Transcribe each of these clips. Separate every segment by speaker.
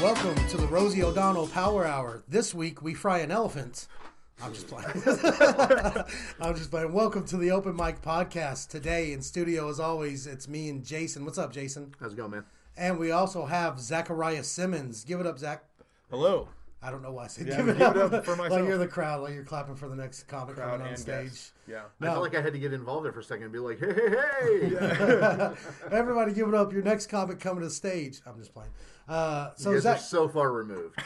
Speaker 1: Welcome to the Rosie O'Donnell Power Hour. This week we fry an elephant. I'm just playing. I'm just playing. Welcome to the Open Mic Podcast. Today in studio, as always, it's me and Jason. What's up, Jason?
Speaker 2: How's it going, man?
Speaker 1: And we also have Zachariah Simmons. Give it up, Zach.
Speaker 3: Hello.
Speaker 1: I don't know why I said
Speaker 3: Yeah,
Speaker 1: give, it,
Speaker 3: give it
Speaker 1: up.
Speaker 3: up for
Speaker 1: Like
Speaker 3: myself.
Speaker 1: you're the crowd, like you're clapping for the next comic
Speaker 3: Crowd
Speaker 1: coming on
Speaker 3: and
Speaker 1: stage.
Speaker 3: guest. Yeah.
Speaker 2: I felt like I had to get involved there for a second and be like, hey, hey, hey.
Speaker 1: Everybody, give it up. Your next comic coming to the stage. I'm just playing. Uh, so
Speaker 2: You guys are
Speaker 1: Zach,
Speaker 2: so far removed.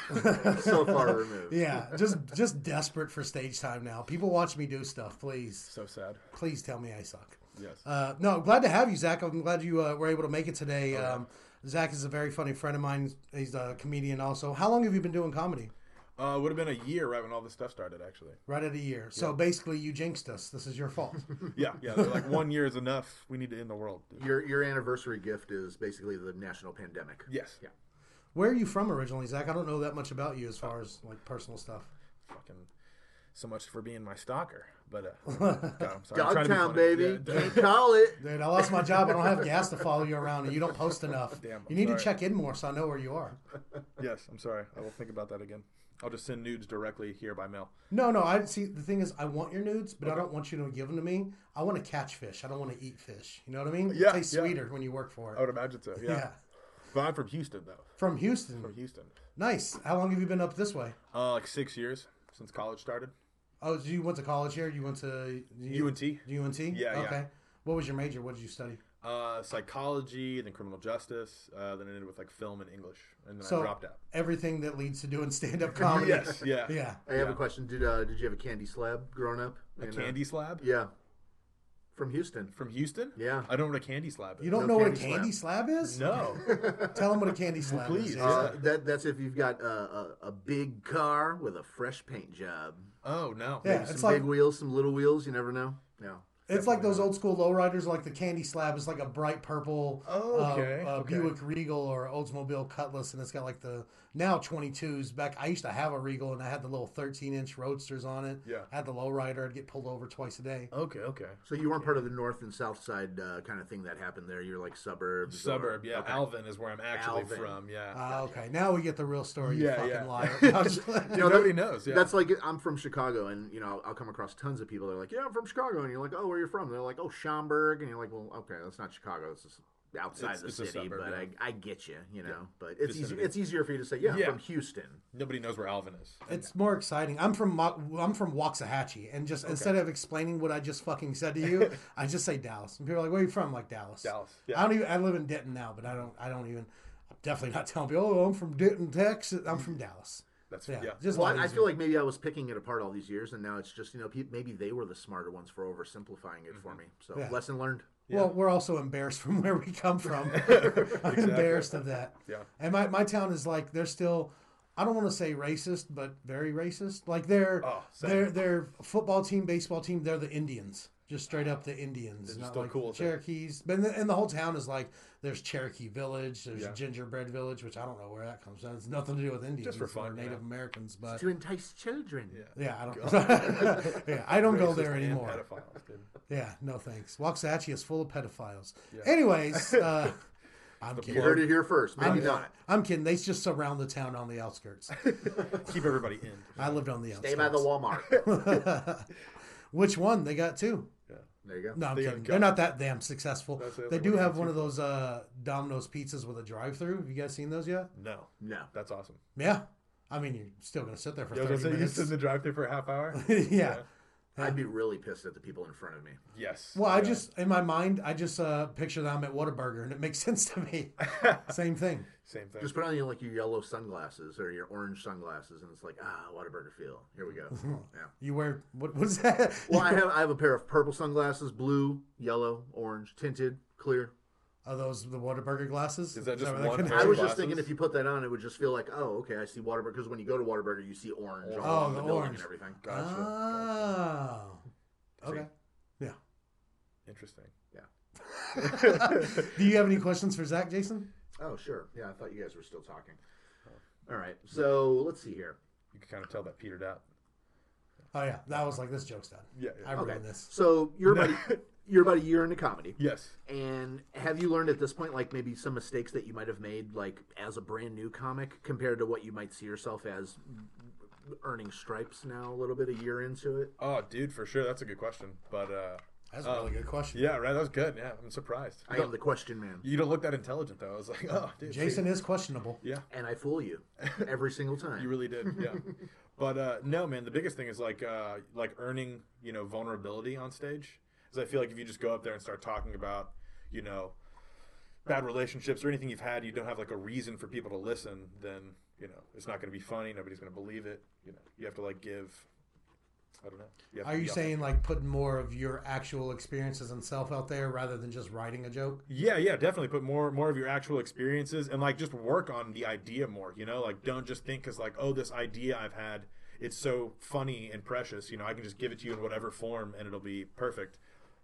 Speaker 2: so far removed.
Speaker 1: yeah, just just desperate for stage time now. People watch me do stuff. Please,
Speaker 3: So sad.
Speaker 1: please tell me I suck.
Speaker 3: Yes.
Speaker 1: Uh, no, I'm glad to have you, Zach. I'm glad you uh, were able to make it
Speaker 3: Oh,
Speaker 1: today. Um, Zach is a very funny friend of mine. He's a comedian also. How long have you been doing comedy?
Speaker 3: Uh, would have been a year right when all this stuff started, actually.
Speaker 1: Right at a year. So basically, you jinxed us. This is your fault.
Speaker 3: Yeah, yeah. they're like one year is enough. We need to end the world.
Speaker 2: Your, your anniversary gift is basically the national pandemic.
Speaker 3: Yes.
Speaker 2: Yeah.
Speaker 1: Where are you from originally, Zach? I don't know that much about you as far as like personal stuff.
Speaker 3: Fucking so much for being my stalker. But uh, God, I'm sorry. I'm trying to be
Speaker 2: Dogtown,
Speaker 3: funny. Yeah,
Speaker 2: baby.
Speaker 3: d-
Speaker 2: Can't call it.
Speaker 1: Dude, I lost my job. I don't have gas to follow you around, and you don't post enough.
Speaker 3: Oh, Damn, I'm
Speaker 1: you need to
Speaker 3: sorry.
Speaker 1: check in more so I know where you are.
Speaker 3: yes. I'm sorry. I will think about that again. I'll just send nudes directly here by mail.
Speaker 1: No, no. I see. The thing is, I want your nudes, but I don't want you to give them to me. I want to catch fish. I don't want to eat fish. You know what I mean?
Speaker 3: Yeah,
Speaker 1: it tastes
Speaker 3: yeah.
Speaker 1: sweeter when you work for it.
Speaker 3: I would imagine so. Yeah.
Speaker 1: yeah.
Speaker 3: But I'm from Houston though.
Speaker 1: From Houston.
Speaker 3: Houston.
Speaker 1: Nice. How long have you been up this way?
Speaker 3: Uh, like six years since college started.
Speaker 1: Oh, so you went to college here. You went to
Speaker 3: UNT.
Speaker 1: UNT.
Speaker 3: Yeah, yeah.
Speaker 1: Okay. What was your major? What did you study?
Speaker 3: Uh, psychology, then criminal justice, uh, then it ended with like film and English, and then
Speaker 1: So
Speaker 3: I dropped out.
Speaker 1: everything that leads to doing stand-up comedy.
Speaker 3: Yes. Yeah.
Speaker 1: Yeah.
Speaker 2: I have a question. Did uh, did you have a candy slab growing up?
Speaker 3: A
Speaker 2: And, uh,
Speaker 3: candy slab.
Speaker 2: yeah. From Houston.
Speaker 3: From Houston?
Speaker 2: Yeah.
Speaker 3: I don't know what a candy slab is.
Speaker 1: You don't
Speaker 2: No
Speaker 1: know what a
Speaker 2: candy
Speaker 1: candy slab, is?
Speaker 3: No.
Speaker 1: Tell them what a candy slab is.
Speaker 3: Please.
Speaker 1: Yeah.
Speaker 2: Uh, that that's if you've got a, a, a big car with a fresh paint job.
Speaker 3: oh no.
Speaker 1: Yeah,
Speaker 2: Some
Speaker 1: it's
Speaker 2: big
Speaker 1: like
Speaker 2: wheels, some little wheels. You never know. No.
Speaker 1: it's like those old school lowriders. Like the candy slab is like a bright purple
Speaker 3: Oh,
Speaker 1: uh,
Speaker 3: okay,
Speaker 1: uh,
Speaker 3: okay.
Speaker 1: Buick Regal or Oldsmobile Cutlass, and it's got like the now 22s. Back I used to have a Regal, and I had the little 13 inch roadsters on it.
Speaker 3: Yeah. Oh,
Speaker 1: I had the lowrider. I'd get pulled over twice a day.
Speaker 3: Okay. Okay.
Speaker 2: So you weren't part of the north and south side uh, kind of thing that happened there. You're like suburbs. or-
Speaker 3: Suburb. Yeah. Alvin is where I'm actually
Speaker 2: Alvin.
Speaker 3: from. Yeah.
Speaker 1: Ah, okay. Now we get the real story. you
Speaker 3: Yeah,
Speaker 1: fucking
Speaker 3: yeah.
Speaker 1: liar. No, I'm just-
Speaker 3: Dude, nobody knows. Yeah.
Speaker 2: That's like I'm from Chicago, and you know I'll come across tons of people. They're like, "Yeah, I'm from Chicago," and you're like, "Oh, where are you from?" They're like, "Oh, Schaumburg," and you're like, "Well, okay, that's not Chicago. It's just outside
Speaker 3: It's-
Speaker 2: the
Speaker 3: it's a
Speaker 2: city,
Speaker 3: suburb,
Speaker 2: but
Speaker 3: yeah.
Speaker 2: I, I get you, you know. But it's easy,
Speaker 3: Vicinity.
Speaker 2: it's easier for you to say, "Yeah, I'm
Speaker 3: Yeah.
Speaker 2: from Houston."
Speaker 3: nobody knows where Alvin is.
Speaker 1: It's more exciting. I'm from Mo- I'm from Waxahachie, and just instead of explaining what I just fucking said to you, I just say Dallas. And people are like, "Where are you from?" I'm like Dallas.
Speaker 3: Dallas,
Speaker 1: I
Speaker 3: yeah.
Speaker 1: don't even. I live in Denton now, but I don't. I don't even. I'm definitely not telling people. Oh, I'm from Denton, Texas. I'm from Dallas.
Speaker 3: Mm. That's
Speaker 1: Yeah,
Speaker 3: yeah.
Speaker 1: just
Speaker 2: Well,
Speaker 1: a lot
Speaker 2: I, I
Speaker 1: easier.
Speaker 2: feel like maybe I was picking it apart all these years, and now it's just you know pe- maybe they were the smarter ones for oversimplifying it
Speaker 3: Mm-hmm.
Speaker 2: for me. So
Speaker 1: Yeah.
Speaker 2: lesson learned.
Speaker 1: Well, we're also embarrassed from where we come from. I'm embarrassed of that.
Speaker 3: Yeah.
Speaker 1: And my, my town is like they're still I don't want to say racist, but very racist. Like they're
Speaker 3: Oh, same.
Speaker 1: they're they're football team, baseball team, they're the Indians. Just straight up the Indians. not
Speaker 3: still
Speaker 1: like
Speaker 3: cool with it.
Speaker 1: Cherokees. But and the, and the whole town is like there's Cherokee Village, there's
Speaker 3: Yeah.
Speaker 1: Gingerbread Village, which I don't know where that comes from. It's nothing to do with Indians
Speaker 3: Just for
Speaker 1: or
Speaker 3: fun,
Speaker 1: Native
Speaker 3: yeah.
Speaker 1: Americans, but
Speaker 2: To entice children.
Speaker 1: yeah, I don't. yeah, I don't go
Speaker 3: Racist
Speaker 1: there
Speaker 3: and
Speaker 1: anymore.
Speaker 3: pedophiles, dude.
Speaker 1: Yeah, no thanks. Waxahachie is full of pedophiles. Anyways, uh, I'm
Speaker 2: You
Speaker 1: kidding.
Speaker 2: heard it here first. Maybe
Speaker 1: I'm,
Speaker 2: not.
Speaker 1: I'm kidding. They just surround the town on the outskirts.
Speaker 3: Keep everybody in.
Speaker 1: I lived on the outskirts.
Speaker 2: Stay by the Walmart.
Speaker 1: Which one? They got two.
Speaker 2: there you go.
Speaker 1: No, I'm
Speaker 3: They got
Speaker 1: kidding.
Speaker 3: a
Speaker 1: They're not that damn successful.
Speaker 3: That's it.
Speaker 1: They
Speaker 3: Like,
Speaker 1: do
Speaker 3: what do
Speaker 1: have one of those uh, Domino's pizzas with a drive-through. Have you guys seen those yet?
Speaker 3: No.
Speaker 2: No.
Speaker 3: That's awesome.
Speaker 1: Yeah. I mean, you're still gonna sit there for
Speaker 3: Yeah, I was
Speaker 1: thirty
Speaker 3: gonna say you
Speaker 1: minutes.
Speaker 3: sit in the drive-thru for a half hour.
Speaker 1: yeah.
Speaker 2: I'd be really pissed at the people in front of me.
Speaker 3: yes.
Speaker 1: Well, I
Speaker 3: Yeah.
Speaker 1: just in my mind, I just uh, picture that I'm at Whataburger, and it makes sense to me. Same thing.
Speaker 3: same thing.
Speaker 2: Just put on you know, like your yellow sunglasses or your orange sunglasses, and it's like ah, Whataburger feel. Here we go. yeah.
Speaker 1: You wear what? What's that?
Speaker 2: Well, I have I have a pair of purple sunglasses, blue, yellow, orange, tinted, clear.
Speaker 1: Are those the Whataburger glasses?
Speaker 3: Is that just
Speaker 1: where they
Speaker 3: one
Speaker 1: connect?
Speaker 2: I
Speaker 3: pair?
Speaker 2: was just
Speaker 3: Glasses?
Speaker 2: thinking if you put that on, it would just feel like oh, okay, I see Whataburger because when you go to Whataburger, you see orange all
Speaker 1: Oh,
Speaker 2: along
Speaker 1: the
Speaker 2: the, building
Speaker 1: orange.
Speaker 2: and everything.
Speaker 3: Gotcha.
Speaker 1: Oh. Okay.
Speaker 3: Interesting.
Speaker 1: Do you have any questions for Zach, Jason?
Speaker 2: Oh sure, yeah. I thought you guys were still talking.
Speaker 1: Oh.
Speaker 2: All right, so let's see here.
Speaker 3: You can kind of tell that petered out.
Speaker 1: Oh yeah, that was like this joke's done.
Speaker 3: Yeah.
Speaker 1: I
Speaker 3: yeah.
Speaker 1: ruined
Speaker 2: Okay.
Speaker 1: this.
Speaker 2: So your buddy, you're about a year into comedy.
Speaker 3: Yes.
Speaker 2: And have you learned at this point, like maybe some mistakes that you might have made, like as a brand new comic, compared to what you might see yourself as earning stripes now, a little bit a year into it?
Speaker 3: Oh, dude, for sure. That's a good question. But uh,
Speaker 1: That's a really good question.
Speaker 3: yeah, right. That was good. Yeah, I'm surprised.
Speaker 2: I am the question man,
Speaker 3: You don't look that intelligent though. I was like, oh, dude,
Speaker 1: Jason is questionable.
Speaker 3: Yeah.
Speaker 2: and I fool you every single time.
Speaker 3: You really did, yeah. but uh, no, man, the biggest thing is like uh, like earning you know vulnerability on stage. Because I feel like if you just go up there and start talking about you know bad relationships or anything you've had, you don't have like a reason for people to listen. Then you know it's not going to be funny. Nobody's going to believe it. You know you have to like give. I don't know. have
Speaker 1: Are
Speaker 3: to
Speaker 1: you
Speaker 3: be authentic.
Speaker 1: saying like putting more of your actual experiences and self out there rather than just writing a joke?
Speaker 3: Yeah, yeah, definitely. Put more more of your actual experiences and like just work on the idea more. You know, like don't just think because like oh this idea I've had it's so funny and precious. You know, I can just give it to you in whatever form and it'll be perfect.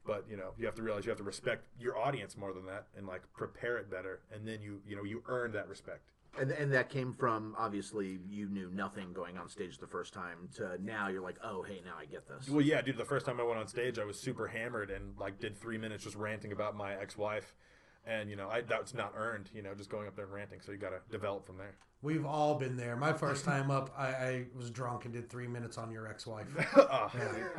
Speaker 3: But you know, you have to realize you have to respect your audience more than that and like prepare it better, and then you you know you earn that respect.
Speaker 2: And, and that came from obviously you knew nothing going on stage the first time to now you're like, oh, hey, now I get this.
Speaker 3: Well, yeah, dude. The first time I went on stage, I was super hammered and like did three minutes just ranting about my ex-wife, and you know I that's not earned. You know, just going up there and ranting. So you got to develop from there.
Speaker 1: We've all been there. My first time up, I, I was drunk and did three minutes on your ex-wife.
Speaker 3: Oh,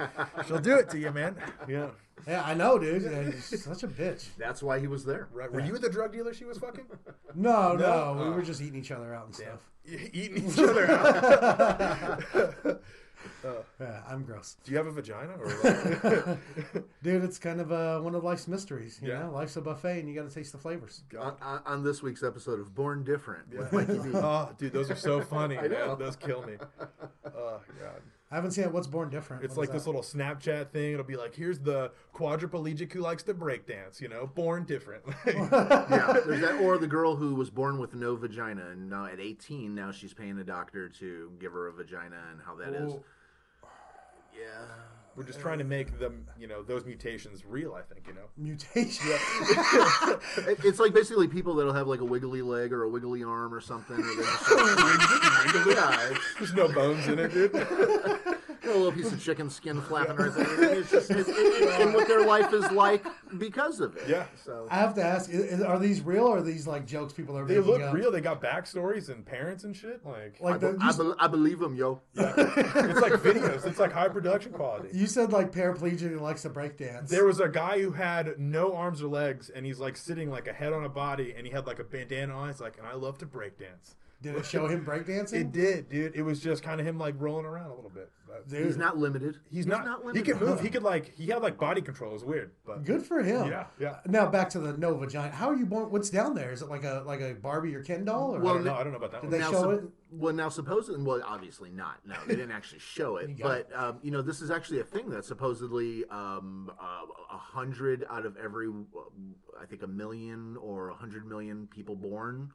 Speaker 3: she'll do it to you, man. Yeah.
Speaker 1: yeah, I know, dude. Yeah, she's such a bitch.
Speaker 2: That's why he was there.
Speaker 3: Right. Were you the drug dealer she was fucking?
Speaker 1: No, no,
Speaker 3: No?
Speaker 1: we
Speaker 3: Oh.
Speaker 1: were just eating each other out and stuff.
Speaker 3: E-, Eating each other out.
Speaker 1: Yeah, I'm gross,
Speaker 3: Do you have a vagina? Or what?
Speaker 1: dude. It's kind of uh, one of life's mysteries. You
Speaker 3: Yeah.
Speaker 1: know, life's a buffet, and you got to taste the flavors.
Speaker 2: On, on- on this week's episode of Born Different with Mikey B.
Speaker 3: oh, dude, those are so funny.
Speaker 2: I know.
Speaker 3: Man. Those kill me. Oh, God.
Speaker 1: I haven't seen that. What's born different?
Speaker 3: It's
Speaker 1: What
Speaker 3: like
Speaker 1: is
Speaker 3: this little Snapchat thing. It'll be like, here's the quadriplegic who likes to breakdance, you know, born different.
Speaker 2: yeah, there's that, or the girl who was born with no vagina, and now at 18, now she's paying a doctor to give her a vagina, and how that is.
Speaker 1: Well-
Speaker 2: Yeah,
Speaker 3: We're just trying to make them, you know, those mutations real, I think, you know.
Speaker 1: that? mutation.
Speaker 2: It- it's like basically people that'll have like a wiggly leg or a wiggly arm or something. Or they're just like, yeah, it's
Speaker 3: There's no bones in it, dude.
Speaker 2: got a little piece of chicken skin flapping right there. It's just, it's, it's- and what their life is like because of it.
Speaker 3: Yeah.
Speaker 2: So
Speaker 1: I have to ask: i- is, Are these real or are these like jokes people are
Speaker 3: They
Speaker 1: making
Speaker 3: look
Speaker 1: up?
Speaker 3: real. They got backstories and parents and shit. Like,
Speaker 2: I,
Speaker 1: Like
Speaker 2: be-
Speaker 1: the, you,
Speaker 2: I, be- I believe them, yo.
Speaker 3: it's like videos. It's like high production quality.
Speaker 1: you said like paraplegic and likes to breakdance.
Speaker 3: There was a guy who had no arms or legs, and he's like sitting like a head on a body, and he had like a bandana on. It's like, and I love to breakdance.
Speaker 1: Did it show him breakdancing?
Speaker 3: It did, dude. It was just kind of him like rolling around a little bit. But
Speaker 1: Dude,
Speaker 2: He's not limited.
Speaker 3: he's not. he
Speaker 2: limited.
Speaker 3: could move. He could like. He had like body control. It was weird, but
Speaker 1: Good Uh, for him.
Speaker 3: Yeah, yeah.
Speaker 1: Now back to the Nova Giant. How are you born? What's down there? Is it like a like a Barbie or Ken doll? Or
Speaker 3: I
Speaker 2: Well,
Speaker 3: don't know. I don't know about that
Speaker 1: Did
Speaker 3: one.
Speaker 1: they
Speaker 2: now,
Speaker 1: show
Speaker 2: sup-
Speaker 1: it?
Speaker 2: Well, now supposedly, well, obviously not. No, they didn't actually show it.
Speaker 1: got
Speaker 2: but um, you know, this is actually a thing that supposedly um, uh, a hundred out of every, I think, a million or a hundred million people born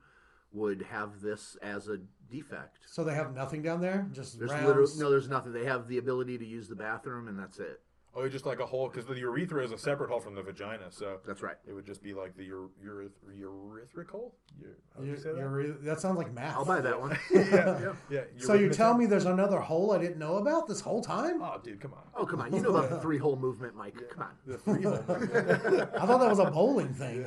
Speaker 2: would have this as a defect.
Speaker 1: so they have nothing down there. Just
Speaker 2: There's literally
Speaker 1: rounds.
Speaker 2: no, there's nothing. They have the ability to use the bathroom, and that's it.
Speaker 3: Oh, it's just like a hole because the urethra is a separate hole from the vagina, so
Speaker 2: That's right.
Speaker 3: it would just be like the ure- ureth- urethric hole. Ure- how do
Speaker 1: You-
Speaker 3: you say that?
Speaker 1: you're re- that sounds like math.
Speaker 2: I'll buy that one.
Speaker 3: yeah, yeah.
Speaker 1: so you
Speaker 3: urethric-
Speaker 1: tell me there's another hole I didn't know about this whole time?
Speaker 3: Oh, dude, come on.
Speaker 2: Oh come on, you know about the three hole movement, Mike. Come on.
Speaker 3: The three hole.
Speaker 1: I thought that was a bowling thing.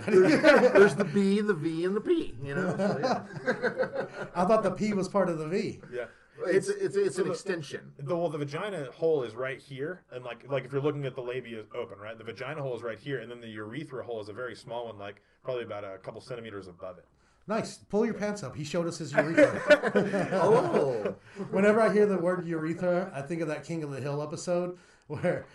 Speaker 2: There's the B, the V, and the P. You know. So, yeah.
Speaker 1: I thought the P was part of the V.
Speaker 3: Yeah.
Speaker 2: It's it's it's an
Speaker 3: the-
Speaker 2: extension.
Speaker 3: The, well, the vagina hole is right here, and like like if you're looking at the labia is open, right? The vagina hole is right here, and then the urethra hole is a very small one, like probably about a couple centimeters above it.
Speaker 1: Nice. Pull your pants up. He showed us his urethra.
Speaker 2: Oh.
Speaker 1: Whenever I hear the word urethra, I think of that King of the Hill episode where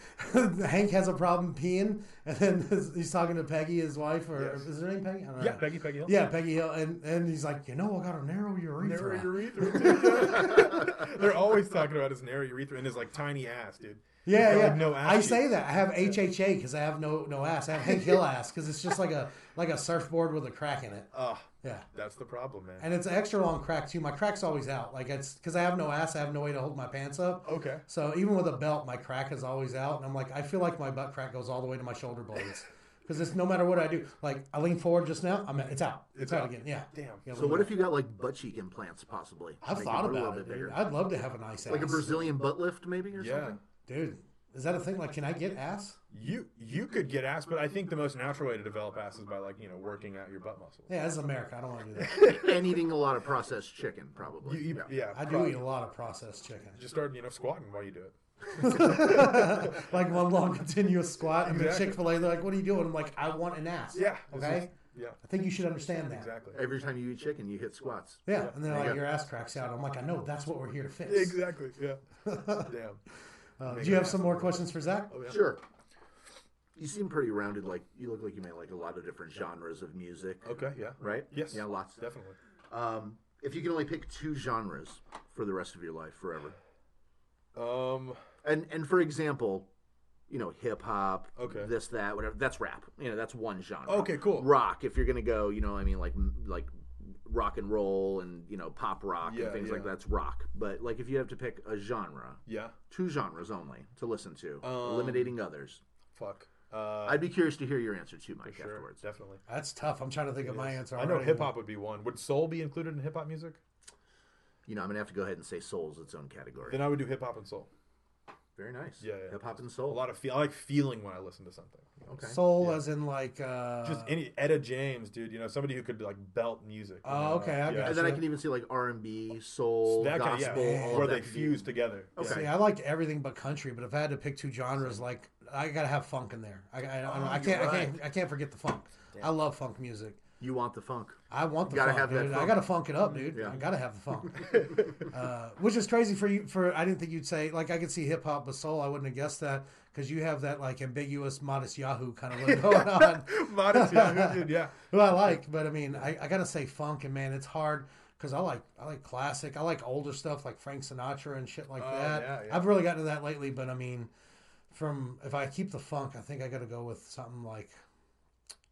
Speaker 1: Hank has a problem peeing, and then he's talking to Peggy, his wife, or
Speaker 3: Yes.
Speaker 1: is her name Peggy? I don't know.
Speaker 3: Yeah, Peggy, Peggy Hill.
Speaker 1: Yeah, Peggy Hill, and, and he's like, you know, I got a narrow urethra.
Speaker 3: Narrow urethra. dude. They're always talking about his narrow urethra and his like tiny ass, dude.
Speaker 1: Yeah,
Speaker 3: He's got,
Speaker 1: yeah.
Speaker 3: like, no ass
Speaker 1: I
Speaker 3: cheeks.
Speaker 1: say that I have HHA because I have no no ass. I have Hank Hill ass because it's just like a like a surfboard with a crack in it.
Speaker 3: Ah,
Speaker 1: Yeah,
Speaker 3: that's the problem, man.
Speaker 1: and it's an extra long crack too. My crack's always out. Like it's because I have no ass. I have no way to hold my pants up.
Speaker 2: Oh,
Speaker 3: Okay.
Speaker 1: So even with a belt, my crack is always out, and I'm like, I feel like my butt crack goes all the way to my shoulder blades. Because it's no matter what I do, like I lean forward just now, I'm it's out. It's, out.
Speaker 3: out.
Speaker 1: again. Yeah.
Speaker 3: Damn.
Speaker 1: Yeah,
Speaker 2: So what if you got like butt cheek implants possibly?
Speaker 1: I've
Speaker 2: Make
Speaker 1: thought
Speaker 2: a little
Speaker 1: about it?
Speaker 2: bit
Speaker 1: Dude.
Speaker 2: bigger.
Speaker 1: I'd love to have a nice ass.
Speaker 2: Like a Brazilian butt lift maybe or
Speaker 3: Yeah.
Speaker 2: something?
Speaker 1: dude. Is that a thing? Like, can I get ass?
Speaker 3: You you could get ass, but I think the most natural way to develop ass is by like you know working out your butt muscles.
Speaker 1: Yeah, this is America. I don't want to do that.
Speaker 2: and eating a lot of processed chicken, probably.
Speaker 3: You- you-
Speaker 2: Yeah.
Speaker 3: yeah,
Speaker 1: I do
Speaker 3: probably.
Speaker 1: eat a lot of processed chicken.
Speaker 3: Just start you know squatting while you do it.
Speaker 1: like one long continuous squat. I'm
Speaker 3: Exactly.
Speaker 1: Chick Fil A. They're like, "What are you doing?" I'm like, "I want an ass."
Speaker 3: Yeah. it's
Speaker 1: Okay.
Speaker 3: just- yeah.
Speaker 1: I think you should understand that.
Speaker 3: Exactly.
Speaker 2: Every time you eat chicken, you hit squats.
Speaker 1: Yeah, and they're
Speaker 2: There you
Speaker 1: like,
Speaker 2: go.
Speaker 1: "Your ass cracks out." I'm like, "I know. That's what we're here to fix."
Speaker 3: Exactly. Yeah. Damn.
Speaker 1: Uh, do you have some more questions for Zach?
Speaker 3: Oh, yeah.
Speaker 2: Sure. You seem pretty rounded. Like you look like you might like a lot of different genres of music.
Speaker 1: Oh,
Speaker 3: Okay. Yeah.
Speaker 2: Right.
Speaker 3: Yes.
Speaker 2: Yeah, lots.
Speaker 3: Definitely.
Speaker 2: Um, if you can only pick two genres for the rest of your life forever,
Speaker 3: Um.
Speaker 2: and and for example, you know, hip hop,
Speaker 3: Okay.
Speaker 2: this that whatever. That's rap. You know, that's one genre.
Speaker 3: Okay. Cool.
Speaker 2: Rock. If you're gonna go, you know, I mean, like like rock and roll and you know pop rock
Speaker 3: Yeah,
Speaker 2: and things like
Speaker 3: yeah.
Speaker 2: that's rock. But like if you have to pick a genre,
Speaker 3: Yeah.
Speaker 2: two genres only to listen to,
Speaker 3: Um,
Speaker 2: eliminating others.
Speaker 3: Fuck. Uh.
Speaker 2: I'd be curious to hear your answer too, Mike.
Speaker 3: sure.
Speaker 2: Afterwards.
Speaker 3: Definitely.
Speaker 1: That's tough. I'm trying to think of my answer.
Speaker 3: I know
Speaker 1: already.
Speaker 3: hip hop would be one. Would soul be included in hip hop music?
Speaker 2: You know, I'm gonna have to go ahead and say soul's its own category.
Speaker 3: Then I would do hip hop and soul.
Speaker 2: Very nice.
Speaker 3: Yeah, yeah.
Speaker 2: Hip hop and
Speaker 3: A
Speaker 2: soul.
Speaker 3: lot of feel. I like feeling when I listen to something. you know?
Speaker 2: Okay.
Speaker 1: Soul, as in like. Uh,
Speaker 3: Just any Etta James, dude. You know somebody who could like belt music. you
Speaker 1: Oh,
Speaker 3: know,
Speaker 1: okay, I
Speaker 2: and
Speaker 1: got
Speaker 2: then I
Speaker 1: Gotcha.
Speaker 2: can even see like R and B, soul,
Speaker 3: That kind of,
Speaker 2: gospel,
Speaker 3: yeah,
Speaker 2: all
Speaker 3: where
Speaker 2: of
Speaker 3: they
Speaker 2: that.
Speaker 3: fuse together. Yeah.
Speaker 2: Okay.
Speaker 1: See, I liked everything but country, but if I had to pick two genres, like I gotta have funk in there. I, I, I, don't- I
Speaker 2: Oh,
Speaker 1: can't,
Speaker 2: you're
Speaker 1: I can't, I can't forget the funk. I love funk music.
Speaker 2: You want the funk?
Speaker 1: I want the
Speaker 2: Gotta
Speaker 1: funk,
Speaker 2: have that
Speaker 1: dude. I
Speaker 2: funk. Mm-hmm.
Speaker 1: gotta funk it up, dude.
Speaker 2: Yeah.
Speaker 1: I gotta have the funk. uh, which is crazy for you. For I didn't think you'd say like I could see hip hop, but soul. I wouldn't have guessed that because you have that like ambiguous, modest Yahoo kind of look going on.
Speaker 3: Modest, yeah, dude, yeah.
Speaker 1: who I like, but I mean, I, I gotta say funk, and man, it's hard because I like I like classic, I like older stuff like Frank Sinatra and shit like
Speaker 3: Oh,
Speaker 1: that.
Speaker 3: yeah, yeah.
Speaker 1: I've really gotten to that lately, but I mean, from if I keep the funk, I think I gotta go with something like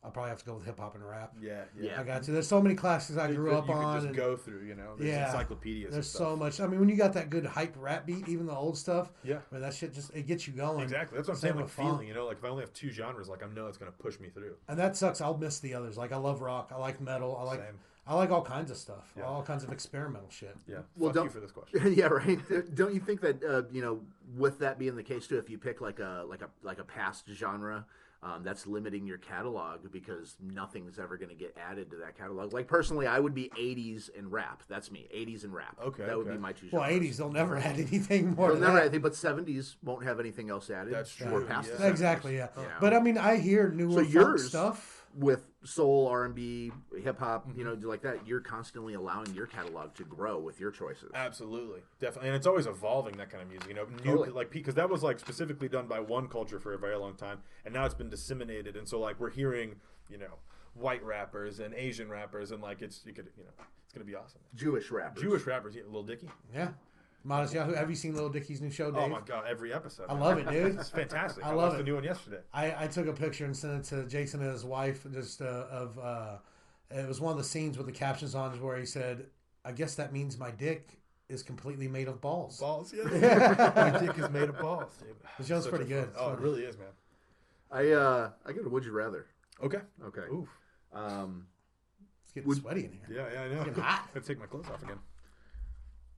Speaker 1: I'll probably have to go with hip hop and rap.
Speaker 3: Yeah,
Speaker 2: Yeah.
Speaker 1: I got to. There's so many classics I
Speaker 3: Things
Speaker 1: grew
Speaker 3: that
Speaker 1: up
Speaker 3: you
Speaker 1: on.
Speaker 3: could just
Speaker 1: and
Speaker 3: go through, you know. There's
Speaker 1: Yeah.
Speaker 3: encyclopedias. and
Speaker 1: there's
Speaker 3: stuff.
Speaker 1: so much. I mean, when you got that good hype rap beat, even the old stuff,
Speaker 3: Yeah.
Speaker 1: man, that shit just it gets you going.
Speaker 3: Exactly. That's what I'm
Speaker 1: Same
Speaker 3: saying. Like
Speaker 1: with funk.
Speaker 3: feeling, you know, like if I only have two genres, like I know it's gonna push me through.
Speaker 1: and that sucks. I'll miss the others. Like I love rock, I like metal, I like
Speaker 3: Same.
Speaker 1: I like all kinds of stuff,
Speaker 3: Yeah.
Speaker 1: all kinds of experimental shit.
Speaker 3: Yeah.
Speaker 2: Well,
Speaker 3: Fuck
Speaker 2: don't-
Speaker 3: you for this question.
Speaker 2: yeah, right. Don't you think that uh, you know, with that being the case too, if you pick like a like a like a past genre, um, that's limiting your catalog because nothing's ever going to get added to that catalog. Like personally, I would be '80s and rap. That's me, '80s and rap.
Speaker 3: Okay,
Speaker 2: that would
Speaker 3: okay.
Speaker 2: be my two.
Speaker 1: Well,
Speaker 2: genres.
Speaker 1: eighties they'll never add anything more.
Speaker 2: They'll
Speaker 1: than
Speaker 2: never
Speaker 1: that.
Speaker 2: add anything, but '70s won't have anything else added.
Speaker 3: That's
Speaker 2: Or
Speaker 3: true,
Speaker 2: past
Speaker 3: yeah.
Speaker 2: the 70s.
Speaker 1: exactly, yeah.
Speaker 2: Yeah.
Speaker 1: But I mean, I hear newer
Speaker 2: So
Speaker 1: funk
Speaker 2: yours-
Speaker 1: stuff.
Speaker 2: with soul, R and B, hip hop, you
Speaker 3: Mm-hmm.
Speaker 2: know, like that, you're constantly allowing your catalog to grow with your choices.
Speaker 3: Absolutely, definitely, and it's always evolving that kind of music, you know. New,
Speaker 2: Totally.
Speaker 3: like because that was like specifically done by one culture for a very long time, and now it's been disseminated, and so like we're hearing, you know, white rappers and Asian rappers, and like it's you could, you know, it's gonna be awesome.
Speaker 2: Jewish rappers.
Speaker 3: Jewish rappers, yeah, Lil Dicky.
Speaker 1: Yeah, Modest Yahoo. Have you seen Little Dicky's new show, Dave?
Speaker 3: Oh my god, every episode,
Speaker 1: I love it, dude.
Speaker 3: It's fantastic.
Speaker 1: I
Speaker 3: I,
Speaker 1: love
Speaker 3: watched
Speaker 1: it.
Speaker 3: the new one yesterday.
Speaker 1: I, I took a picture and sent it to Jason and his wife. Just uh, of uh, it was one of the scenes with the captions on, where he said, "I guess that means my dick is completely made of balls."
Speaker 3: Balls, yeah. My dick is made of balls. Dude.
Speaker 1: The show's
Speaker 3: Such
Speaker 1: pretty
Speaker 3: a
Speaker 1: good.
Speaker 3: fun-
Speaker 1: It's
Speaker 3: Oh, it
Speaker 1: funny.
Speaker 3: really is, man.
Speaker 2: I uh, I got a would you rather.
Speaker 3: Okay.
Speaker 2: Okay.
Speaker 3: Oof.
Speaker 2: Um,
Speaker 1: It's getting
Speaker 2: Would-
Speaker 1: sweaty in here.
Speaker 3: Yeah, yeah, I know.
Speaker 1: getting hot.
Speaker 3: Gotta take my clothes off again.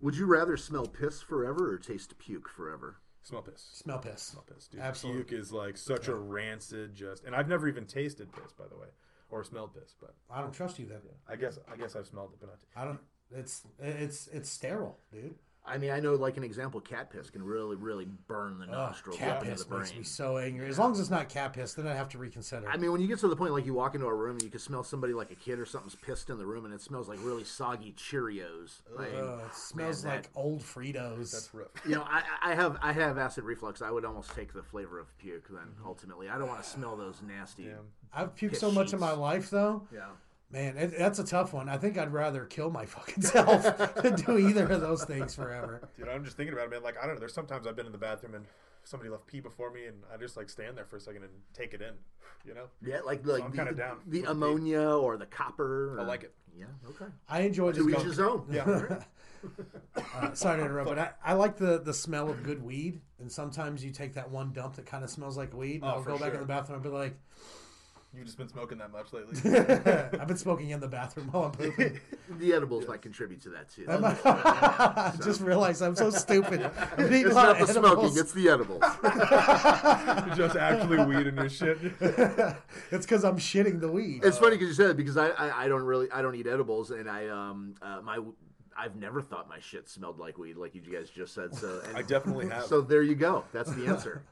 Speaker 2: would you rather smell piss forever or taste puke forever?
Speaker 3: Smell piss.
Speaker 1: Smell piss.
Speaker 3: smell piss, dude.
Speaker 1: Absolutely.
Speaker 3: Puke is like such a rancid, just. And I've never even tasted piss, by the way, or smelled piss. But
Speaker 1: I don't trust you then.
Speaker 3: I guess I guess I've smelled it, but not.
Speaker 1: I don't. It's it's it's sterile, dude.
Speaker 2: I mean, I know, like an example, cat piss can really, really burn the
Speaker 1: Ugh,
Speaker 2: nostrils
Speaker 1: cat
Speaker 2: up into the
Speaker 1: piss makes
Speaker 2: brain.
Speaker 1: me so angry. As long as it's not cat piss, then I have to reconsider.
Speaker 2: I mean, when you get to the point like you walk into a room and you can smell somebody like a kid or something's pissed in the room and it smells like really soggy Cheerios. Like,
Speaker 1: Ugh, Uh, it smells
Speaker 2: man,
Speaker 1: like
Speaker 2: that-
Speaker 1: old Fritos.
Speaker 3: That's rough.
Speaker 2: you know, I, I have I have acid reflux. I would almost take the flavor of puke then
Speaker 3: Mm-hmm.
Speaker 2: ultimately. I don't want to smell those nasty.
Speaker 1: I've puked
Speaker 2: piss
Speaker 1: so much in
Speaker 2: sheets.
Speaker 1: my life, though.
Speaker 2: Yeah.
Speaker 1: Man, it, that's a tough one. I think I'd rather kill my fucking self than do either of those things forever.
Speaker 3: Dude, I'm just thinking about it, man. Like I don't know. There's sometimes I've been in the bathroom and somebody left pee before me, and I just like stand there for a second and take it in. You know.
Speaker 2: Yeah, like like
Speaker 3: I'm
Speaker 2: the,
Speaker 3: kinda down
Speaker 2: the
Speaker 3: with the
Speaker 2: ammonia or the copper. Or,
Speaker 3: I like it.
Speaker 2: Yeah. Okay.
Speaker 1: I enjoyed
Speaker 2: To
Speaker 1: this.
Speaker 2: each his own.
Speaker 3: Yeah.
Speaker 1: Uh, sorry to interrupt, but I, I like the, the smell of good weed. And sometimes you take that one dump that kind of smells like weed, and
Speaker 3: Oh,
Speaker 1: I'll
Speaker 3: for
Speaker 1: go back
Speaker 3: sure.
Speaker 1: in the bathroom and be like,
Speaker 3: You've just been smoking that much lately.
Speaker 1: I've been smoking in the bathroom while I'm pooping.
Speaker 2: The edibles might contribute to that too.
Speaker 1: Am I- I just realized I'm so stupid. I'm eating a
Speaker 2: It's
Speaker 1: lot
Speaker 2: not
Speaker 1: of
Speaker 2: the
Speaker 1: edibles.
Speaker 2: smoking; it's the edibles.
Speaker 3: You're just actually weed in your shit.
Speaker 1: It's because I'm shitting the weed.
Speaker 2: It's funny because you said it because I, I I don't really I don't eat edibles and I um uh, my I've never thought my shit smelled like weed like you guys just said so and
Speaker 3: I definitely have.
Speaker 2: so there you go that's the answer.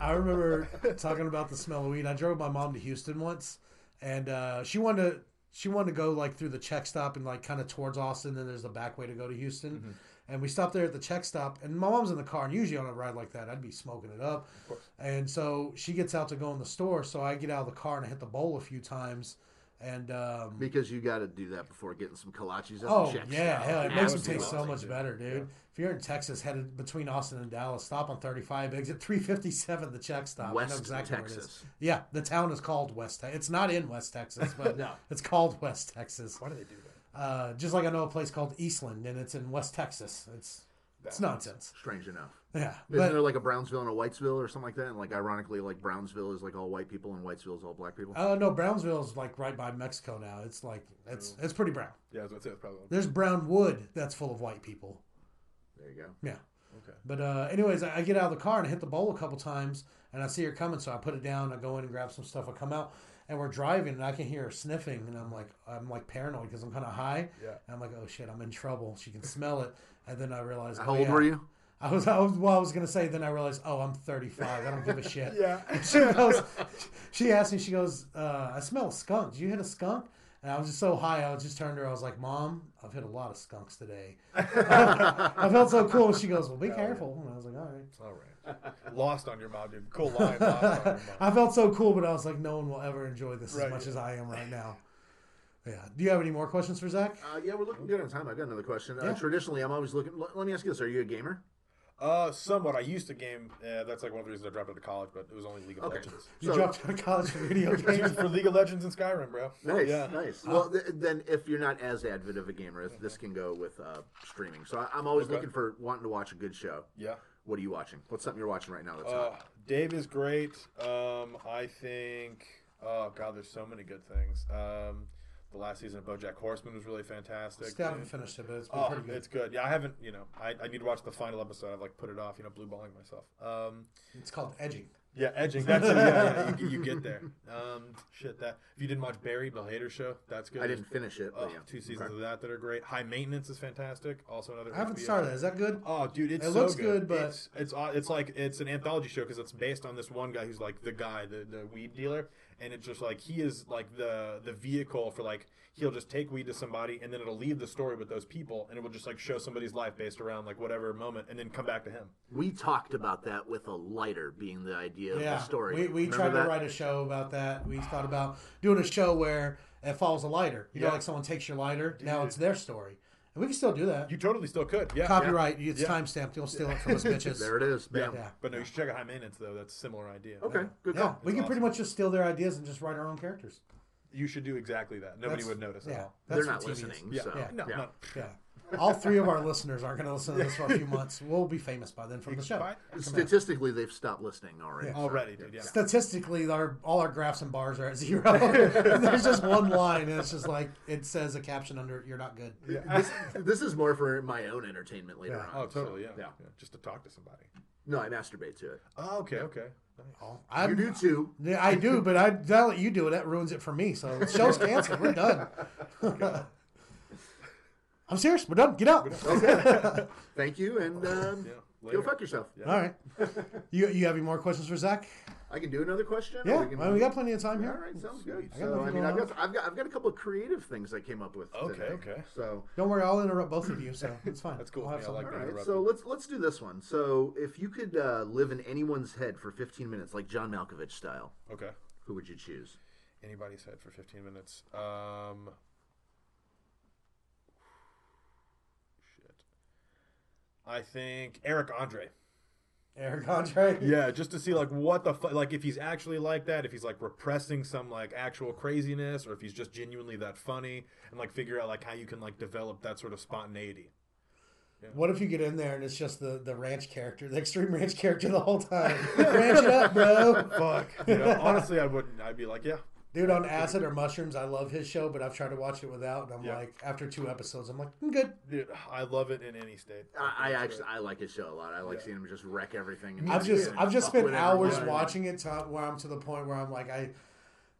Speaker 1: I remember talking about the smell of weed. I drove my mom to Houston once, and uh, she wanted to she wanted to go like through the check stop and like kind of towards Austin. Then there's the back way to go to Houston, and we stopped there at the check stop. And my mom's in the car, and usually on a ride like that, I'd be smoking it up. And so she gets out to go in the store, so I get out of the car and I hit the bowl a few times, and um,
Speaker 2: Because you got to do that before getting some kolaches.
Speaker 1: Oh yeah, hell, it makes them
Speaker 2: Absolutely.
Speaker 1: taste so much better, dude. If you're in Texas, headed between Austin and Dallas, stop on 35, exit 357, the check stop. I know
Speaker 2: West
Speaker 1: it is.
Speaker 2: Texas.
Speaker 1: Yeah, the town is called West. Te- It's not in West Texas, but
Speaker 2: No.
Speaker 1: it's called West Texas.
Speaker 3: Why do they do that?
Speaker 1: Uh, just like I know a place called Eastland, and it's in West Texas. It's it's nonsense.
Speaker 2: Strange enough.
Speaker 1: Yeah,
Speaker 2: Isn't
Speaker 1: but
Speaker 2: there like a Brownsville and a Whitesville or something like that? And like ironically, like Brownsville is like all white people and Whitesville is all black people.
Speaker 1: uh, no, Brownsville's like right by Mexico now. It's like it's
Speaker 2: Mm.
Speaker 1: it's pretty brown.
Speaker 3: Yeah, I was gonna say that's probably
Speaker 1: There's brown wood that's full of white people.
Speaker 2: there you go.
Speaker 1: Yeah.
Speaker 3: Okay.
Speaker 1: But uh, anyways, I I get out of the car and hit the bowl a couple times, and I see her coming, so I put it down. I go in and grab some stuff. I come out, and we're driving, and I can hear her sniffing, and I'm like, I'm like paranoid because I'm kind of high.
Speaker 3: Yeah.
Speaker 1: And I'm like, oh shit, I'm in trouble. She can smell it, and then I realize.
Speaker 2: How
Speaker 1: oh,
Speaker 2: old
Speaker 1: yeah.
Speaker 2: were you?
Speaker 1: I was, I was. Well, I was gonna say. Then I realized, oh, I'm 35. I don't give a shit.
Speaker 3: Yeah.
Speaker 1: She goes. She asked me. She goes. Uh, I smell a skunk. Did you hit a skunk? And I was just so high. I just turned to her. I was like, Mom, I've hit a lot of skunks today. I felt so cool. She goes, Well, be careful. And I was like, All right.
Speaker 3: All right. Lost on your mom, dude. Cool line. Lost on your mom.
Speaker 1: I felt so cool, but I was like, no one will ever enjoy this as
Speaker 3: Right,
Speaker 1: much
Speaker 3: yeah.
Speaker 1: as I am right now. Yeah. Do you have any more questions for Zach?
Speaker 2: Uh, yeah, we're looking good on time. I got another question. Uh,
Speaker 1: Yeah.
Speaker 2: traditionally, I'm always looking. Let, let me ask you this: Are you a gamer?
Speaker 3: Uh, somewhat. I used to game. Uh, that's like one of the reasons I dropped out of college, but it was only League of
Speaker 2: Okay.
Speaker 3: Legends.
Speaker 1: You
Speaker 2: So-
Speaker 1: dropped out of college for video games.
Speaker 3: Dude, for League of Legends and Skyrim, bro.
Speaker 2: Nice,
Speaker 3: Oh, Yeah.
Speaker 2: nice. Well, th- then if you're not as avid of a gamer, this can go with uh, streaming. So I- I'm always
Speaker 3: Okay.
Speaker 2: looking for wanting to watch a good show.
Speaker 3: Yeah.
Speaker 2: What are you watching? What's something you're watching right now that's
Speaker 3: Uh,
Speaker 2: hot?
Speaker 3: Dave is great. Um, I think. Oh God, there's so many good things. Um, the last season of BoJack Horseman was really fantastic.
Speaker 1: Still haven't
Speaker 3: dude.
Speaker 1: finished it, but it's been
Speaker 3: Oh,
Speaker 1: pretty good.
Speaker 3: it's good. Yeah, I haven't. You know, I, I need to watch the final episode. I've like put it off. You know, blue balling myself. Um,
Speaker 1: It's called edging.
Speaker 3: yeah, edging. That's it. Yeah, yeah you, you get there. Um, shit. That if you didn't watch Barry, the Hater Show, that's good.
Speaker 2: I didn't finish it, but
Speaker 3: Oh,
Speaker 2: yeah.
Speaker 3: two seasons of that that are great. High Maintenance is fantastic. Also another.
Speaker 1: I haven't
Speaker 3: HBO
Speaker 1: started. Is that good?
Speaker 3: Oh, dude, it's
Speaker 1: It
Speaker 3: so
Speaker 1: looks
Speaker 3: good,
Speaker 1: good, but-
Speaker 3: it's, it's aw- it's like it's an anthology show because it's based on this one guy who's like the guy, the, the weed dealer, and it's just like he is like the the vehicle for like he'll just take weed to somebody and then it'll leave the story with those people and it will just like show somebody's life based around like whatever moment and then come back to him.
Speaker 2: We talked about that with a lighter being the idea of
Speaker 1: yeah.
Speaker 2: the story.
Speaker 1: We, we
Speaker 2: Remember
Speaker 1: tried
Speaker 2: that?
Speaker 1: to write a show about that. We thought about doing a show where it follows a lighter. You
Speaker 3: Yeah.
Speaker 1: know, like someone takes your lighter. Now it's their story. And we can still do that.
Speaker 3: You totally still could, yeah.
Speaker 1: Copyright. It's time stamped. You'll steal it from us bitches.
Speaker 2: There it is. Bam.
Speaker 1: Yeah.
Speaker 3: But no, you should check out High Maintenance though. That's a similar idea.
Speaker 2: Okay. Good
Speaker 1: Yeah.
Speaker 2: call.
Speaker 1: We can pretty much just steal their ideas and just write our own characters.
Speaker 3: You should do exactly that. Nobody
Speaker 1: That's-
Speaker 3: would notice at
Speaker 1: Yeah.
Speaker 3: all.
Speaker 1: That's
Speaker 2: They're
Speaker 1: what
Speaker 2: not
Speaker 1: TV is.
Speaker 2: listening.
Speaker 3: Yeah.
Speaker 2: So,
Speaker 3: yeah. No,
Speaker 2: yeah.
Speaker 3: not-
Speaker 1: Yeah. All three of our listeners aren't going to listen to this for a few months. We'll be famous by then from the show.
Speaker 3: Bye.
Speaker 2: Statistically, they've stopped listening already. so-
Speaker 3: Already, dude. Yeah.
Speaker 1: Statistically, our all our graphs and bars are at zero. There's just one line, and it's just like it says a caption under it, "You're not good."
Speaker 2: this, this is more for my own entertainment later
Speaker 1: Yeah.
Speaker 2: on.
Speaker 3: Oh,
Speaker 2: so-
Speaker 3: totally. Yeah.
Speaker 2: yeah.
Speaker 3: yeah. Just to talk to somebody.
Speaker 2: No, I masturbate to it.
Speaker 3: Oh, okay. Okay.
Speaker 1: I
Speaker 2: You do too.
Speaker 1: Yeah, I do, but I now that you do it, that ruins it for me. So the show's canceled. We're done. I'm serious. We're done. Get out.
Speaker 2: Thank you, and um,
Speaker 3: Yeah,
Speaker 2: go
Speaker 3: later.
Speaker 2: fuck yourself.
Speaker 1: All right. You you have any more questions for Zach?
Speaker 2: I can do another question. or
Speaker 1: Yeah.
Speaker 2: can-
Speaker 1: Well, we got plenty of time
Speaker 2: All
Speaker 1: here.
Speaker 2: right, sounds good.
Speaker 1: got
Speaker 2: So,
Speaker 1: nothing
Speaker 2: I mean, I've
Speaker 1: going
Speaker 2: got, I've got I've got a couple of creative things I came up with.
Speaker 3: Okay,
Speaker 2: today.
Speaker 3: okay.
Speaker 2: So
Speaker 1: Don't worry, I'll interrupt both of you, so it's fine.
Speaker 3: That's cool.
Speaker 1: We'll have
Speaker 3: Yeah, I
Speaker 1: some-
Speaker 3: like
Speaker 2: all
Speaker 3: Don't
Speaker 2: right,
Speaker 3: interrupt
Speaker 2: so
Speaker 3: me.
Speaker 2: let's let's do this one. So if you could uh, live in anyone's head for 15 minutes, like John Malkovich style,
Speaker 3: Okay.
Speaker 2: who would you choose?
Speaker 3: Anybody's head for 15 minutes. Um, shit. I think Eric Andre.
Speaker 1: Eric Andre.
Speaker 3: Yeah, just to see like what the fu- like if he's actually like that, if he's like repressing some like actual craziness, or if he's just genuinely that funny, and like figure out like how you can like develop that sort of spontaneity.
Speaker 1: What if you get in there and it's just the, the ranch character, the extreme ranch character the whole time? ranch it up, bro.
Speaker 3: Fuck. You know, honestly, I wouldn't. I'd be like, yeah.
Speaker 1: Dude, on acid or mushrooms, I love his show, but I've tried to watch it without, and I'm
Speaker 3: Yeah.
Speaker 1: like, after two episodes, I'm like, I'm good.
Speaker 3: Dude, I love it in any state.
Speaker 1: Ah,
Speaker 2: I, I
Speaker 3: think it's
Speaker 2: actually I like his show a lot. I like seeing him just wreck everything. and
Speaker 1: I've just
Speaker 2: and
Speaker 1: I've just
Speaker 2: fuck
Speaker 1: spent
Speaker 2: with
Speaker 1: hours
Speaker 2: everyone.
Speaker 1: watching it to where I'm to the point where I'm like, I.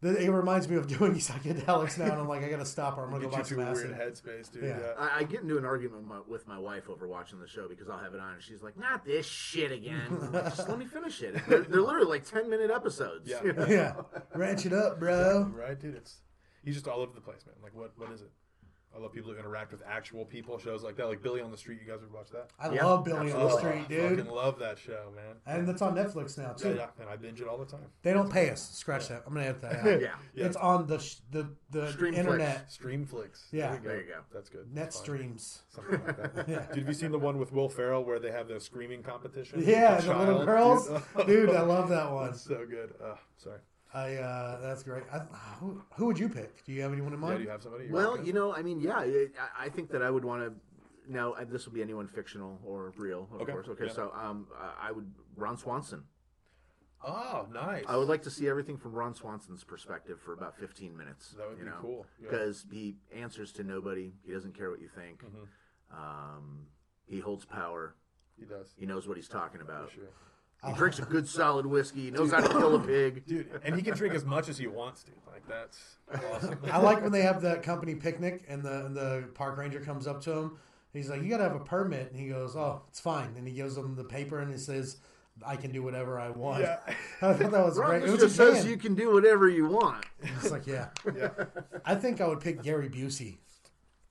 Speaker 1: th- It reminds me of doing psychedelics now, and I'm like, I gotta stop or I'm gonna
Speaker 3: great.
Speaker 1: go buy
Speaker 3: Get you
Speaker 1: some
Speaker 3: to a
Speaker 1: acid.
Speaker 3: weird headspace, dude.
Speaker 1: Yeah.
Speaker 3: Yeah.
Speaker 2: I, I get into an argument with my, with my wife over watching the show because I'll have it on and she's like, "Not this shit again." I'm like, just let me finish it. They're, they're literally like ten minute episodes.
Speaker 3: Yeah.
Speaker 2: you know?
Speaker 1: Yeah, ranch it up, bro.
Speaker 3: Right, dude. It's he's just all over the place, man. Like, what what is it? I love people who interact with actual people. Shows like that, like Billy on the Street. You guys would watch that?
Speaker 1: I
Speaker 2: Yeah,
Speaker 1: love Billy on the
Speaker 2: absolutely.
Speaker 1: Street,
Speaker 3: I
Speaker 1: dude,
Speaker 3: fucking love that show, man.
Speaker 1: and that's on Netflix now
Speaker 3: Yeah,
Speaker 1: too.
Speaker 3: yeah, and I binge it all the time.
Speaker 1: They don't pay us. Scratch that. I'm gonna edit that out.
Speaker 2: Yeah.
Speaker 3: Yeah.
Speaker 1: It's on the sh- the the
Speaker 2: Streamflix.
Speaker 1: internet
Speaker 3: Stream flicks.
Speaker 1: Yeah.
Speaker 2: There you go.
Speaker 3: That's good.
Speaker 1: net
Speaker 3: That's fine.
Speaker 1: streams.
Speaker 3: Something like that.
Speaker 1: Yeah.
Speaker 3: Dude, have you seen the one with Will Ferrell where they have the screaming competition? with
Speaker 1: Yeah, the little
Speaker 3: child?
Speaker 1: girls,
Speaker 3: Dude,
Speaker 1: dude. I love that one.
Speaker 3: That's so good. Uh, sorry.
Speaker 1: I uh, that's great. I, who, who would you pick? Do you have anyone in
Speaker 3: Yeah,
Speaker 1: mind?
Speaker 3: do you have somebody? You're
Speaker 2: Well,
Speaker 3: welcome.
Speaker 2: you know, I mean, yeah, it, I, I think that I would want to. Now, uh, this will be anyone fictional or real, of
Speaker 3: Okay,
Speaker 2: course. Okay,
Speaker 3: yeah.
Speaker 2: so um, I- I would Ron Swanson.
Speaker 3: oh, nice.
Speaker 2: I would like to see everything from Ron Swanson's perspective for about 15 minutes.
Speaker 3: That would
Speaker 2: you
Speaker 3: be
Speaker 2: know?
Speaker 3: cool, yeah.
Speaker 2: Because he answers to nobody. He doesn't care what you think.
Speaker 3: Mm-hmm.
Speaker 2: Um, he holds power.
Speaker 3: He does.
Speaker 2: He knows what he's talking about.
Speaker 3: Sure.
Speaker 2: He drinks a good solid whiskey. He knows how to kill a pig.
Speaker 3: Dude, and he can drink as much as he wants to. Like that's awesome.
Speaker 1: I like when they have that company picnic and the and the park ranger comes up to him. He's like, "You gotta have a permit," and he goes, "Oh, it's fine." And he gives him the paper and he says, "I can do whatever I want."
Speaker 3: Yeah.
Speaker 1: I thought that was
Speaker 2: Ron
Speaker 1: great. It was
Speaker 2: just
Speaker 1: a
Speaker 2: says
Speaker 1: van.
Speaker 2: you can do whatever you want.
Speaker 1: It's like, yeah.
Speaker 3: yeah.
Speaker 1: I think I would pick Gary Busey.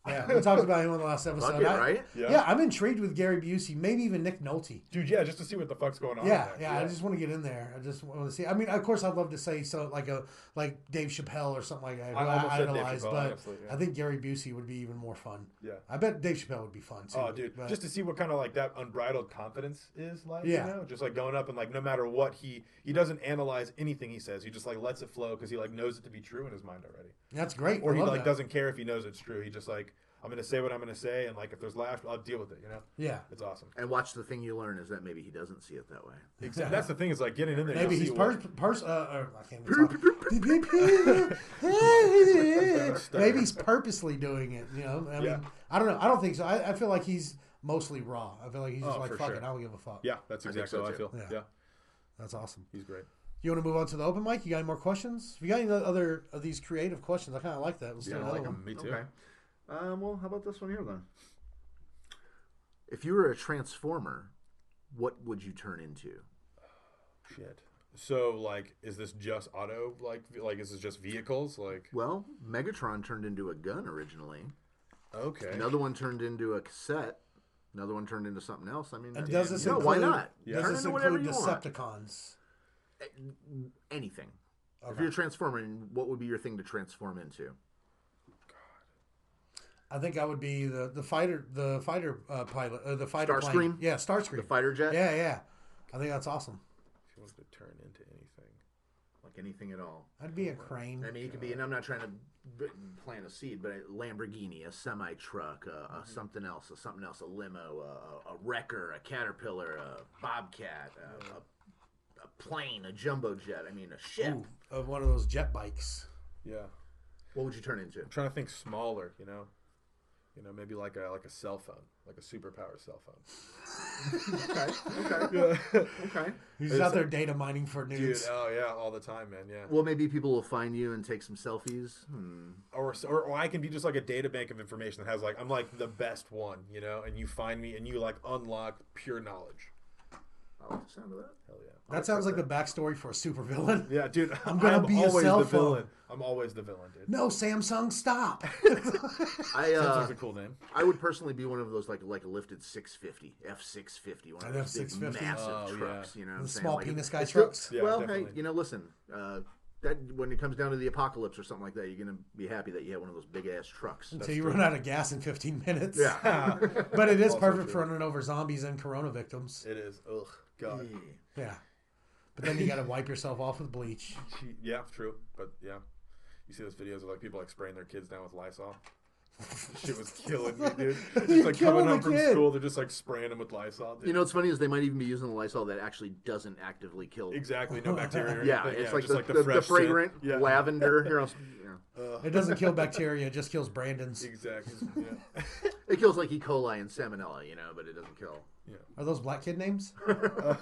Speaker 1: Yeah, we talked about him on the last episode.
Speaker 2: Fuck it,
Speaker 1: I-
Speaker 2: right?
Speaker 1: Yeah.
Speaker 3: Yeah.
Speaker 1: I'm intrigued with Gary Busey, maybe even Nick Nolte.
Speaker 3: Dude, yeah, just to see what the fuck's going on.
Speaker 1: Yeah,
Speaker 3: in there.
Speaker 1: yeah, I just want to get in there. I just want to see. I mean, of course, I'd love to say so, like a like Dave Chappelle or something like that. who
Speaker 3: I almost
Speaker 1: I
Speaker 3: said Dave
Speaker 1: idolize,
Speaker 3: Chappelle,
Speaker 1: but
Speaker 3: honestly, yeah.
Speaker 1: I think Gary Busey would be even more fun.
Speaker 3: Yeah.
Speaker 1: I bet Dave Chappelle would be fun too.
Speaker 3: Oh, dude,
Speaker 1: but-
Speaker 3: just to see what kind of like that unbridled confidence is like.
Speaker 1: Yeah.
Speaker 3: You know? Just like going up and like no matter what he he doesn't analyze anything he says. He just like lets it flow because he like knows it to be true in his mind already.
Speaker 1: that's great.
Speaker 3: Or
Speaker 1: I
Speaker 3: he
Speaker 1: love
Speaker 3: like
Speaker 1: that.
Speaker 3: doesn't care if he knows it's true. He just like I'm gonna say what I'm gonna say and like if there's laughter, I'll deal with it. You know.
Speaker 1: Yeah,
Speaker 3: It's awesome.
Speaker 2: And watch the thing you learn is that maybe he doesn't see it that way.
Speaker 3: Exactly. That's the thing is like getting in there.
Speaker 1: maybe
Speaker 3: you'll
Speaker 1: he's
Speaker 3: see what-
Speaker 1: pers pers. Uh, uh, I can't even talk. maybe he's purposely doing it. You know, I mean,
Speaker 3: Yeah.
Speaker 1: I don't know. I don't think so. I, I feel like he's mostly raw. I feel like he's just
Speaker 3: Oh,
Speaker 1: like
Speaker 3: for
Speaker 1: fuck
Speaker 3: sure.
Speaker 1: it. I don't give a fuck.
Speaker 3: Yeah, that's
Speaker 2: think
Speaker 3: exactly
Speaker 2: so,
Speaker 3: how I
Speaker 2: too.
Speaker 3: feel.
Speaker 1: Yeah.
Speaker 3: Yeah.
Speaker 1: that's awesome.
Speaker 3: he's great.
Speaker 1: You want to move on to the open mic? You got any more questions? If you got any other of these creative questions, I kind of like that. Let's
Speaker 3: Yeah,
Speaker 1: do
Speaker 3: I
Speaker 1: another
Speaker 3: like
Speaker 1: one.
Speaker 3: him. Me too.
Speaker 2: Okay. Um, well, how about this one here then? If you were a transformer, what would you turn into?
Speaker 3: Shit. So like, is this just auto? Like, like is this just vehicles? Like,
Speaker 2: Well, Megatron turned into a gun originally.
Speaker 3: okay.
Speaker 2: Another one turned into a cassette. Another one turned into something else. I mean,
Speaker 1: And does this
Speaker 2: no,
Speaker 1: include,
Speaker 2: why not?
Speaker 1: Does
Speaker 2: Turn
Speaker 1: this
Speaker 2: into whatever
Speaker 1: include
Speaker 2: you want.
Speaker 1: Decepticons?
Speaker 2: Anything. If you're transforming, what would be your thing to transform into?
Speaker 1: I think I would be the, the fighter the fighter uh, pilot uh, the fighter plane.
Speaker 2: Starscream?
Speaker 1: Yeah, Starscream.
Speaker 2: The fighter jet?
Speaker 1: Yeah, yeah. I think that's awesome.
Speaker 3: If you wanted to turn into anything.
Speaker 2: Like anything at all.
Speaker 1: I'd be a crane.
Speaker 2: I mean, it could be, and I'm not trying to b- plant a seed, but a Lamborghini, a semi truck, a, a
Speaker 1: Mm-hmm.
Speaker 2: something else, a something else, a limo, a, a- a wrecker, a caterpillar, a bobcat, a, a, a plane, a jumbo jet. I mean, a ship.
Speaker 1: Ooh, of one of those jet bikes.
Speaker 3: Yeah.
Speaker 2: What would you turn into?
Speaker 3: I'm trying to think smaller. You know. You know, maybe like a like a cell phone, like a superpower cell phone.
Speaker 2: Okay, okay,
Speaker 3: Yeah.
Speaker 2: okay.
Speaker 1: He's out there data mining for
Speaker 3: Dude,
Speaker 1: nudes.
Speaker 3: oh yeah, all the time, man. Yeah.
Speaker 2: Well, maybe people will find you and take some selfies. Hmm.
Speaker 3: or, or or I can be just like a data bank of information that has like I'm like the best one, you know, and you find me and you like unlock pure knowledge.
Speaker 2: I like the sound of that.
Speaker 3: Hell yeah.
Speaker 1: that sounds like the backstory for a supervillain.
Speaker 3: Yeah, dude.
Speaker 1: I'm gonna
Speaker 3: I am
Speaker 1: be a
Speaker 3: always
Speaker 1: cell
Speaker 3: the
Speaker 1: phone.
Speaker 3: villain. I'm always the villain, dude.
Speaker 1: No, Samsung, stop.
Speaker 2: I uh,
Speaker 3: Samsung's a cool name.
Speaker 2: I would personally be one of those like like a lifted 650 F650, one of
Speaker 1: An
Speaker 2: those big
Speaker 1: F650?
Speaker 2: massive
Speaker 3: Oh, yeah.
Speaker 2: trucks. You know, what I'm
Speaker 1: The
Speaker 2: saying?
Speaker 1: small
Speaker 2: Like,
Speaker 1: penis
Speaker 2: it-
Speaker 1: guy
Speaker 2: it's still-
Speaker 1: trucks.
Speaker 3: Yeah,
Speaker 2: well, hey,
Speaker 3: definitely.
Speaker 2: you know, listen, uh, that when it comes down to the apocalypse or something like that, you're gonna be happy that you have one of those big ass trucks.
Speaker 1: Until you run out of gas in 15 minutes.
Speaker 2: Yeah.
Speaker 1: But it is
Speaker 3: Also
Speaker 1: perfect
Speaker 3: true.
Speaker 1: for running over zombies and corona victims.
Speaker 3: It is. Ugh. God.
Speaker 1: Yeah. But then you got to wipe yourself off with bleach.
Speaker 3: She- Yeah, true. But yeah. You see those videos of like people like spraying their kids down with Lysol. shit was killing me, dude.
Speaker 1: You
Speaker 3: Just
Speaker 1: killed
Speaker 3: like coming
Speaker 1: the
Speaker 3: home from
Speaker 1: kid.
Speaker 3: school, they're just like spraying him with Lysol. Dude.
Speaker 2: You know what's funny is they might even be using the Lysol that actually doesn't actively kill.
Speaker 3: exactly, no bacteria. Or
Speaker 2: Yeah,
Speaker 3: anything.
Speaker 2: it's like,
Speaker 3: just
Speaker 2: the,
Speaker 3: like
Speaker 2: the,
Speaker 3: the,
Speaker 2: the
Speaker 3: fresh scent.
Speaker 2: fragrant
Speaker 3: Yeah,
Speaker 2: lavender. Here, I'll, s- yeah.
Speaker 1: It doesn't kill bacteria; it just kills Brandon's.
Speaker 3: exactly. Yeah.
Speaker 2: It kills like E. coli and salmonella, you know, but it doesn't kill.
Speaker 1: Are those black kid names?
Speaker 3: there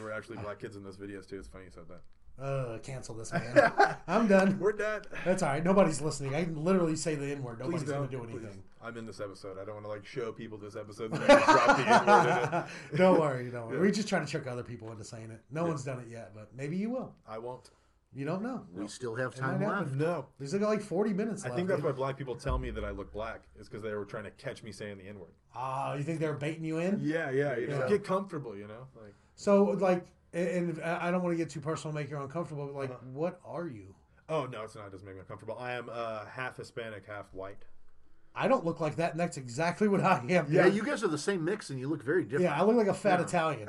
Speaker 3: were actually black kids in those videos too. It's funny you said that.
Speaker 1: Uh, cancel this man. I'm done.
Speaker 3: We're dead.
Speaker 1: That's all right. Nobody's listening. I can literally say the N word.
Speaker 3: Please
Speaker 1: Nobody's going
Speaker 3: don't
Speaker 1: to do
Speaker 3: Please.
Speaker 1: anything.
Speaker 3: I'm in this episode. I don't want to like show people this episode. And then just drop the N-word in it.
Speaker 1: don't worry. Don't worry. We're just trying to trick other people into saying it. No one's done it yet, but maybe you will.
Speaker 3: I won't.
Speaker 1: You don't know.
Speaker 2: We still have time
Speaker 1: might
Speaker 2: left.
Speaker 1: happen.
Speaker 3: No.
Speaker 1: There's like 40 minutes
Speaker 3: I
Speaker 1: left.
Speaker 3: think that's why black people tell me that I look black is because they were trying to catch me saying the N word.
Speaker 1: Ah, you think they're baiting you in?
Speaker 3: Yeah, yeah. You know,
Speaker 1: Yeah.
Speaker 3: get comfortable. You know, like
Speaker 1: So, like, and and I I don't want to get too personal, make you uncomfortable. But like, what are you?
Speaker 3: oh no, it's not. It doesn't make me uncomfortable. I am uh, half Hispanic, half white.
Speaker 1: I don't look like that, and that's exactly what I am.
Speaker 2: Yeah,
Speaker 1: dude.
Speaker 2: you guys are the same mix, and you look very different.
Speaker 1: yeah. I look like a fat Italian.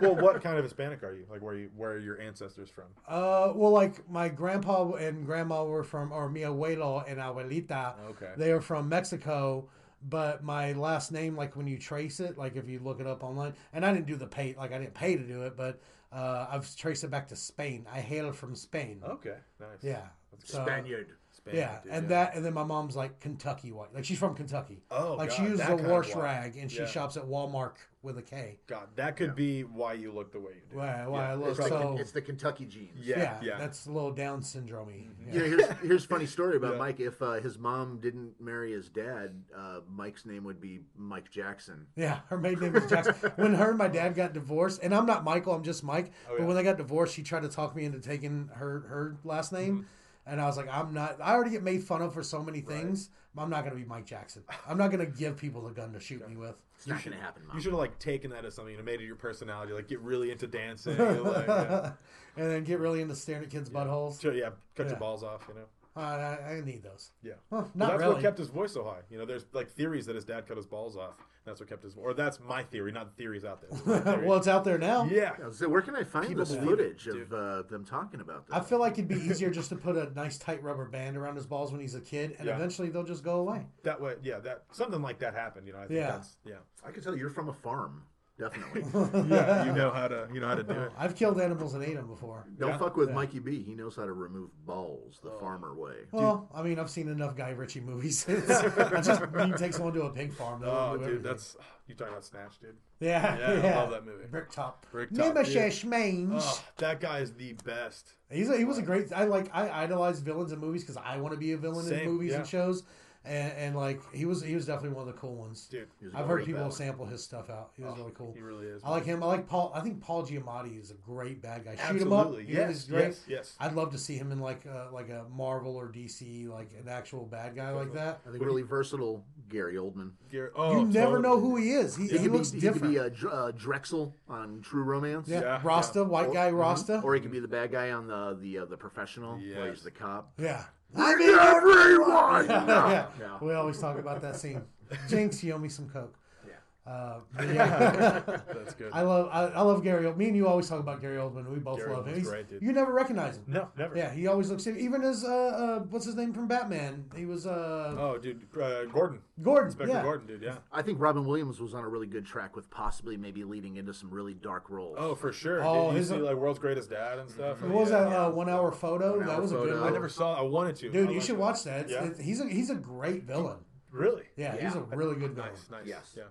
Speaker 3: well, what kind of Hispanic are you? Like where you where are your ancestors from?
Speaker 1: Uh, well, like my grandpa and grandma were from, or mi abuelo and abuelita.
Speaker 3: Okay.
Speaker 1: They are from Mexico, but my last name, like when you trace it, like if you look it up online, and I didn't do the pay, like I didn't pay to do it, but uh, I've traced it back to Spain. I hail from Spain.
Speaker 3: Okay, nice.
Speaker 1: Yeah. So-
Speaker 2: Spaniard.
Speaker 3: Hispanic,
Speaker 1: Yeah,
Speaker 3: dude,
Speaker 1: and that, and then my mom's like Kentucky white, like she's from Kentucky.
Speaker 3: Oh,
Speaker 1: like she
Speaker 3: God,
Speaker 1: uses
Speaker 3: that
Speaker 1: a
Speaker 3: kind of
Speaker 1: wash
Speaker 3: white.
Speaker 1: rag, and she
Speaker 3: Yeah.
Speaker 1: shops at Walmart with a K.
Speaker 3: God, that could be why you look the way you do.
Speaker 1: Why? Why? I look
Speaker 2: It's, like,
Speaker 1: so.
Speaker 2: it's the Kentucky genes.
Speaker 3: Yeah,
Speaker 1: yeah,
Speaker 3: yeah. Mm-hmm.
Speaker 1: that's a little Down syndrome.
Speaker 2: You know, here's here's a funny story about
Speaker 3: Yeah.
Speaker 2: Mike. If uh, his mom didn't marry his dad, uh, Mike's name would be Mike Jackson.
Speaker 1: Yeah, her maiden name was Jackson. when her and my dad got divorced, and I'm not Michael, I'm just Mike. But
Speaker 3: Oh, yeah.
Speaker 1: when they got divorced, she tried to talk me into taking her her last
Speaker 3: Mm-hmm.
Speaker 1: name, and I was like, I'm not. I already get made fun of for so many things. I'm not gonna be Mike Jackson. I'm not gonna give people the gun to shoot me with.
Speaker 2: It's not going to happen, Mom.
Speaker 3: You should have like taken that as something and made it your personality. Like get really into dancing. like, yeah.
Speaker 1: and then get really into staring at kids' buttholes.
Speaker 3: So, yeah, cut
Speaker 1: Yeah.
Speaker 3: your balls off. You know.
Speaker 1: Uh, I, I need those.
Speaker 3: Yeah.
Speaker 1: Huh,
Speaker 3: Well,
Speaker 1: not
Speaker 3: that's
Speaker 1: really.
Speaker 3: what kept his voice so high. You know, there's like theories that his dad cut his balls off. That's what kept his, or that's my theory, not theories out there. It's my theory.
Speaker 1: well, it's out there now.
Speaker 3: yeah.
Speaker 2: I was like, where can I find
Speaker 3: People
Speaker 2: this
Speaker 3: believe
Speaker 2: footage
Speaker 3: it,
Speaker 2: of
Speaker 3: dude.
Speaker 2: uh, them talking about this?
Speaker 1: I feel like it'd be easier just to put a nice tight rubber band around his balls when he's a kid, and
Speaker 3: Yeah.
Speaker 1: eventually they'll just go away.
Speaker 3: That way, yeah, that something like that happened. You know, I think
Speaker 1: Yeah.
Speaker 3: that's yeah,
Speaker 2: I can tell you're from a farm, definitely.
Speaker 3: yeah. You know how to, you know how to do it.
Speaker 1: I've killed animals and ate them before.
Speaker 2: Don't
Speaker 3: Yeah.
Speaker 2: fuck with Mikey B. He knows how to remove balls the farmer way.
Speaker 1: Oh. Well, I mean, I've seen enough Guy Ritchie movies. I just you take someone to a pig farm. they'll
Speaker 3: Oh,
Speaker 1: do
Speaker 3: dude,
Speaker 1: everything.
Speaker 3: that's you talking about Snatch, dude.
Speaker 1: yeah,
Speaker 3: Yeah, I
Speaker 1: yeah.
Speaker 3: love that movie.
Speaker 1: Bricktop.
Speaker 3: Bricktop,
Speaker 1: Nemesis Schmange.
Speaker 3: Oh, that guy is the best.
Speaker 1: He's a, he was a great. I like I idolize villains in movies because I want to be a villain in
Speaker 3: Same,
Speaker 1: movies
Speaker 3: yeah.
Speaker 1: and shows, and, and like he was he was definitely one of the cool ones.
Speaker 3: Dude. He
Speaker 2: was a
Speaker 1: I've heard
Speaker 2: great
Speaker 1: people
Speaker 2: villain. Oh,
Speaker 1: sample his stuff out. He was really cool.
Speaker 3: He really is.
Speaker 1: I like him. I like Paul. I think Paul Giamatti is a great bad guy. Shoot him up.
Speaker 3: Absolutely.
Speaker 1: You know,
Speaker 3: Yes,
Speaker 1: he's great.
Speaker 3: yes, yes.
Speaker 1: I'd love to see him in like a, like a Marvel or DC, like an actual bad guy like that.
Speaker 2: I think really versatile Gary Oldman.
Speaker 3: Gary- oh,
Speaker 1: You never
Speaker 3: totally.
Speaker 1: know who he is. He,
Speaker 2: He,
Speaker 1: he,
Speaker 2: could,
Speaker 1: looks
Speaker 2: be, he could
Speaker 1: different.
Speaker 2: be uh, Dr- uh, Drexel on True Romance.
Speaker 1: yeah.
Speaker 3: Yeah,
Speaker 1: Rasta, white guy Rasta.
Speaker 2: Or he could be the bad guy on the the uh, the professional. Where he's
Speaker 3: Yes.
Speaker 2: the cop.
Speaker 1: yeah.
Speaker 2: I mean, everyone.
Speaker 1: yeah.
Speaker 2: Yeah.
Speaker 1: We always talk about that scene. Jinx, you owe me some coke. Yeah. Uh, but yeah.
Speaker 3: Yeah, that's good.
Speaker 1: I love I, I love Gary. Oldman. Me and you always talk about Gary Oldman. We both
Speaker 3: Gary
Speaker 1: love him.
Speaker 3: Oldman's
Speaker 1: He's-
Speaker 3: great, dude.
Speaker 1: you never recognize him.
Speaker 3: no, never.
Speaker 1: Yeah, he always looks even as uh, uh what's his name from Batman? He was uh
Speaker 3: Oh, dude, uh, Gordon.
Speaker 1: Gordon.
Speaker 3: Inspector
Speaker 1: yeah.
Speaker 3: Gordon, dude. Yeah.
Speaker 2: I think Robin Williams was on a really good track with possibly maybe leading into some really dark roles.
Speaker 3: Oh, for sure.
Speaker 1: Oh,
Speaker 3: Did you
Speaker 1: his-
Speaker 3: see like World's Greatest Dad and stuff?
Speaker 1: What was
Speaker 3: Yeah.
Speaker 1: that uh, one hour photo?
Speaker 2: One
Speaker 1: that
Speaker 2: Hour
Speaker 1: was a good
Speaker 2: Photo.
Speaker 1: one.
Speaker 3: I never saw. it. I wanted to. I
Speaker 1: Dude, you
Speaker 3: like
Speaker 1: should
Speaker 3: it.
Speaker 1: watch that. It's,
Speaker 3: Yeah.
Speaker 1: it- he's a he's a great villain.
Speaker 3: Really?
Speaker 1: Yeah, he's a really good villain.
Speaker 3: Nice, nice.
Speaker 2: Yes.
Speaker 3: Yeah.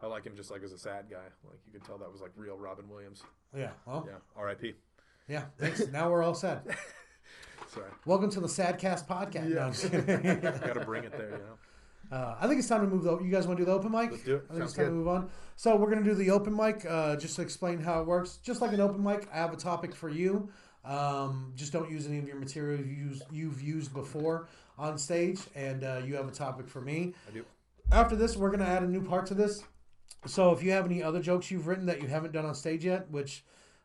Speaker 3: I like him just like as a sad guy. Like you could tell that was like real Robin Williams.
Speaker 1: Yeah. Well,
Speaker 3: Yeah. R.I.P.
Speaker 1: yeah. Thanks. now we're all sad.
Speaker 3: Sorry.
Speaker 1: Welcome to the Sadcast podcast. No, I'm just kidding.
Speaker 3: Got to bring it there, you know.
Speaker 1: Uh, I think it's time to move. The, you guys want to do the open mic?
Speaker 3: Let's do it.
Speaker 1: I think it's
Speaker 2: Sounds
Speaker 1: time to
Speaker 2: good.
Speaker 1: move on. So we're gonna do the open mic. Uh, just to explain how it works, just like an open mic, I have a topic for you. Um, just don't use any of your material you use, you've used before on stage, and uh, you have a topic for me.
Speaker 3: I do.
Speaker 1: After this, we're gonna add a new part to this. So if you have any other jokes you've written that you haven't done on stage yet, which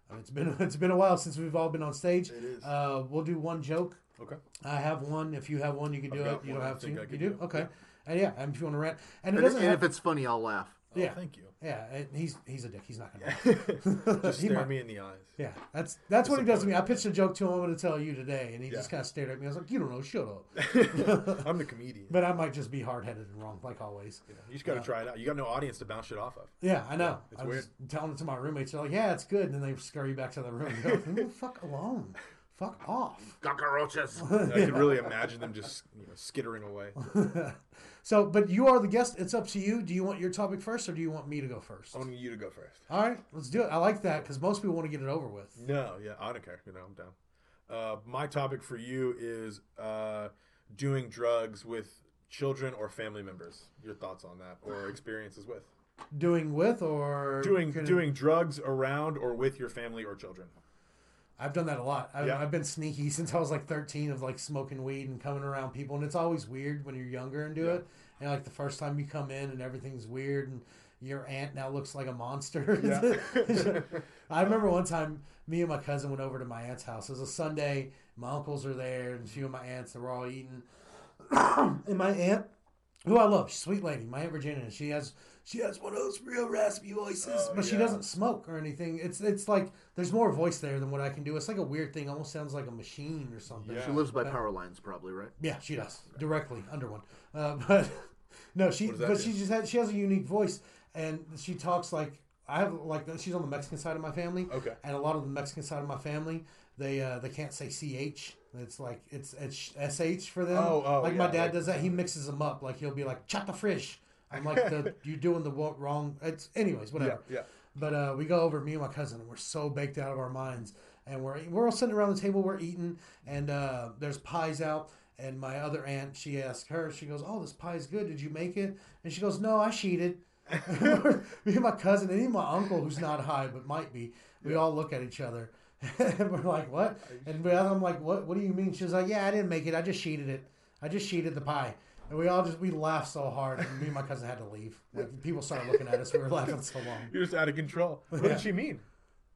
Speaker 1: I mean, it's been it's been a while since we've all been on stage,
Speaker 3: is.
Speaker 1: Uh, we'll do one joke
Speaker 3: Okay. Oh,
Speaker 1: I have one. If you have one, you can do
Speaker 3: I've
Speaker 1: it.
Speaker 3: got
Speaker 1: You
Speaker 3: one
Speaker 1: don't
Speaker 3: I
Speaker 1: have to.
Speaker 3: think I
Speaker 1: You
Speaker 3: can
Speaker 1: do?
Speaker 3: do.
Speaker 1: Okay. And yeah, and if you want to rant, and it
Speaker 2: and,
Speaker 1: doesn't
Speaker 2: and
Speaker 1: have,
Speaker 2: if it's funny, I'll laugh.
Speaker 1: Yeah.
Speaker 3: thank you.
Speaker 1: Yeah, and he's he's a dick. He's not gonna.
Speaker 3: Just
Speaker 1: He
Speaker 3: stare
Speaker 1: might-
Speaker 3: me in the eyes.
Speaker 1: Yeah, that's that's what he does to me. I pitched a joke to him. I'm going to tell you today, and he just
Speaker 3: Yeah.
Speaker 1: kind of stared at me. I was like, "You don't know, shut up."
Speaker 3: I'm the comedian.
Speaker 1: But I might just be hard headed and wrong, like always.
Speaker 3: You just got to try it out. You got no audience to bounce shit off of.
Speaker 1: Yeah, I know.
Speaker 3: it's
Speaker 1: I was telling it to my roommates. They're like, "Yeah, it's good," and then they scurry back to the room. and go, "Leave me the fuck alone. Fuck off."
Speaker 2: Cockroaches.
Speaker 3: I could really imagine them just you know, skittering away.
Speaker 1: So, but you are the guest. It's up to you. Do you want your topic first, or do you want me to go first?
Speaker 3: I want you to go first.
Speaker 1: All right, let's do it. I like that because most people want to get it over with.
Speaker 3: No, yeah, I don't care. You know, I'm down. Uh, my topic for you is uh, doing drugs with children or family members. Your thoughts on that or experiences with
Speaker 1: Doing with or
Speaker 3: doing
Speaker 1: Could-
Speaker 3: doing drugs around or with your family or children.
Speaker 1: I've done that a lot. I've,
Speaker 3: Yeah.
Speaker 1: I've been sneaky since I was like 13 of like smoking weed and coming around people. And it's always weird when you're younger and do it. And like the first time you come in and everything's weird and your aunt now looks like a monster. I remember one time me and my cousin went over to my aunt's house. It was a Sunday. My uncles are there and a few of my aunts. They were all eating. and my aunt, who I love, she's a sweet lady, my aunt Virginia, and she has she has one of those real raspy voices,
Speaker 3: Oh,
Speaker 1: but she
Speaker 3: yeah.
Speaker 1: doesn't smoke or anything. It's it's like there's more voice there than what I can do. It's like a weird thing. Almost sounds like a machine or something.
Speaker 3: Yeah.
Speaker 2: She lives by power lines, probably, right?
Speaker 1: Yeah, she does directly under one. Uh, but no, she
Speaker 3: that
Speaker 1: but
Speaker 3: do?
Speaker 1: she just had, she has a unique voice and she talks like I have like she's on the Mexican side of my family.
Speaker 3: Okay.
Speaker 1: and a lot of the Mexican side of my family they uh, they can't say ch. It's like it's it's sh for them.
Speaker 3: Oh, oh,
Speaker 1: like my
Speaker 3: yeah,
Speaker 1: dad
Speaker 3: like-
Speaker 1: does that. He mixes them up. Like he'll be like chata frish. I'm like the, you're doing the wo- wrong. It's anyways whatever.
Speaker 3: yeah.
Speaker 1: But uh, we go over, me and my cousin, and we're so baked out of our minds. And we're, we're all sitting around the table, we're eating, and uh, there's pies out. And my other aunt, she asked her, she goes, Oh, this pie's good. Did you make it? And she goes, No, I cheated. me and my cousin, and even my uncle, who's not high but might be, we all look at each other. and we're like, What? And we, I'm like, what, what do you mean? She's like, Yeah, I didn't make it. I just cheated it. I just cheated the pie. And we all just, we laughed so hard. And me and my cousin had to leave. Like, people started looking at us. We were laughing so long.
Speaker 3: You're just out of control. What
Speaker 1: Yeah.
Speaker 3: did she mean?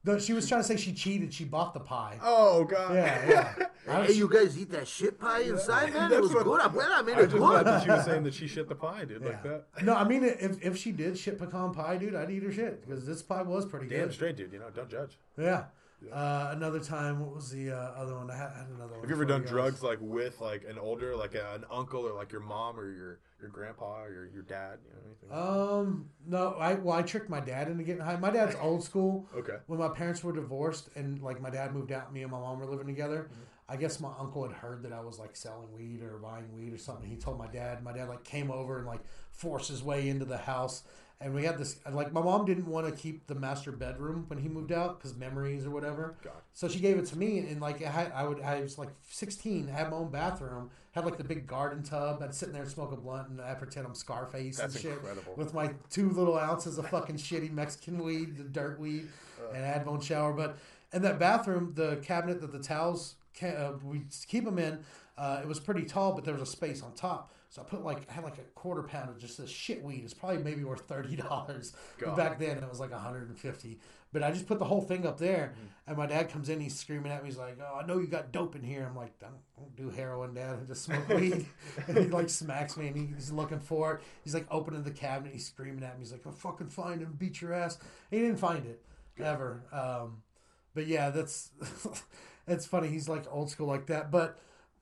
Speaker 1: No, she was trying to say she cheated. She bought the pie.
Speaker 3: Oh God.
Speaker 1: Yeah, yeah. I
Speaker 2: Hey,
Speaker 1: was-
Speaker 2: you guys eat that shit pie inside, man? It
Speaker 3: That's
Speaker 2: was
Speaker 3: what-
Speaker 2: good. I, well, I made
Speaker 3: I
Speaker 2: it
Speaker 3: just thought
Speaker 2: good.
Speaker 3: that she was saying that she shit the pie, dude, like
Speaker 1: yeah.
Speaker 3: that.
Speaker 1: No, I mean, if, if she did shit pecan pie, dude, I'd eat her shit because this pie was pretty
Speaker 3: Damn
Speaker 1: good.
Speaker 3: straight, dude. You know, don't judge.
Speaker 1: Yeah. Uh, another time, what was the uh, other one? I had, I had another one.
Speaker 3: Have you ever done
Speaker 1: guys.
Speaker 3: drugs like with like an older, like uh, an uncle or like your mom or your your grandpa or your, your dad? You know anything?
Speaker 1: Um, no, I well, I tricked my dad into getting high. My dad's old school.
Speaker 3: Okay.
Speaker 1: When my parents were divorced and like my dad moved out, me and my mom were living together. I guess my uncle had heard that I was like selling weed or buying weed or something. He told my dad. My dad like came over and like forced his way into the house. And we had this like my mom didn't want to keep the master bedroom when he moved out because memories or whatever.
Speaker 3: Got it.
Speaker 1: So she gave it to me, and like I, had, I would, I was like 16, had my own bathroom, had like the big garden tub. I'd sit in there and smoke a blunt, and I pretend I'm Scarface and
Speaker 3: That's
Speaker 1: shit
Speaker 3: incredible.
Speaker 1: with my two little ounces of fucking shitty Mexican weed, the dirt weed, and I had my own shower. But in that bathroom, the cabinet that the towels ca- uh, we keep them in, uh, it was pretty tall, but there was a space on top. So I put like I had like a quarter pound of just this shit weed. It's probably maybe worth thirty dollars. But
Speaker 3: God.
Speaker 1: back then it was like 150. But I just put the whole thing up there, and my dad comes in. He's screaming at me. He's like, "Oh, I know you got dope in here." I'm like, "I don't, I don't do heroin, Dad. I just smoke weed." and he like smacks me, and he's looking for it. He's like opening the cabinet. He's screaming at me. He's like, "I'll fucking find him, beat your ass." And he didn't find it ever. Um, but yeah, that's it's funny. He's like old school like that. But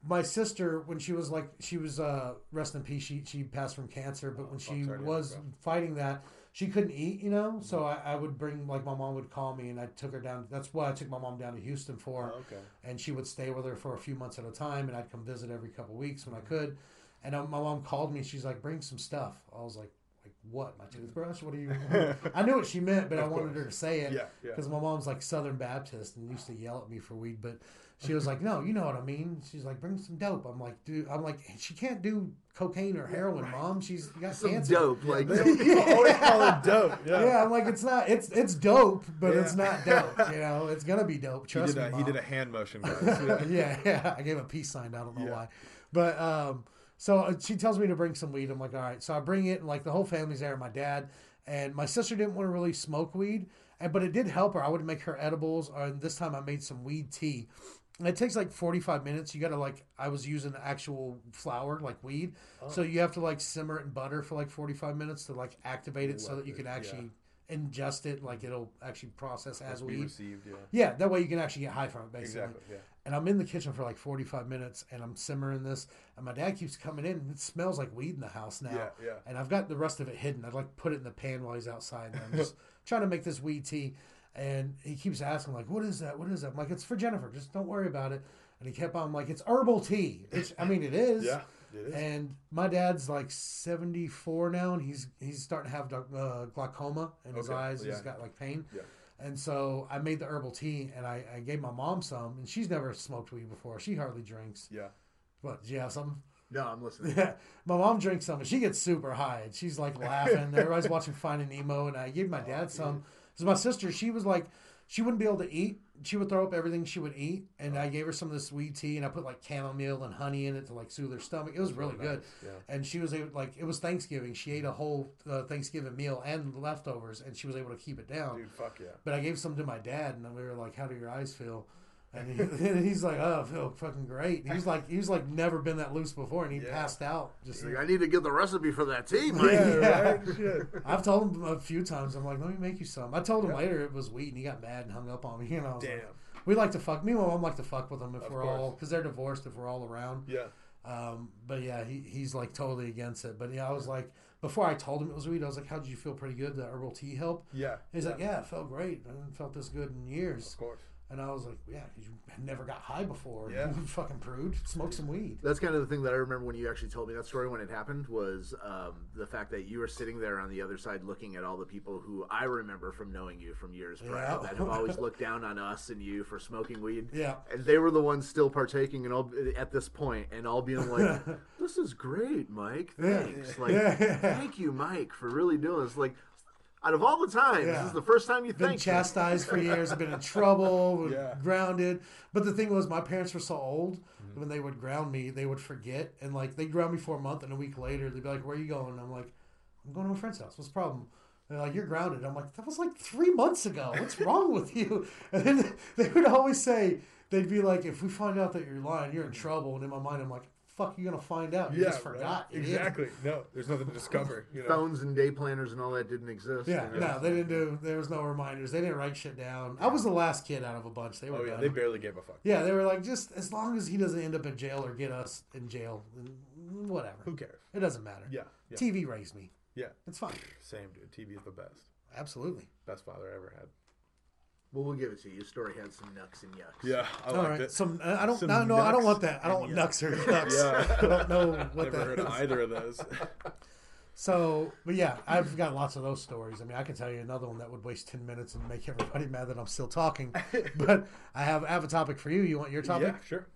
Speaker 1: my sister, when she was like, she was uh, rest in peace. She she passed from cancer. But when she
Speaker 3: Oh, sorry to hear
Speaker 1: was
Speaker 3: that, Mm-hmm.
Speaker 1: fighting that, she couldn't eat. You know, so I, I would bring like my mom would call me, and I took her down. That's why I took my mom down to Houston for.
Speaker 3: okay.
Speaker 1: And she would stay with her for a few months at a time, and I'd come visit every couple weeks when
Speaker 3: Mm-hmm.
Speaker 1: I could. And uh, my mom called me. She's like, "Bring some stuff." I was like, "Like what? My toothbrush? What are you?" I knew what she meant, but I wanted her to say it
Speaker 3: Yeah, yeah.
Speaker 1: because my mom's like Southern Baptist and used to yell at me for weed, but she was like, "No, you know what I mean." She's like, "Bring some dope." I'm like, "Dude, I'm like, she can't do cocaine or heroin, mom. She's got
Speaker 2: Some
Speaker 1: cancer."
Speaker 2: dope. Like,
Speaker 3: People always call it Oh, dope. Yeah.
Speaker 1: Yeah, I'm like, it's not, it's it's dope, but
Speaker 3: Yeah.
Speaker 1: it's not dope. You know, it's gonna be dope.
Speaker 3: He
Speaker 1: Trust
Speaker 3: did, a,
Speaker 1: me,
Speaker 3: he
Speaker 1: Mom.
Speaker 3: did a hand motion, guys. Yeah.
Speaker 1: yeah, yeah. I gave a peace sign. I don't know
Speaker 3: Yeah.
Speaker 1: why, but um, so uh, she tells me to bring some weed. I'm like, all right. So I bring it, and like the whole family's there. My dad and my sister didn't want to really uh, smoke weed, and but it did help her. I would make her edibles, or and this time I made some weed tea, And it takes like 45 minutes. You got to like, I was using actual flour, like weed.
Speaker 3: Oh.
Speaker 1: So you have to like simmer it in butter for like 45 minutes to like activate it so that you can
Speaker 3: Lovely, yeah.
Speaker 1: actually ingest it. Like it'll actually process as
Speaker 3: Be
Speaker 1: weed.
Speaker 3: received, yeah.
Speaker 1: Yeah, that way you can actually get high from it, basically.
Speaker 3: Exactly, yeah.
Speaker 1: And I'm in the kitchen for like 45 minutes and I'm simmering this. And my dad keeps coming in and it smells like weed in the house now.
Speaker 3: Yeah, yeah.
Speaker 1: And I've got the rest of it hidden. I'd like put it in the pan while he's outside. And I'm just trying to make this weed tea. And he keeps asking, like, what is that? What is that? I'm like, it's for Jennifer. Just don't worry about it. And he kept on like, it's herbal tea, which I mean, it is.
Speaker 3: Yeah, it is.
Speaker 1: And my dad's like 74 now, and he's he's starting to have uh, glaucoma in his
Speaker 3: Okay,
Speaker 1: eyes. He's
Speaker 3: yeah.
Speaker 1: got like pain.
Speaker 3: Yeah.
Speaker 1: And so I made the herbal tea and I, I gave my mom some, and she's never smoked weed before. She hardly drinks.
Speaker 3: Yeah.
Speaker 1: But do you have some?
Speaker 2: No, I'm listening.
Speaker 1: Yeah. My mom drinks some and she gets super high and she's like laughing. Everybody's watching Finding Nemo, and I gave my dad some. Because my sister, she was like, she wouldn't be able to eat. She would throw up everything she would eat. And I gave her some of this weed tea and I put like chamomile and honey in it to like soothe her stomach. It was really good.
Speaker 3: yeah.
Speaker 1: And she was able, like, it was Thanksgiving. She ate a whole uh, Thanksgiving meal and leftovers and she was able to keep it down.
Speaker 3: Dude, fuck yeah.
Speaker 1: But I gave some to my dad, and we were like, "How do your eyes feel?" And, he, and he's like, "Oh, I feel fucking great." And he was like, "He was like never been that loose before," and he
Speaker 3: Yeah.
Speaker 1: passed out. Just
Speaker 2: Like, I need to get the recipe for that tea, Mike.
Speaker 1: Yeah, Yeah.
Speaker 3: right? Shit.
Speaker 1: I've told him a few times. I'm like, "Let me make you some." I told him later it was weed, and he got mad and hung up on me. You know, I was like,
Speaker 3: Damn.
Speaker 1: we like to fuck. Me and my mom like to fuck with them if
Speaker 3: Of
Speaker 1: we're
Speaker 3: course.
Speaker 1: all because they're divorced. If we're all around,
Speaker 3: Yeah.
Speaker 1: um, but yeah, he, he's like totally against it. But yeah, I was like, before I told him it was weed, I was like, "How did you feel? Pretty good. The herbal tea help."
Speaker 3: Yeah.
Speaker 1: He's like, "Yeah, it felt great. I haven't felt this good in years."
Speaker 3: Of course.
Speaker 1: And I was like, yeah, 'cause you had never got high before.
Speaker 3: Yeah.
Speaker 1: You fucking prude. Smoke some weed.
Speaker 2: That's kind of the thing that I remember when you actually told me that story when it happened was um, the fact that you were sitting there on the other side looking at all the people who I remember from knowing you from years prior
Speaker 1: Yeah.
Speaker 2: that have always looked down on us and you for smoking weed.
Speaker 1: Yeah.
Speaker 2: And they were the ones still partaking and all at this point and all being like, "This is great, Mike.
Speaker 1: Yeah.
Speaker 2: Thanks. Like,
Speaker 1: Yeah.
Speaker 2: thank you, Mike, for really doing this. Like, out of all the times,
Speaker 1: Yeah.
Speaker 2: this is the first time you
Speaker 1: Been
Speaker 2: thanked me.
Speaker 1: chastised for years, been in trouble,
Speaker 3: Yeah.
Speaker 1: grounded. But the thing was, my parents were so old,
Speaker 3: Mm-hmm.
Speaker 1: when they would ground me, they would forget. And like, they'd ground me for a month, and a week later, they'd be like, where are you going? And I'm like, I'm going to a friend's house. What's the problem? They're like, you're grounded. I'm like, that was like three months ago. What's wrong with you? And then they would always say, they'd be like, if we find out that you're lying, you're in trouble. And in my mind, I'm like, fuck, you're going to find out. You
Speaker 3: Mm-hmm. yeah.
Speaker 1: just
Speaker 3: right?
Speaker 1: forgot. idiot.
Speaker 3: Exactly. No, there's nothing to discover. You know.
Speaker 2: Phones and day planners and all that didn't exist.
Speaker 1: Yeah,
Speaker 2: And- uh,
Speaker 1: no, they didn't do. There was no reminders. They didn't write shit down. I was the last kid out of a bunch. They were
Speaker 3: Oh yeah.
Speaker 1: done.
Speaker 3: They barely gave a fuck.
Speaker 1: yeah, they were like, just as long as he doesn't end up in jail or get us in jail, then whatever.
Speaker 3: Who cares?
Speaker 1: It doesn't matter.
Speaker 3: Yeah. Yeah.
Speaker 1: TV raised me.
Speaker 3: yeah.
Speaker 1: It's fine.
Speaker 3: Same dude. TV is the best.
Speaker 1: Absolutely.
Speaker 3: Best father I ever had.
Speaker 2: Well, we'll give it to you. Your story had some nucks and yucks.
Speaker 3: Yeah. I
Speaker 1: All
Speaker 3: liked
Speaker 1: right.
Speaker 3: it.
Speaker 1: Some I don't
Speaker 3: Some
Speaker 1: no, no I don't
Speaker 3: nucks
Speaker 1: want that. I don't want
Speaker 3: and
Speaker 1: nucks or nucks.
Speaker 3: Yeah.
Speaker 1: I don't know what
Speaker 3: Never
Speaker 1: that
Speaker 3: heard
Speaker 1: is.
Speaker 3: of either of those.
Speaker 1: So, but yeah, I've got lots of those stories. I mean, I can tell you another one that would waste ten minutes and make everybody mad that I'm still talking. But I have I have a topic for you. You want your topic?
Speaker 3: yeah. Sure.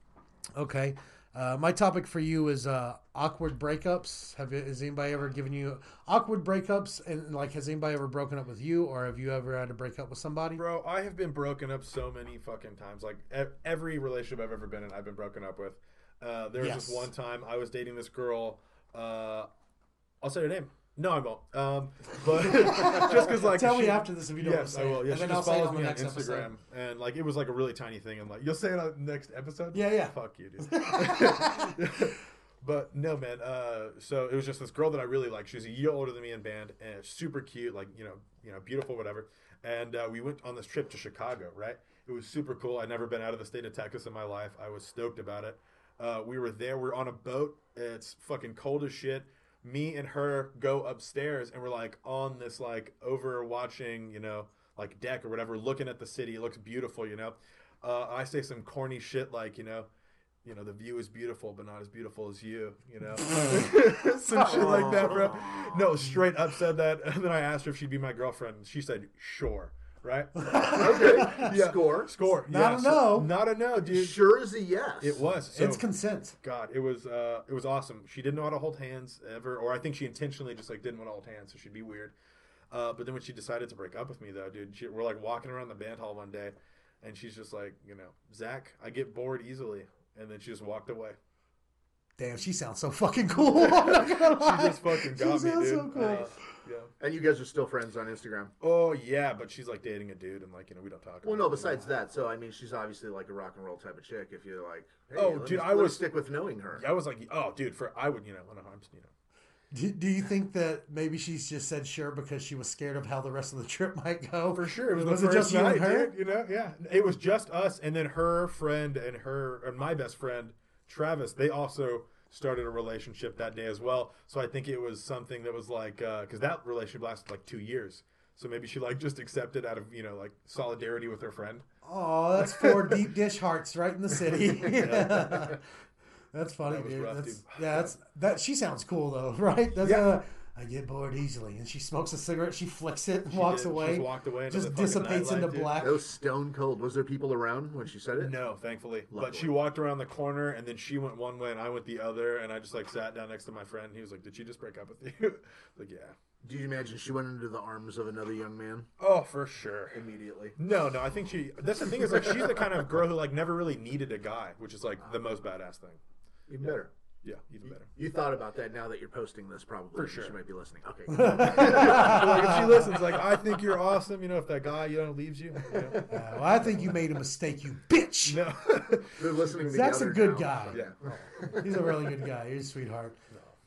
Speaker 1: Okay. Uh, my topic for you is uh, awkward breakups. Have you- has anybody ever given you awkward breakups? And like, has anybody ever broken up with you, or have you ever had to break up with somebody?
Speaker 3: Bro, I have been broken up so many fucking times. Like ev- every relationship I've ever been in, I've been broken up with. Uh, there was
Speaker 1: Yes.
Speaker 3: this one time I was dating this girl. Uh, I'll say her name. No, I won't. Um, but just because, like,
Speaker 1: Tell me
Speaker 3: she-
Speaker 1: after this if you don't want to
Speaker 3: Yes,
Speaker 1: say
Speaker 3: I will.
Speaker 1: it.
Speaker 3: Yeah,
Speaker 1: And
Speaker 3: she
Speaker 1: then
Speaker 3: just
Speaker 1: I'll say it
Speaker 3: follows
Speaker 1: on the
Speaker 3: me on
Speaker 1: next
Speaker 3: Instagram,
Speaker 1: episode.
Speaker 3: and like it was like a really tiny thing. And like, you'll say it on the next episode.
Speaker 1: Yeah, yeah.
Speaker 3: Fuck you, dude. but no, man. Uh, so it was just this girl that I really like. She was a year older than me in band, and super cute, like you know, you know, beautiful, whatever. And uh, we went on this trip to Chicago, right? It was super cool. I'd never been out of the state of Texas in my life. I was stoked about it. Uh, we were there. We're on a boat. It's fucking cold as shit. Me and her go upstairs, and we're like on this like overwatching, you know, like deck or whatever, looking at the city. It looks beautiful, you know. Uh, I say some corny shit like, you know, you know, the view is beautiful, but not as beautiful as you, you know? Some shit like that, bro. No, straight up said that. And then I asked her if she'd be my girlfriend. and She said, sure, right?
Speaker 2: Okay. Score.
Speaker 3: Score.
Speaker 1: Not
Speaker 3: yeah,
Speaker 1: a
Speaker 3: so-
Speaker 1: no.
Speaker 3: not a no, dude.
Speaker 2: Sure is a yes.
Speaker 3: It was. So,
Speaker 1: it's consent.
Speaker 3: God, it was uh, it was awesome. She didn't know how to hold hands ever, or I think she intentionally just like didn't want to hold hands, so she'd be weird. Uh, but then when she decided to break up with me, though, dude, she, we're like walking around the band hall one day, and she's just like, you know, Zach, I get bored easily, and then she just walked away.
Speaker 1: Damn, she sounds so fucking cool. I'm not gonna
Speaker 3: She
Speaker 1: lie.
Speaker 3: just fucking
Speaker 1: She
Speaker 3: got me,
Speaker 1: sounds
Speaker 3: dude.
Speaker 1: so cool.
Speaker 3: Uh, Yeah.
Speaker 2: And you guys are still friends on Instagram.
Speaker 3: Oh yeah, but she's like dating a dude, and like you know we don't talk.
Speaker 2: Well,
Speaker 3: about
Speaker 2: no.
Speaker 3: it.
Speaker 2: Besides that, so I mean, she's obviously like a rock and roll type of chick. If you're like, hey,
Speaker 3: Oh,
Speaker 2: let
Speaker 3: dude,
Speaker 2: me-
Speaker 3: I
Speaker 2: let me
Speaker 3: was-
Speaker 2: stick with knowing her.
Speaker 3: I was like, oh dude, for I would you know, I don't know, I'm you know.
Speaker 1: Do, do you think that maybe she's just said sure because she was scared of how the rest of the trip might go?
Speaker 3: For sure, it was,
Speaker 1: Was
Speaker 3: the
Speaker 1: it just
Speaker 3: first
Speaker 1: you and
Speaker 3: night,
Speaker 1: her?
Speaker 3: dude, you know, yeah. It was just us, and then her friend and her and my best friend Travis. They also started a relationship that day as well. So I think it was something that was like because that relationship lasted like two years. So maybe she like just accepted out of you know like solidarity with her friend.
Speaker 1: Oh, that's four deep dish hearts right in the city. That's funny,
Speaker 3: That was
Speaker 1: dude.
Speaker 3: rough,
Speaker 1: that's,
Speaker 3: dude.
Speaker 1: Yeah, that's that. She sounds cool though, right? That's,
Speaker 3: Yeah.
Speaker 1: uh, I get bored easily, and she smokes a cigarette. She flicks it, and walks
Speaker 3: did. She
Speaker 1: away.
Speaker 3: just walked away into
Speaker 1: Just
Speaker 3: the fucking
Speaker 1: dissipates
Speaker 3: nightlife,
Speaker 1: into
Speaker 3: dude.
Speaker 1: black.
Speaker 2: That was stone cold. Was there people around when she said it?
Speaker 3: No, thankfully. But
Speaker 2: Luckily.
Speaker 3: she walked around the corner, and then she went one way, and I went the other, and I just like sat down next to my friend. He was like, "Did she just break up with you?" like, yeah.
Speaker 2: Do you imagine she went into the arms of another young man
Speaker 3: Oh, for sure.
Speaker 2: immediately?
Speaker 3: No, no, I think she. That's the thing is like she's the kind of girl who like never really needed a guy, which is like the most badass thing.
Speaker 2: Even better.
Speaker 3: Yeah, even better.
Speaker 2: You thought about that now that you're posting this, probably.
Speaker 3: For sure.
Speaker 2: She might be listening. Okay.
Speaker 3: like if she listens, like I think you're awesome. You know, if that guy you know leaves you, you know.
Speaker 1: Uh, well, I think you made a mistake, you bitch.
Speaker 3: no.
Speaker 2: They're listening
Speaker 1: Zach's a
Speaker 2: together
Speaker 1: good
Speaker 2: now.
Speaker 1: guy.
Speaker 3: yeah.
Speaker 1: He's a really good guy. He's a sweetheart.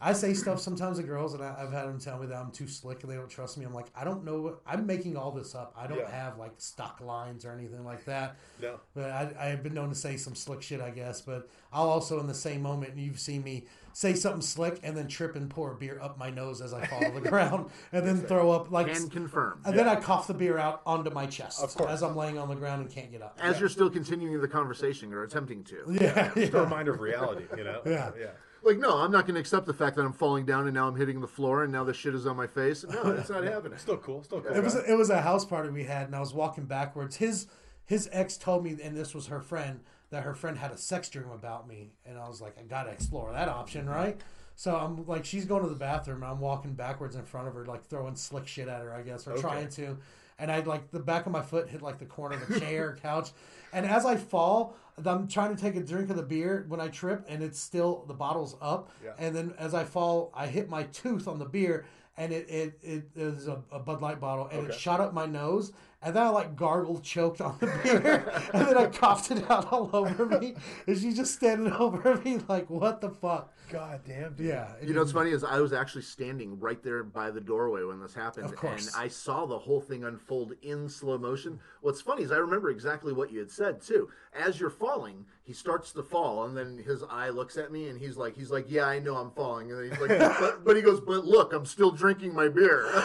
Speaker 1: I say stuff sometimes to girls, and I, I've had them tell me that I'm too slick and they don't trust me. I'm like, I don't know. What, I'm making all this up. I don't
Speaker 3: Yeah.
Speaker 1: have like stock lines or anything like that.
Speaker 3: No.
Speaker 1: But I, I have been known to say some slick shit, I guess. But I'll also, in the same moment, and you've seen me say something slick and then trip and pour beer up my nose as I fall to the ground, and then throw up like,
Speaker 2: Can confirm.
Speaker 1: and then I cough the beer out onto my chest
Speaker 3: Of course.
Speaker 1: as I'm laying on the ground and can't get up.
Speaker 2: As you're still continuing the conversation or attempting to.
Speaker 1: Yeah, yeah.
Speaker 3: Just a reminder of reality. You know.
Speaker 1: Yeah.
Speaker 3: Yeah.
Speaker 2: Like, no, I'm not going to accept the fact that I'm falling down and now I'm hitting the floor and now this shit is on my face. No, it's not happening.
Speaker 3: Still cool. Still cool.
Speaker 1: It was
Speaker 3: guy.
Speaker 1: it was a house party we had, and I was walking backwards. His his ex told me, and this was her friend, that her friend had a sex dream about me, and I was like, I gotta explore that option, right? So I'm like, she's going to the bathroom, and I'm walking backwards in front of her, like throwing slick shit at her, I guess, or trying to. And I like the back of my foot hit like the corner of a chair, couch, and as I fall, I'm trying to take a drink of the beer when I trip, and it's still the bottle's up,
Speaker 3: Yeah.
Speaker 1: and then as I fall, I hit my tooth on the beer, and it it it, it was a, a Bud Light bottle, and it shot up my nose, and then I like gargled, choked on the beer, and then I coughed it out all over me, and she's just standing over me like, what the fuck?
Speaker 3: God damn. Dude.
Speaker 1: Yeah, it
Speaker 2: You know what's funny is I was actually standing right there by the doorway when this happened,
Speaker 1: Of course.
Speaker 2: and I saw the whole thing unfold in slow motion. What's funny is I remember exactly what you had said too. As you're falling, he starts to fall, and then his eye looks at me, and he's like, he's like, yeah, I know I'm falling, and then he's like, but, but he goes, but look, I'm still drinking my beer.
Speaker 1: didn't-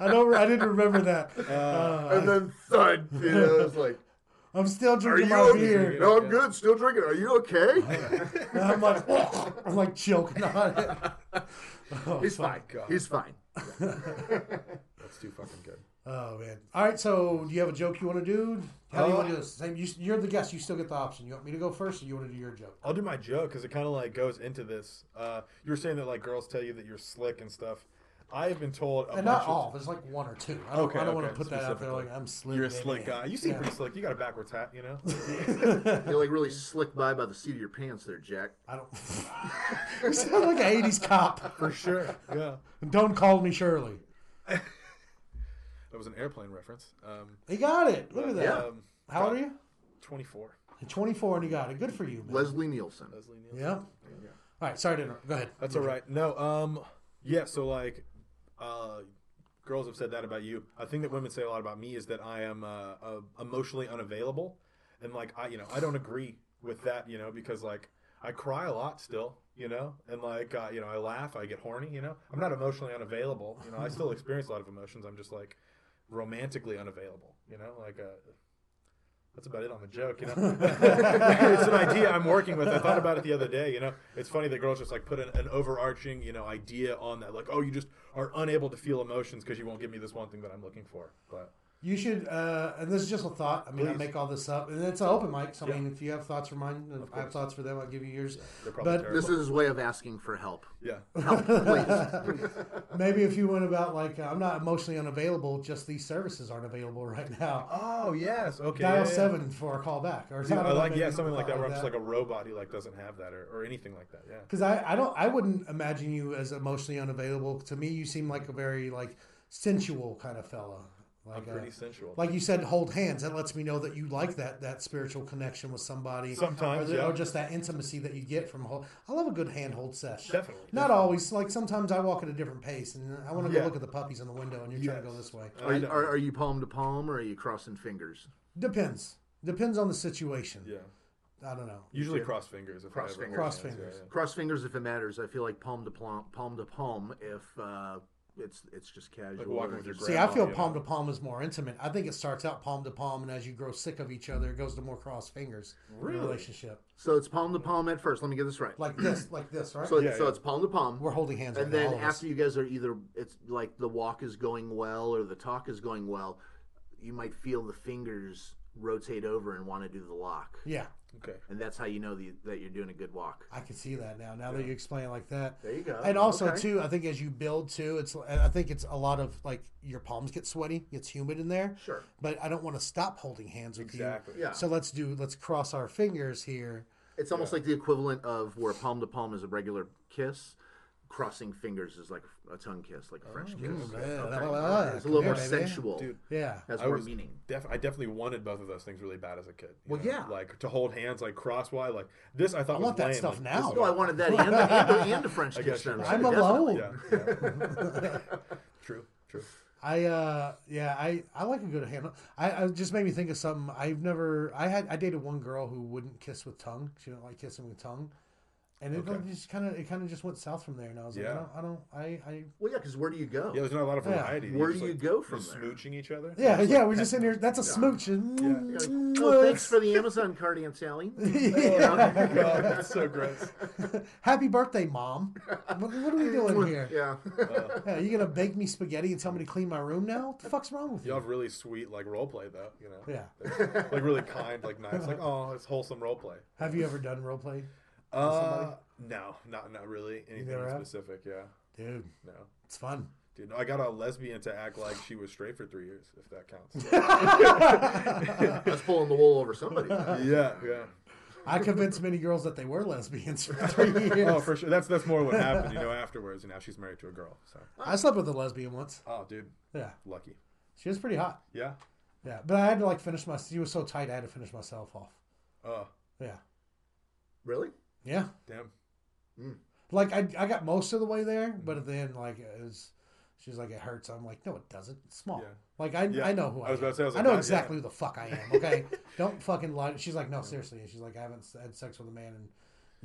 Speaker 1: I don't I didn't remember that. Uh,
Speaker 2: and then thud, you know, it's like,
Speaker 1: I'm still
Speaker 2: are
Speaker 1: drinking
Speaker 2: you
Speaker 1: my
Speaker 2: okay?
Speaker 1: beer.
Speaker 2: No, I'm good, still drinking. Are you okay?
Speaker 1: And I'm like, I'm like choking on it. Oh,
Speaker 2: he's
Speaker 1: fuck.
Speaker 2: fine. He's fine.
Speaker 3: That's too fucking good.
Speaker 1: Oh man! All right, so do you have a joke you want to do? How do you
Speaker 3: Uh,
Speaker 1: want to do this? Same, you, you're the guest. You still get the option. You want me to go first, or you want to do your joke?
Speaker 3: I'll do my joke because it kind of like goes into this. Uh, you were saying that like girls tell you that you're slick and stuff. I have been told, a
Speaker 1: And not
Speaker 3: bunch of-
Speaker 1: all. There's like one or two. I don't,
Speaker 3: Okay,
Speaker 1: I don't
Speaker 3: okay,
Speaker 1: want to put that out there.
Speaker 3: specifically.
Speaker 1: Like I'm slick.
Speaker 3: You're a
Speaker 1: baby.
Speaker 3: slick guy. You seem
Speaker 1: Yeah.
Speaker 3: pretty slick. You got a backwards hat, you know.
Speaker 2: You like really slick by by the seat of your pants there, Jack.
Speaker 1: I don't. you sound like an '80s cop.
Speaker 3: For sure. Yeah.
Speaker 1: Don't call me Shirley.
Speaker 3: That was an airplane reference. Um,
Speaker 1: He got it. Look at that.
Speaker 3: um,
Speaker 1: How old are you?
Speaker 3: 24.
Speaker 1: You're 24 and you got it. Good for you, man.
Speaker 2: Leslie Nielsen.
Speaker 3: Leslie Nielsen.
Speaker 1: yeah. All right. Sorry to interrupt. Go ahead.
Speaker 3: That's all right. No, um, yeah. So like, uh, girls have said that about you. A thing that women say a lot about me is that I am uh, uh, emotionally unavailable, and like I, you know, I don't agree with that. You know, because like I cry a lot still. You know, and like uh, you know, I laugh. I get horny. You know, I'm not emotionally unavailable. You know, I still experience a lot of emotions. I'm just like romantically unavailable. You know, like uh, that's about it on the joke, you know. it's an idea I'm working with. I thought about it the other day, you know. It's funny that girls just like put an, an overarching, you know, idea on that, like, oh, you just are unable to feel emotions because you won't give me this one thing that I'm looking for. But
Speaker 1: You should, uh, and this is just a thought. I mean, I
Speaker 3: Please.
Speaker 1: make all this up, and it's an open mic. So I
Speaker 3: Yeah.
Speaker 1: mean, if you have thoughts for mine, if I have thoughts for them, I'll give you yours.
Speaker 3: They're probably
Speaker 1: But-
Speaker 3: terrible.
Speaker 2: This is his way of asking for help.
Speaker 3: yeah.
Speaker 2: Help, please.
Speaker 1: Maybe if you went about like, uh, I'm not emotionally unavailable, just these services aren't available right now.
Speaker 3: Oh yes. Okay.
Speaker 1: Dial
Speaker 3: yeah, yeah, yeah.
Speaker 1: seven for a call back, or
Speaker 3: Yeah, I like yeah,
Speaker 1: maybe
Speaker 3: something like that where I'm just like oh. a robot who like doesn't have that or, or anything like that. Yeah.
Speaker 1: Because I, I don't I wouldn't imagine you as emotionally unavailable. To me, you seem like a very like sensual kind of fella. Like uh,
Speaker 3: Pretty sensual.
Speaker 1: like you said, hold hands. That lets me know that you like that that spiritual connection with somebody.
Speaker 3: Sometimes,
Speaker 1: or, the-
Speaker 3: yeah.
Speaker 1: or just that intimacy that you get from. Hold, I love a good handhold sesh.
Speaker 3: Definitely,
Speaker 1: Not always. Like sometimes I walk at a different pace, and I want to go
Speaker 3: Yeah.
Speaker 1: look at the puppies in the window, and you're trying to go this way.
Speaker 2: Are, you- are, are you palm to palm or are you crossing fingers?
Speaker 1: Depends. Depends on the situation.
Speaker 3: yeah.
Speaker 1: I don't know.
Speaker 3: Usually cross fingers. If I
Speaker 2: Cross
Speaker 3: ever
Speaker 2: fingers.
Speaker 1: Cross
Speaker 3: Yeah, yeah,
Speaker 1: fingers.
Speaker 2: Cross fingers if it matters. I feel like palm to palm, palm to palm if uh, it's it's just casual.
Speaker 3: walking
Speaker 2: or
Speaker 3: with your
Speaker 2: just-
Speaker 1: See, I
Speaker 3: Grandma,
Speaker 1: feel
Speaker 3: you know.
Speaker 1: palm to palm is more intimate. I think it starts out palm to palm, and as you grow sick of each other, it goes to more crossed fingers in a
Speaker 3: Really?
Speaker 1: relationship.
Speaker 2: So it's palm to palm at first. Let me get this right.
Speaker 1: Like this, like this, right?
Speaker 2: so
Speaker 3: Yeah,
Speaker 2: so
Speaker 3: yeah.
Speaker 2: it's palm to palm.
Speaker 1: We're holding hands right
Speaker 2: And
Speaker 1: now,
Speaker 2: then
Speaker 1: all of us.
Speaker 2: after you guys are either it's like the walk is going well or the talk is going well, you might feel the fingers rotate over and want to do the lock,
Speaker 1: Yeah,
Speaker 3: Okay.
Speaker 2: and that's how you know the, that you're doing a good walk.
Speaker 1: I can see that now. Now that you explain it like that.
Speaker 2: There you go.
Speaker 1: And also
Speaker 2: Oh, Okay.
Speaker 1: too, I think as you build too, it's and I think it's a lot of like your palms get sweaty, it's humid in there.
Speaker 2: Sure.
Speaker 1: But I don't want to stop holding hands with
Speaker 3: Exactly.
Speaker 1: you.
Speaker 2: Yeah.
Speaker 1: So let's do let's cross our fingers here.
Speaker 2: It's almost like the equivalent of where palm to palm is a regular kiss, crossing fingers is like a tongue kiss, like a French kiss.
Speaker 1: Mm, yeah, la, la, la,
Speaker 2: It's a
Speaker 1: come
Speaker 2: little
Speaker 1: here,
Speaker 2: more
Speaker 1: baby.
Speaker 2: sensual.
Speaker 3: Dude.
Speaker 1: Yeah.
Speaker 2: Has
Speaker 3: I
Speaker 2: more
Speaker 3: was-
Speaker 2: meaning.
Speaker 3: Def- I definitely wanted both of those things really bad as a kid. you
Speaker 2: Well,
Speaker 3: know?
Speaker 2: yeah.
Speaker 3: Like to hold hands like crosswise, like this. I thought I was
Speaker 1: want that
Speaker 3: lame,
Speaker 1: stuff
Speaker 3: like,
Speaker 1: now.
Speaker 3: this-
Speaker 2: No, I wanted that and, and, and a French
Speaker 3: I
Speaker 2: kiss.
Speaker 3: guess you're
Speaker 2: Then,
Speaker 3: right.
Speaker 2: right?
Speaker 1: I'm
Speaker 2: Definitely.
Speaker 1: alone.
Speaker 3: Yeah. yeah. true. True.
Speaker 1: I uh yeah I I like a good hand. I, I it just made me think of something. I've never I had I dated one girl who wouldn't kiss with tongue. She didn't like kissing with tongue, and it like, just kind of it kind of just went south from there. And I was
Speaker 3: Yeah.
Speaker 1: like, I don't, I don't I I
Speaker 2: Well, yeah, because where do you go?
Speaker 3: Yeah. There's not a lot of
Speaker 1: Yeah.
Speaker 3: variety.
Speaker 2: Uh, Where
Speaker 3: just,
Speaker 2: do you
Speaker 3: like,
Speaker 2: go from
Speaker 3: just
Speaker 2: there?
Speaker 3: smooching each other.
Speaker 1: yeah yeah we're just in here. That's a smooch. Mm. And,
Speaker 2: You're
Speaker 3: Yeah.
Speaker 2: like, oh, thanks for the Amazon card, Aunt Sally.
Speaker 3: Oh my God, that's so gross.
Speaker 1: Happy birthday, mom. What, what are we doing here?
Speaker 2: yeah.
Speaker 1: Yeah, you gonna bake me spaghetti and tell me to clean my room now? What the fuck's wrong with
Speaker 3: Y'all
Speaker 1: you?
Speaker 3: have really sweet like role play though, you know.
Speaker 1: Yeah.
Speaker 3: like really kind, like nice, like oh, it's wholesome role play.
Speaker 1: Have you ever done role play,
Speaker 3: Uh, no, not not really anything
Speaker 1: never have?
Speaker 3: specific. Yeah,
Speaker 1: dude?
Speaker 3: no,
Speaker 1: It's fun.
Speaker 3: dude, no. I got a lesbian to act like she was straight for three years, if that counts.
Speaker 2: That's pulling the wool over somebody.
Speaker 3: yeah, yeah.
Speaker 1: I convinced many girls that they were lesbians for three years.
Speaker 3: Oh, for sure. That's that's more what happened, you know. Afterwards, and now she's married to a girl. So,
Speaker 1: I slept with a lesbian once.
Speaker 3: oh, dude,
Speaker 1: Yeah,
Speaker 3: lucky.
Speaker 1: she was pretty hot.
Speaker 3: Yeah.
Speaker 1: Yeah, but I had to like finish my. She was so tight, I had to finish myself off.
Speaker 3: Oh,
Speaker 1: Yeah,
Speaker 2: Really?
Speaker 1: yeah.
Speaker 3: damn.
Speaker 1: Like I, I got most of the way there, but
Speaker 3: Mm-hmm.
Speaker 1: at the end, like it was, she's like, it hurts. I'm like, no, it doesn't. It's small.
Speaker 3: Yeah.
Speaker 1: Like I,
Speaker 3: Yeah.
Speaker 1: I know who I,
Speaker 3: I was
Speaker 1: am.
Speaker 3: about to say, I was like,
Speaker 1: know
Speaker 3: "God
Speaker 1: exactly
Speaker 3: damn."
Speaker 1: who the fuck I am. Okay, don't fucking lie. She's like, no, seriously. And she's like, I haven't s- had sex with a man in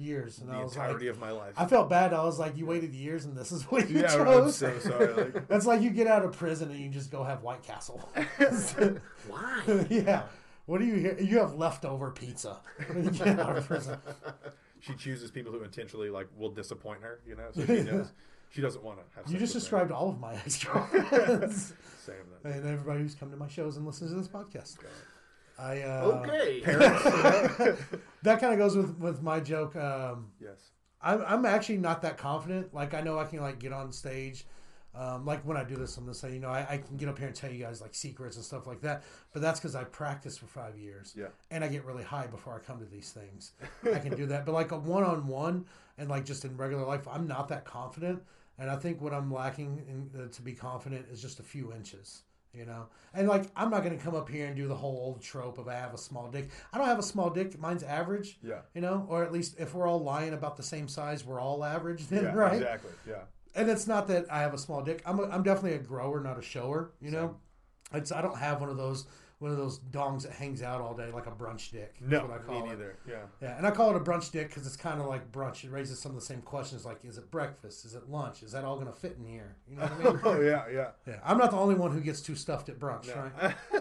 Speaker 1: years, and
Speaker 3: The
Speaker 1: I was like,
Speaker 3: entirety of my life.
Speaker 1: I felt bad. I was like, you waited years, and this is what you
Speaker 3: yeah, I'm
Speaker 1: chose.
Speaker 3: so sorry. Like,
Speaker 1: That's like you get out of prison and you just go have White Castle.
Speaker 2: Why?
Speaker 1: yeah. What do you hear? You have leftover pizza. You get out of prison.
Speaker 3: she chooses people who intentionally like will disappoint her, you know. So she knows she doesn't want to have.
Speaker 1: You
Speaker 3: sex
Speaker 1: just
Speaker 3: with
Speaker 1: described all of my ex girlfriends
Speaker 3: me. Same with that.
Speaker 1: and everybody who's come to my shows and listens to this podcast. I uh,
Speaker 2: Okay.
Speaker 1: That kind of goes with with my joke. Um,
Speaker 3: Yes.
Speaker 1: I'm I'm actually not that confident. Like I know I can like get on stage. Um, like when I do this, I'm gonna say, you know, I, I can get up here and tell you guys like secrets and stuff like that. But that's because I practiced for five years.
Speaker 3: Yeah.
Speaker 1: And I get really high before I come to these things. I can do that. But like a one on one and like just in regular life, I'm not that confident. And I think what I'm lacking in, uh, to be confident is just a few inches. You know, and like I'm not gonna come up here and do the whole old trope of I have a small dick. I don't have a small dick. Mine's average.
Speaker 3: Yeah.
Speaker 1: You know, or at least if we're all lying about the same size, we're all average then,
Speaker 3: Yeah,
Speaker 1: right?
Speaker 3: Exactly. Yeah.
Speaker 1: And it's not that I have a small dick. I'm, a, I'm definitely a grower, not a shower. You know, it's I don't have one of those one of those dongs that hangs out all day like a brunch dick. is
Speaker 3: No,
Speaker 1: what I
Speaker 3: me
Speaker 1: call it.
Speaker 3: neither. Yeah.
Speaker 1: Yeah, and I call it a brunch dick because it's kind of like brunch. It raises some of the same questions like, is it breakfast? Is it lunch? Is that all going to fit in here? You know what I mean?
Speaker 3: Oh yeah, yeah.
Speaker 1: yeah, I'm not the only one who gets too stuffed at brunch, right?
Speaker 3: No,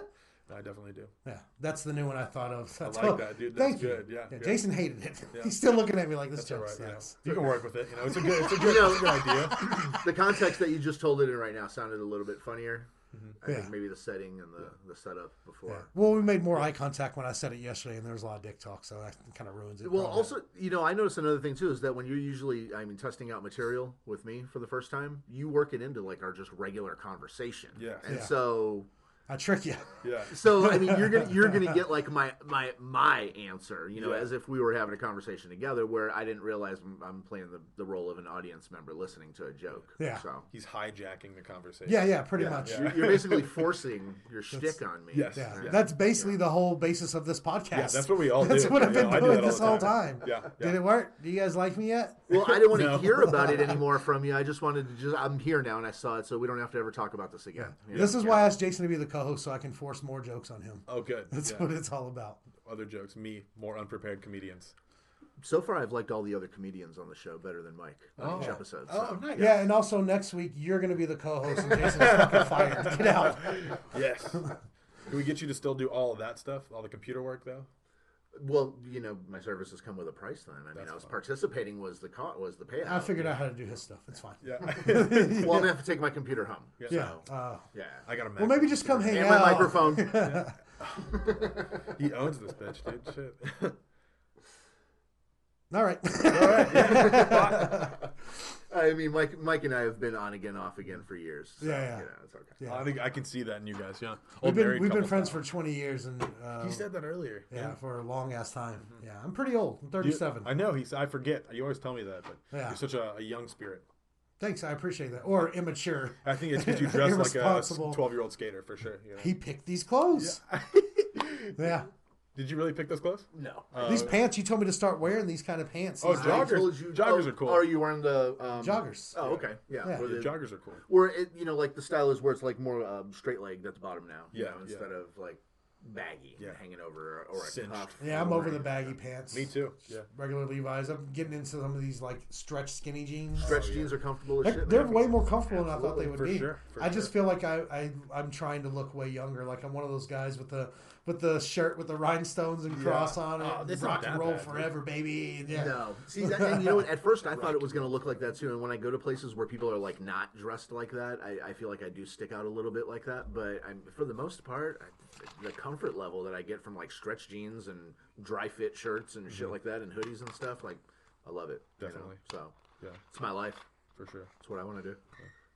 Speaker 3: I definitely do.
Speaker 1: Yeah, that's the new one I thought of.
Speaker 3: I like that, dude. That's
Speaker 1: Thank you.
Speaker 3: good. Yeah. yeah.
Speaker 1: Jason hated it. He's still looking at me like this
Speaker 3: All
Speaker 1: joke
Speaker 3: right, yeah.
Speaker 1: sucks.
Speaker 3: You can work with it. You know, it's a good, it's a good,
Speaker 2: You know-
Speaker 3: it's a good idea.
Speaker 2: the context that you just told it in right now sounded a little bit funnier. I think
Speaker 1: Mm-hmm. Yeah.
Speaker 2: maybe the setting and the, the setup before.
Speaker 1: Well, we made more eye contact when I said it yesterday, and there was a lot of dick talk, so that kind of ruins it.
Speaker 2: Well,
Speaker 1: probably.
Speaker 2: also, you know, I noticed another thing too is that when you're usually, I mean, testing out material with me for the first time, you work it into like our just regular conversation.
Speaker 3: Yeah.
Speaker 2: And
Speaker 1: Yeah.
Speaker 2: so,
Speaker 1: I trick you.
Speaker 3: Yeah.
Speaker 2: so I mean, you're gonna you're gonna get like my my my answer, you know,
Speaker 3: Yeah.
Speaker 2: as if we were having a conversation together, where I didn't realize I'm, I'm playing the, the role of an audience member listening to a joke.
Speaker 1: Yeah.
Speaker 2: So
Speaker 3: He's hijacking the conversation.
Speaker 1: Yeah, yeah, pretty much.
Speaker 3: yeah.
Speaker 2: you're, you're basically forcing your shtick on me.
Speaker 3: Yes.
Speaker 1: Yeah.
Speaker 3: Yeah.
Speaker 1: that's basically the whole basis of this podcast.
Speaker 3: Yeah, that's what we all
Speaker 1: That's
Speaker 3: do.
Speaker 1: what I've been
Speaker 3: Yeah, I do
Speaker 1: doing
Speaker 3: that all
Speaker 1: this
Speaker 3: the
Speaker 1: whole
Speaker 3: time.
Speaker 1: time.
Speaker 3: Yeah, yeah.
Speaker 1: Did it work? Do you guys like me yet?
Speaker 2: Well, I didn't want to
Speaker 3: No.
Speaker 2: hear about it anymore from you. I just wanted to just. I'm here now, and I saw it, so we don't have to ever talk about this again. you know?
Speaker 1: This is why I asked Jason to be the co-host so I can force more jokes on him.
Speaker 3: Oh, good.
Speaker 1: That's
Speaker 3: yeah.
Speaker 1: what it's all about.
Speaker 3: Other jokes. Me, more unprepared comedians.
Speaker 2: So far, I've liked all the other comedians on the show better than Mike on each episode.
Speaker 3: Oh,
Speaker 2: so.
Speaker 3: nice.
Speaker 1: Yeah, and also next week you're going to be the co-host and Jason's fucking fired. Get out.
Speaker 3: Yes. Can we get you to still do all of that stuff, all the computer work though?
Speaker 2: Well, you know, my services come with a price. Then I mean, I was participating was the co- was the payout.
Speaker 1: I figured out how to do his stuff. It's fine.
Speaker 3: Yeah.
Speaker 2: Well, I'm gonna have to take my computer home. Yeah.
Speaker 1: Yeah. Uh,
Speaker 2: yeah.
Speaker 3: I got a. Mac.
Speaker 1: well, maybe just come hang
Speaker 2: and my
Speaker 1: out.
Speaker 2: microphone.
Speaker 3: He owns this bitch, dude. Shit.
Speaker 1: All right.
Speaker 2: I mean, Mike, Mike, and I have been on again, off again for years. So,
Speaker 1: Yeah, yeah.
Speaker 2: You know, it's okay.
Speaker 1: Yeah.
Speaker 3: I think I can see that in you guys. Yeah.
Speaker 1: we've
Speaker 3: Old
Speaker 1: been,
Speaker 3: married
Speaker 1: we've been
Speaker 3: couple
Speaker 1: friends
Speaker 3: style.
Speaker 1: for 20 years and uh,
Speaker 3: He said that earlier.
Speaker 1: yeah, for a long ass time. Yeah, I'm pretty old. I'm 37.
Speaker 3: I know. He's. I forget. You always tell me that, but
Speaker 1: Yeah.
Speaker 3: you're such a, a young spirit.
Speaker 1: Thanks, I appreciate that. Or immature.
Speaker 3: I think it's because you dress like a
Speaker 1: Irresponsible.
Speaker 3: twelve-year-old skater for sure. you know.
Speaker 1: He picked these clothes. Yeah.
Speaker 3: Did you really pick those clothes? Uh,
Speaker 2: No.
Speaker 1: these pants, you told me to start wearing these kind of pants.
Speaker 3: Oh,
Speaker 1: These-
Speaker 3: jo- Oh, Joggers-
Speaker 2: I told you,
Speaker 3: joggers
Speaker 2: oh,
Speaker 3: are cool.
Speaker 2: Are you wearing the um,
Speaker 1: Joggers.
Speaker 2: Oh, okay. Yeah.
Speaker 1: Yeah.
Speaker 2: Where
Speaker 3: The
Speaker 2: the-
Speaker 3: joggers are cool.
Speaker 2: where it, you know, like the style is where it's like more um, straight legged at the bottom now. you
Speaker 3: Yeah,
Speaker 2: know,
Speaker 3: yeah.
Speaker 2: instead of like baggy and
Speaker 3: Yeah.
Speaker 2: hanging over or, or a
Speaker 3: Cinched.
Speaker 2: cuff.
Speaker 1: yeah, I'm over the baggy pants.
Speaker 3: Me too. Yeah.
Speaker 1: Regular Levi's. I'm getting into some of these like stretch skinny jeans.
Speaker 2: Stretch jeans are comfortable as
Speaker 1: They're,
Speaker 2: shit.
Speaker 1: they're
Speaker 2: man.
Speaker 1: way more comfortable than I thought they would
Speaker 3: for
Speaker 1: be.
Speaker 3: sure, for
Speaker 1: I just feel like I, I I'm trying to look way younger. Like I'm one of those guys with the with the shirt with the rhinestones and cross on it.
Speaker 3: Oh, that's
Speaker 1: rock
Speaker 3: not
Speaker 1: and
Speaker 3: that
Speaker 1: roll
Speaker 3: bad, dude.
Speaker 1: forever, baby. Yeah.
Speaker 2: No. See, that, and you know what? At first, I thought it was going to look like that too. And when I go to places where people are like not dressed like that, I, I feel like I do stick out a little bit like that. But I'm, for the most part, I, the comfort level that I get from like stretch jeans and dry fit shirts and shit like that and hoodies and stuff, like, I love it. you know?
Speaker 3: Mm-hmm. Definitely.
Speaker 2: So,
Speaker 3: Yeah.
Speaker 2: it's my life.
Speaker 3: For sure.
Speaker 2: It's what I want to do.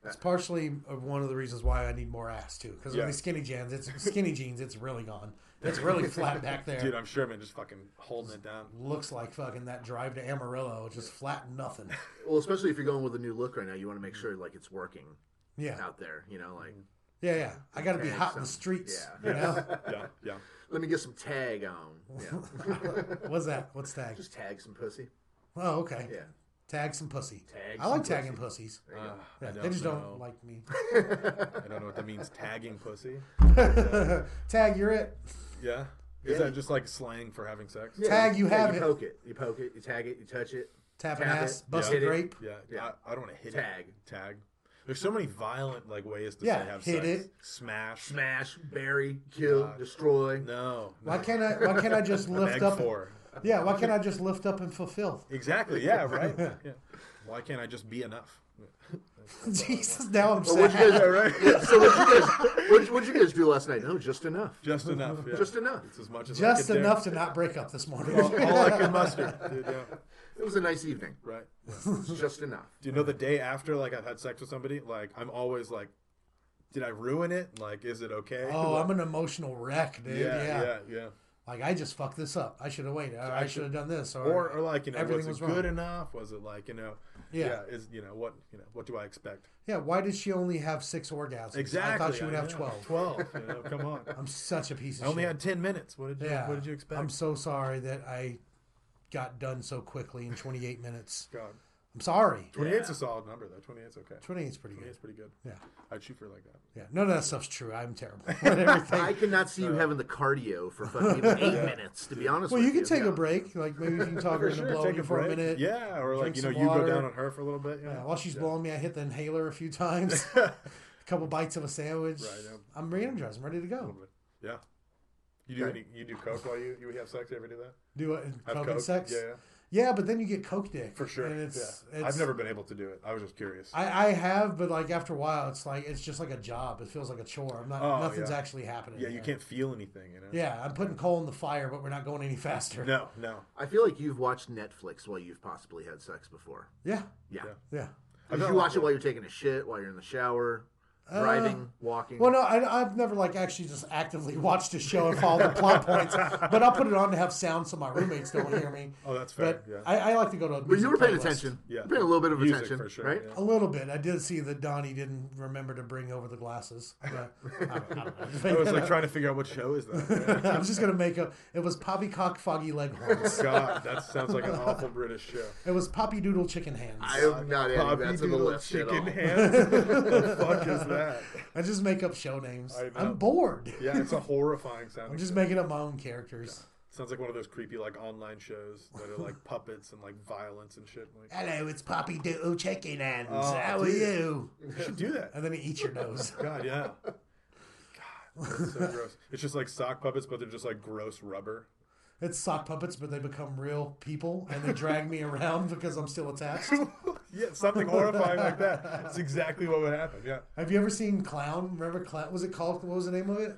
Speaker 1: It's partially uh, one of the reasons why I need more ass too. Because
Speaker 3: Yeah.
Speaker 1: with these skinny jeans, it's skinny jeans. It's really gone. It's really flat back there.
Speaker 3: Dude, I'm sure man just fucking holding it down.
Speaker 1: Looks like fucking that drive to Amarillo, just flat nothing.
Speaker 2: Well, especially if you're going with a new look right now, you want to make sure like it's working
Speaker 1: Yeah,
Speaker 2: out there. You know, like
Speaker 1: yeah, yeah. I got to be
Speaker 2: Okay,
Speaker 1: hot in the
Speaker 2: so-
Speaker 1: streets.
Speaker 2: yeah.
Speaker 1: Mm-hmm. You know,
Speaker 3: Yeah. Yeah.
Speaker 2: let me get some tag on. Yeah,
Speaker 1: what's that? What's tag?
Speaker 2: just tag some pussy.
Speaker 1: Oh, okay.
Speaker 2: Yeah,
Speaker 1: Tag some pussy.
Speaker 2: Tag
Speaker 1: I
Speaker 2: some
Speaker 1: like
Speaker 2: pussy.
Speaker 1: tagging pussies.
Speaker 3: Uh, I
Speaker 1: Yeah,
Speaker 3: don't
Speaker 1: they just
Speaker 3: know.
Speaker 1: don't like me.
Speaker 3: I don't know what that means. Tagging pussy.
Speaker 1: Tag, you're it.
Speaker 3: Yeah. Is
Speaker 2: Yeah.
Speaker 3: that just like slang for having sex?
Speaker 2: Yeah,
Speaker 1: Tag, you
Speaker 2: yeah,
Speaker 1: have
Speaker 2: you
Speaker 1: it.
Speaker 2: Poke it. You poke it. You tag it. You touch it.
Speaker 1: Tap an
Speaker 2: Tap it.
Speaker 1: ass,
Speaker 2: Yeah.
Speaker 1: bust a
Speaker 2: Hit it.
Speaker 1: grape.
Speaker 3: Yeah,
Speaker 2: Yeah.
Speaker 3: I, I don't want to hit
Speaker 2: Tag.
Speaker 3: it. Tag. There's so many violent like ways to
Speaker 1: Yeah,
Speaker 3: say have
Speaker 1: hit
Speaker 3: sex.
Speaker 1: it.
Speaker 3: Smash.
Speaker 2: Smash, bury, kill, destroy.
Speaker 3: No.
Speaker 1: Why can't I? Why can't I just lift
Speaker 3: Egg
Speaker 1: up?
Speaker 3: four.
Speaker 1: Yeah, why can't I just lift up and fulfill?
Speaker 3: Exactly. Yeah. Right. yeah. Why can't I just be enough?
Speaker 1: Jesus, now I'm
Speaker 2: But what'd you
Speaker 1: sad.
Speaker 2: guys, yeah, so what'd you guys, what'd, what'd you guys do last night? No, just enough.
Speaker 3: Just enough. Yeah.
Speaker 2: Just enough.
Speaker 3: It's as much as I
Speaker 1: Just
Speaker 3: could do.
Speaker 1: enough to not break up this morning.
Speaker 3: All, all I could muster. Dude, yeah.
Speaker 2: It was a nice evening.
Speaker 3: Right.
Speaker 2: It's just enough.
Speaker 3: Do you know the day after like I've had sex with somebody? Like I'm always like, did I ruin it? Like, is it okay?
Speaker 1: Oh,
Speaker 3: Like,
Speaker 1: I'm an emotional wreck, dude. Yeah,
Speaker 3: yeah. Yeah. Yeah.
Speaker 1: Like I just fucked this up. I should have waited. Or I should have done this. Or,
Speaker 3: Or, or like you know,
Speaker 1: everything
Speaker 3: was
Speaker 1: was
Speaker 3: it
Speaker 1: wrong.
Speaker 3: good enough? Was it like you know?
Speaker 1: Yeah.
Speaker 3: Is you know what you know? What do I expect?
Speaker 1: yeah. Why did she only have six orgasms?
Speaker 3: Exactly.
Speaker 1: I thought she would have
Speaker 3: know.
Speaker 1: twelve.
Speaker 3: Twelve. You know, come on.
Speaker 1: I'm such a piece of
Speaker 3: I only
Speaker 1: shit.
Speaker 3: had ten minutes. What did you
Speaker 1: yeah.
Speaker 3: What did you expect?
Speaker 1: I'm so sorry that I got done so quickly in 28 minutes.
Speaker 3: God.
Speaker 1: I'm sorry.
Speaker 3: Twenty eight's a solid number though. Twenty eight's okay.
Speaker 1: 28 is pretty
Speaker 3: Twenty
Speaker 1: good.
Speaker 3: eight's pretty good.
Speaker 1: Yeah.
Speaker 3: I'd shoot for like that.
Speaker 1: Yeah. None of that stuff's true. I'm terrible. at everything.
Speaker 2: I cannot see
Speaker 3: Uh.
Speaker 2: you having the cardio for fucking even eight minutes. To be honest,
Speaker 1: Well,
Speaker 2: with
Speaker 1: you can take
Speaker 2: Yeah.
Speaker 1: a break. Like maybe you can talk her into blowing you for a minute.
Speaker 3: Yeah, or like
Speaker 1: drink
Speaker 3: you know,
Speaker 1: some
Speaker 3: you go
Speaker 1: water.
Speaker 3: down on her for a little bit. Yeah.
Speaker 1: Yeah, while she's blowing me, I hit the inhaler a few times. a couple bites of a sandwich.
Speaker 3: Right, yeah.
Speaker 1: I'm re-energized. I'm ready to go.
Speaker 3: Yeah. You do
Speaker 2: Okay.
Speaker 3: any, you do coke while you you have sex? You ever do that?
Speaker 1: Do it.
Speaker 3: Have
Speaker 1: Coke and sex.
Speaker 3: Yeah. yeah.
Speaker 1: Yeah, but then you get coke dick
Speaker 3: for sure.
Speaker 1: And it's,
Speaker 3: yeah.
Speaker 1: it's-
Speaker 3: I've never been able to do it. I was just curious.
Speaker 1: I, I have, but like after a while, it's like it's just like a job. It feels like a chore. I'm not.
Speaker 3: Oh,
Speaker 1: nothing's
Speaker 3: yeah.
Speaker 1: actually happening.
Speaker 3: yeah, you
Speaker 1: there.
Speaker 3: can't feel anything, you know.
Speaker 1: Yeah, I'm putting coal in the fire, but we're not going any faster.
Speaker 3: No, no.
Speaker 2: I feel like you've watched Netflix while you've possibly had sex before.
Speaker 1: Yeah,
Speaker 2: Yeah.
Speaker 3: Yeah.
Speaker 1: yeah.
Speaker 2: Did
Speaker 3: I've done
Speaker 2: you
Speaker 3: a lot
Speaker 2: watch it
Speaker 3: more.
Speaker 2: while you're taking a shit, while you're in the shower, driving, walking?
Speaker 1: Uh, Well, no, I, I've never like actually just actively watched a show and followed the plot points, but I'll put it on to have sound so my roommates don't hear me.
Speaker 3: Oh, that's fair.
Speaker 1: But
Speaker 3: yeah.
Speaker 1: I, I like to go to. a
Speaker 2: but you
Speaker 1: music
Speaker 2: were paying
Speaker 1: playlist.
Speaker 2: attention.
Speaker 3: Yeah.
Speaker 2: You're paying a little bit of
Speaker 3: Music,
Speaker 2: attention,
Speaker 3: for sure,
Speaker 2: right?
Speaker 3: yeah.
Speaker 1: A little bit. I did see that Donnie didn't remember to bring over the glasses. but I, don't- I don't know.
Speaker 3: I was like trying to figure out what show is that.
Speaker 1: I was just gonna make a. It was poppycock foggy leghorns.
Speaker 3: God, that sounds like an awful British show.
Speaker 1: It was poppy doodle chicken hands.
Speaker 2: I
Speaker 1: I,
Speaker 2: am not adding that to the
Speaker 3: Doodle
Speaker 2: list at all.
Speaker 3: chicken hands. the fuck is that?
Speaker 1: just make up show names.
Speaker 3: I know.
Speaker 1: I'm bored.
Speaker 3: Yeah, it's a horrifying sound.
Speaker 1: I'm just making up my own characters.
Speaker 3: sounds like one of those creepy like online shows that are like puppets and like violence and shit. Like,
Speaker 1: Hello, it's Poppy Doodle Chicken Hands.
Speaker 3: Oh,
Speaker 1: How are
Speaker 3: dude.
Speaker 1: you?
Speaker 3: you should do that.
Speaker 1: And then he eats your nose.
Speaker 3: God, yeah. God, that's so gross. It's just like sock puppets, but they're just like gross rubber.
Speaker 1: It's sock puppets, but they become real people and they drag me around because I'm still attached.
Speaker 3: Yeah, something horrifying like that. That's exactly what would happen. Yeah.
Speaker 1: Have you ever seen Clown? Remember Clown? Was it called? What was the name of it?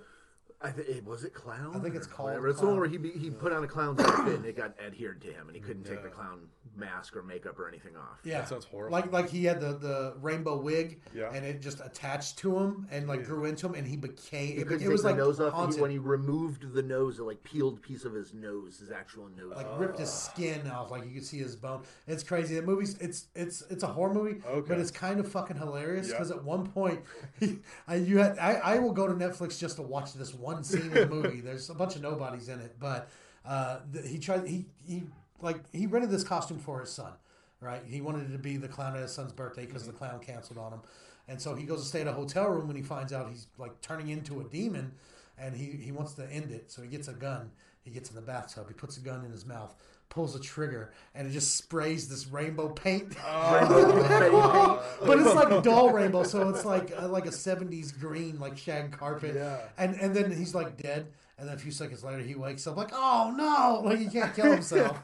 Speaker 2: I th- it, was it clown?
Speaker 1: I think it's
Speaker 2: or
Speaker 1: called
Speaker 2: Whatever. It's the one
Speaker 1: Clown.
Speaker 2: where he be, he put on a clown's outfit and it got adhered to him, and he couldn't take the clown mask or makeup or anything off.
Speaker 1: Yeah,
Speaker 3: That sounds horrible.
Speaker 1: Like like he had the, the rainbow wig,
Speaker 3: Yeah.
Speaker 1: and it just attached to him and like grew into him, and he became.
Speaker 2: He
Speaker 1: It,
Speaker 2: couldn't
Speaker 1: it
Speaker 2: take
Speaker 1: was
Speaker 2: the
Speaker 1: like
Speaker 2: nose off. and
Speaker 1: haunted.
Speaker 2: He, when he removed the nose, a like peeled piece of his nose, his actual nose.
Speaker 3: Oh.
Speaker 1: like ripped his skin off, like you could see his bone. It's crazy. That movie's it's it's it's a horror movie,
Speaker 3: Okay.
Speaker 1: but it's kind of fucking hilarious
Speaker 3: Yeah.
Speaker 1: because at one point, he, I, you had I, I will go to Netflix just to watch this one scene of the movie. There's a bunch of nobodies in it, but uh, th- he tried he he like he rented this costume for his son, right? He wanted it to be the clown at his son's birthday because the clown canceled on him, and so he goes to stay at a hotel room when he finds out he's like turning into a demon and he, he wants to end it. So he gets a gun. He gets in the bathtub. He puts a gun in his mouth, pulls a trigger, and it just sprays this rainbow paint.
Speaker 2: Oh,
Speaker 1: uh, but it's like dull rainbow, so it's like uh, like a '70s green, like shag carpet.
Speaker 3: Yeah.
Speaker 1: And and then he's like dead, and then a few seconds later he wakes up like, oh no, like he can't kill himself.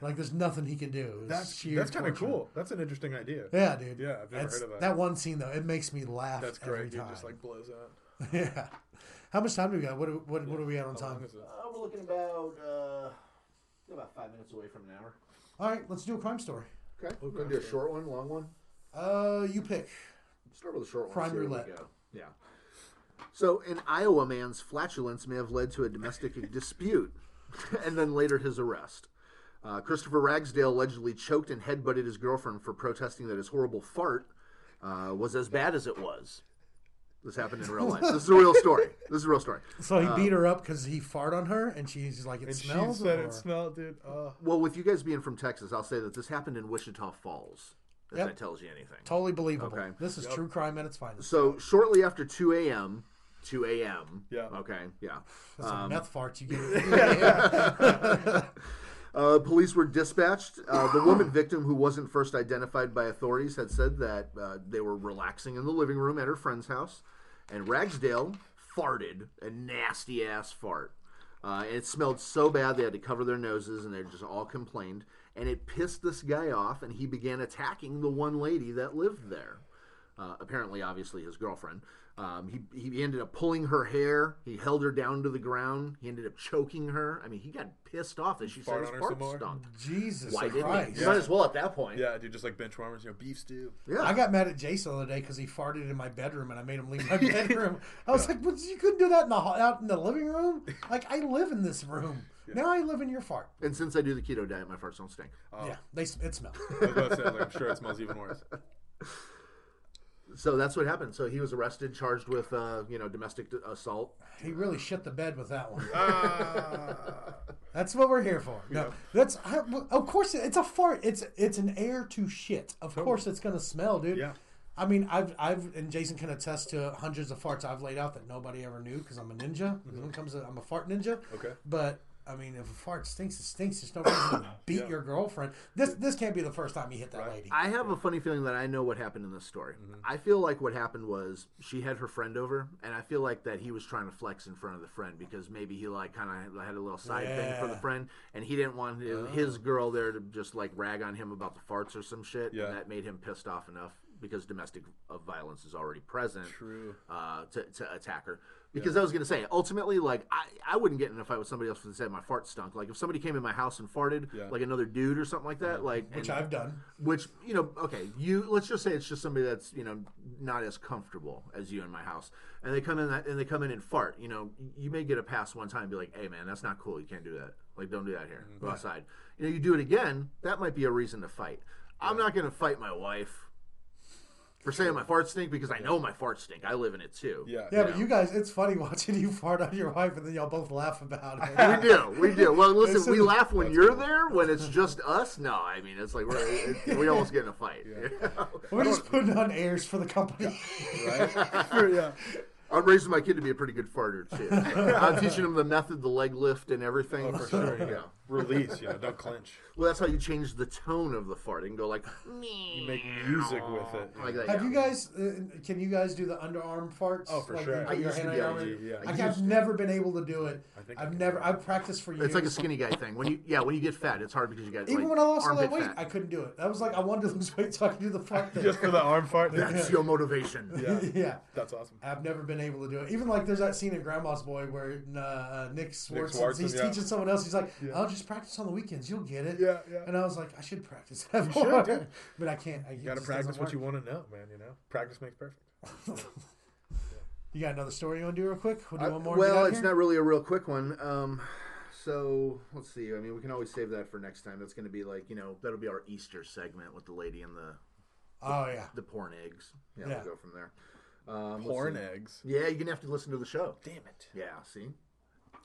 Speaker 1: like there's nothing he can do. It's
Speaker 3: That's
Speaker 1: sheer
Speaker 3: that's kind of
Speaker 1: torture.
Speaker 3: cool. That's an interesting idea.
Speaker 1: Yeah, dude.
Speaker 3: Yeah, I've never
Speaker 1: That's-
Speaker 3: heard of that.
Speaker 1: That one scene though, it makes me laugh.
Speaker 3: That's
Speaker 1: every
Speaker 3: great. Dude,
Speaker 1: time.
Speaker 3: just like blows out.
Speaker 1: yeah. How much time do we got? What do- what, what are we at on
Speaker 3: How long
Speaker 1: time?
Speaker 3: is it?
Speaker 2: Uh, we're looking about uh, about five minutes away from an hour.
Speaker 1: All right, let's do a crime story.
Speaker 2: Okay, we're gonna do a short one, long one.
Speaker 1: Uh, you pick.
Speaker 2: Start with a short one.
Speaker 1: Prime
Speaker 2: see where we
Speaker 1: roulette.
Speaker 2: go. Yeah. So, an Iowa man's flatulence may have led to a domestic dispute, and then later his arrest. Uh, Christopher Ragsdale allegedly choked and headbutted his girlfriend for protesting that his horrible fart uh, was as bad as it was. This happened in real life. This is a real story. This is a real story.
Speaker 1: So he beat her up because he farted on her, and she's like, "It
Speaker 3: Uh, And
Speaker 1: smells."
Speaker 3: she said
Speaker 1: or-
Speaker 3: it smelled, dude. Oh,
Speaker 2: Well, with you guys being from Texas, I'll say that this happened in Wichita Falls, if
Speaker 1: Yep.
Speaker 2: that tells you anything.
Speaker 1: totally believable.
Speaker 2: Okay.
Speaker 1: This is true crime at its finest.
Speaker 2: So, shortly after 2 a.m., 2 a.m.
Speaker 3: Yeah.
Speaker 2: Okay. Yeah.
Speaker 1: That's
Speaker 2: Um,
Speaker 1: some meth farts you get.
Speaker 2: Uh, police were dispatched. Uh, the woman victim, who wasn't first identified by authorities, had said that uh, they were relaxing in the living room at her friend's house, and Ragsdale farted a nasty ass fart. Uh, and it smelled so bad they had to cover their noses, and they just all complained. And it pissed this guy off, and he began attacking the one lady that lived there. Uh, apparently, obviously, his girlfriend. Um, he, he ended up pulling her hair. He held her down to the ground. He ended up choking her. I mean, he got pissed off that she
Speaker 3: Fart
Speaker 2: said his
Speaker 3: on her some
Speaker 2: fart
Speaker 3: more?
Speaker 2: stunk.
Speaker 1: Jesus
Speaker 2: Why didn't
Speaker 1: Christ!
Speaker 2: he? You might as well at that point.
Speaker 3: yeah, dude. Just like bench warmers, you know, beef stew.
Speaker 2: Yeah.
Speaker 1: I got mad at Jason the other day because he farted in my bedroom, and I made him leave my bedroom. I was like, "But you couldn't do that in the ho- out in the living room? Like I live in this room. Now I live in your fart."
Speaker 2: And since I do the keto diet, my farts don't stink.
Speaker 1: Yeah, they s- it smells.
Speaker 3: I was about to say, like, I'm sure it smells even worse.
Speaker 2: So that's what happened. So he was arrested, charged with uh, you know domestic d- assault.
Speaker 1: He really shit the bed with that one.
Speaker 3: Ah.
Speaker 1: That's what we're here for. No, that's I, of course it's a fart. It's it's an air to shit. Of course it's gonna smell, dude.
Speaker 3: Yeah.
Speaker 1: I mean, I've I've and Jason can attest to hundreds of farts I've laid out that nobody ever knew because I'm a ninja. When it comes, to, I'm a fart ninja.
Speaker 3: Mm-hmm. Okay.
Speaker 1: But I mean, if a fart stinks, it stinks. There's no reason to beat
Speaker 3: Yeah.
Speaker 1: your girlfriend. This this can't be the first time you hit that
Speaker 3: Right.
Speaker 1: lady.
Speaker 2: I have a funny feeling that I know what happened in this story. I feel like what happened was she had her friend over, and I feel like that he was trying to flex in front of the friend because maybe he like kind of had a little side thing for the
Speaker 1: Yeah.
Speaker 2: friend, and he didn't want his, his girl there to just like rag on him about the farts or some shit.
Speaker 3: Yeah.
Speaker 2: and that made him pissed off enough because domestic uh, violence is already present
Speaker 3: True.
Speaker 2: uh, to, to attack her. Because I was going to say, ultimately, like, I, I wouldn't get in a fight with somebody else who said my fart stunk. Like, if somebody came in my house and farted,
Speaker 3: Yeah.
Speaker 2: like another dude or something like that, like,
Speaker 1: Which
Speaker 2: and-
Speaker 1: I've done.
Speaker 2: which you know, okay, you let's just say it's just somebody that's you know not as comfortable as you in my house, and they come in and they come in and fart. You know, you may get a pass one time and be like, "Hey, man, that's not cool. You can't do that. Like, don't do that here. Go outside." You know, you do it again, that might be a reason to fight. I'm not going to fight my wife for saying my farts stink because I know my farts stink. I live in it too.
Speaker 3: Uh, Yeah.
Speaker 1: Yeah, but you guys, it's funny watching you fart on your wife and then y'all both laugh about it.
Speaker 2: We do, we do. Well, listen, we
Speaker 1: Listen,
Speaker 2: laugh when you're there. When it's just us, no. I mean, it's like we're it, we almost get in a fight.
Speaker 1: We're just putting on airs for the company.
Speaker 3: Right. yeah.
Speaker 2: I'm raising my kid to be a pretty good farter too. I'm teaching him the method, the leg lift, and everything.
Speaker 1: Oh,
Speaker 3: For sure.
Speaker 2: So,
Speaker 3: Yeah. Release. You know, don't clinch.
Speaker 2: Well, that's how you change the tone of the fart. You can go like,
Speaker 3: You make music with it.
Speaker 2: like that.
Speaker 1: Have
Speaker 2: yeah.
Speaker 1: you guys? Uh, can you guys do the underarm farts?
Speaker 3: Oh, for
Speaker 1: Like,
Speaker 3: sure.
Speaker 1: you put
Speaker 3: I
Speaker 1: your
Speaker 2: used to
Speaker 1: hand
Speaker 2: be
Speaker 1: on
Speaker 2: able
Speaker 1: it?
Speaker 3: to, yeah. I
Speaker 1: Like,
Speaker 2: used
Speaker 1: I've never been able to do it.
Speaker 3: I think I
Speaker 1: I've
Speaker 3: can.
Speaker 1: never. I've practiced for years.
Speaker 2: It's like a skinny guy thing. When you yeah, when you get fat, it's hard because you got
Speaker 1: Even
Speaker 2: like,
Speaker 1: when I lost all that
Speaker 2: armpit
Speaker 1: weight,
Speaker 2: fat.
Speaker 1: I couldn't do it. That was like I wanted to lose weight so I could do the fart thing.
Speaker 3: Just for the arm fart.
Speaker 2: that's your motivation.
Speaker 3: yeah.
Speaker 1: yeah.
Speaker 3: That's awesome.
Speaker 1: I've never been able to do it. Even like there's that scene in Grandma's Boy where uh, Nick Swartz,
Speaker 3: Swartzen,
Speaker 1: he's
Speaker 3: yeah.
Speaker 1: teaching someone else. He's like,
Speaker 3: Yeah.
Speaker 1: "I'll just practice on the weekends. You'll get it."
Speaker 3: Yeah, yeah.
Speaker 1: And I was like, "I should practice that
Speaker 3: should,
Speaker 1: more,"
Speaker 3: dude.
Speaker 1: but I can't. I,
Speaker 3: You gotta practice what you want to know, man. You know, practice makes perfect.
Speaker 1: You got another story you want to do real quick? We'll do one more. and get
Speaker 2: well,
Speaker 1: out
Speaker 2: it's
Speaker 1: here?
Speaker 2: not really a real quick one. Um, so let's see. I mean, we can always save that for next time. That's going to be like you know that'll be our Easter segment with the lady and the
Speaker 1: Oh yeah.
Speaker 2: the porn eggs. Yeah,
Speaker 1: Yeah.
Speaker 2: we'll go from there. Um, let's
Speaker 3: Porn
Speaker 2: see.
Speaker 3: eggs.
Speaker 2: Yeah, you're gonna have to listen to the show.
Speaker 3: Damn it.
Speaker 2: Yeah, see?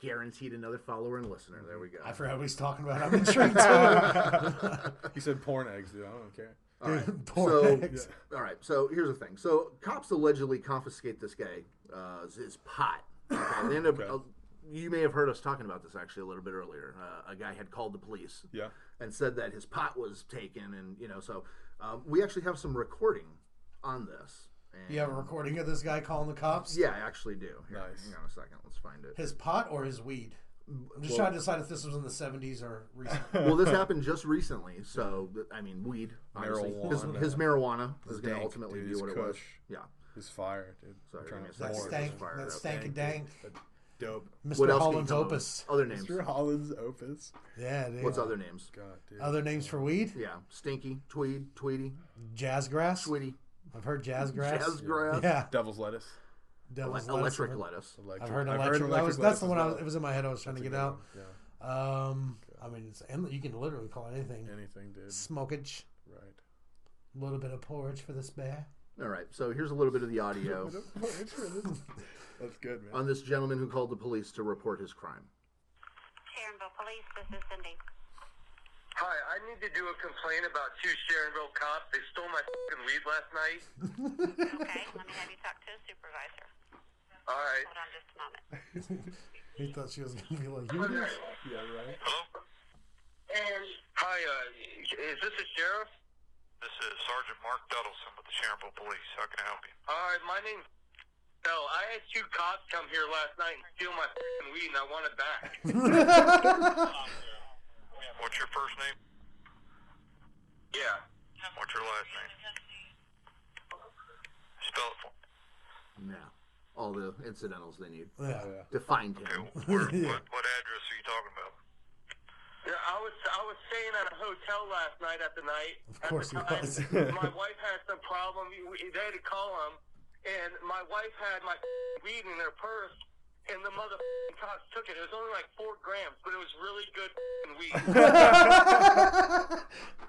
Speaker 2: Guaranteed another follower and listener. There we go.
Speaker 1: I forgot what he's talking about. I'm intrigued too.
Speaker 3: You said porn eggs, dude. I don't care.
Speaker 1: Dude, poor
Speaker 2: So,
Speaker 1: Max.
Speaker 2: all right. So here's the thing. So cops allegedly confiscate this guy uh, his- his pot. Okay, they end up. uh, you may have heard us talking about this actually a little bit earlier. Uh, a guy had called the police.
Speaker 3: Yeah.
Speaker 2: And said that his pot was taken, and you know, so um, we actually have some recording on this. And
Speaker 1: You have a recording of this guy calling the cops?
Speaker 2: Yeah, I actually do. Here,
Speaker 3: Nice.
Speaker 2: Hang on a second. Let's find it.
Speaker 1: His pot or his weed? I'm just trying to decide if this was in the 70s or recent.
Speaker 2: well, this happened just recently, so th- I mean, weed, obviously.
Speaker 3: Marijuana.
Speaker 2: His, his marijuana is going to
Speaker 3: dank,
Speaker 2: ultimately
Speaker 3: dude.
Speaker 2: be
Speaker 3: It's
Speaker 2: what it was.
Speaker 3: kush.
Speaker 2: Yeah.
Speaker 3: It's fire, dude.
Speaker 2: Sorry,
Speaker 3: I'm trying
Speaker 2: give
Speaker 3: to
Speaker 2: me a
Speaker 1: that
Speaker 2: second.
Speaker 3: more.
Speaker 1: stank,
Speaker 2: fired
Speaker 1: that
Speaker 2: up.
Speaker 1: stank and dank.
Speaker 3: Dank, dude. Dope.
Speaker 1: Mr.
Speaker 2: What else? can you
Speaker 1: Holland's
Speaker 2: come up with?
Speaker 1: Opus.
Speaker 2: Other names.
Speaker 3: Mr. Holland's Opus. Uh,
Speaker 1: Yeah, dude.
Speaker 2: What's other names?
Speaker 3: God, dude.
Speaker 1: Other names for weed?
Speaker 2: Yeah, stinky, tweed, tweety,
Speaker 1: Jazz grass?
Speaker 2: twitty,
Speaker 1: I've heard jazz grass.
Speaker 2: jazzgrass,
Speaker 1: Yeah.
Speaker 3: Devil's lettuce.
Speaker 1: Devil's lettuce.
Speaker 2: electric lettuce.
Speaker 3: Electric.
Speaker 1: I've heard
Speaker 3: I've
Speaker 1: electric. that was, that's the one
Speaker 3: lettuce as
Speaker 1: I was,
Speaker 3: well.
Speaker 1: it was in my head I was trying to get out.
Speaker 3: Yeah.
Speaker 1: Um, I mean, it's, and you can literally call it anything.
Speaker 3: Anything, dude.
Speaker 1: Smokage.
Speaker 3: Right.
Speaker 1: A little bit of porridge for this bear.
Speaker 2: All right, so here's a little bit of the audio
Speaker 3: That's good, man.
Speaker 2: on this gentleman who called the police to report his crime.
Speaker 4: Sharonville Police, this is Cindy.
Speaker 5: Hi, I need to do a complaint about two Sharonville cops. They stole my fucking weed last night.
Speaker 4: Okay, let me have you talk to a supervisor.
Speaker 5: All right.
Speaker 4: Hold on just a moment.
Speaker 1: He thought she was going to be like, you do?
Speaker 3: Yeah, right.
Speaker 5: Hi, uh, is this a sheriff?
Speaker 6: This is Sergeant Mark Duddleson with the Sharonville Police. How can I help you?
Speaker 5: All right, my name's Hell. I had two cops come here last night and steal my fucking weed, and I want it back.
Speaker 6: What's your first name?
Speaker 5: yeah.
Speaker 6: What's your last name? Spell it for me.
Speaker 2: Yeah, all the incidentals they need
Speaker 1: Yeah.
Speaker 3: Oh,
Speaker 2: to find him.
Speaker 6: Where, what, what address are you talking about?
Speaker 5: Yeah, I was I was staying at a hotel last night at the night.
Speaker 1: Of
Speaker 5: At
Speaker 1: course
Speaker 5: the
Speaker 1: he was.
Speaker 5: time, my wife had some problem. We- we- They had to call him, and my wife had my weed in her purse, and the mother cops took it. It was only like four grams, but it was really good weed.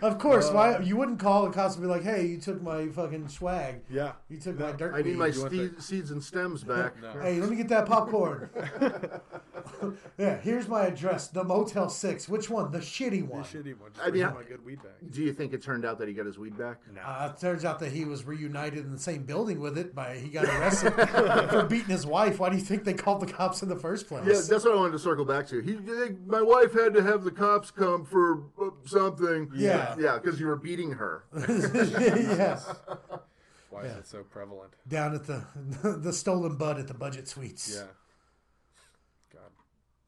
Speaker 1: Of course, why you wouldn't call the cops and be like, "Hey, you took my fucking swag.
Speaker 3: Yeah.
Speaker 1: You took
Speaker 3: No,
Speaker 1: my dirt.
Speaker 2: I need
Speaker 1: weed.
Speaker 2: my
Speaker 3: You want the-
Speaker 2: ste- seeds and stems back.
Speaker 3: No.
Speaker 1: Hey, let me get that popcorn. yeah, here's my address, the Motel Six. Which one? The shitty one.
Speaker 3: Shitty one. Just
Speaker 2: I mean,
Speaker 3: bring
Speaker 2: I-
Speaker 3: my good weed bag.
Speaker 2: Do you think it turned out that he got his weed back? No.
Speaker 1: Uh, it turns out that he was reunited in the same building with it. By he got arrested for beating his wife. Why do you think think they called the cops in the first place.
Speaker 2: Yeah, that's what I wanted to circle back to. He, they, my wife had to have the cops come for uh, something.
Speaker 1: Yeah.
Speaker 2: yeah, because you were beating her.
Speaker 1: yes.
Speaker 3: Why is it so prevalent?
Speaker 1: Down at the the stolen bud at the budget suites.
Speaker 3: Yeah. God.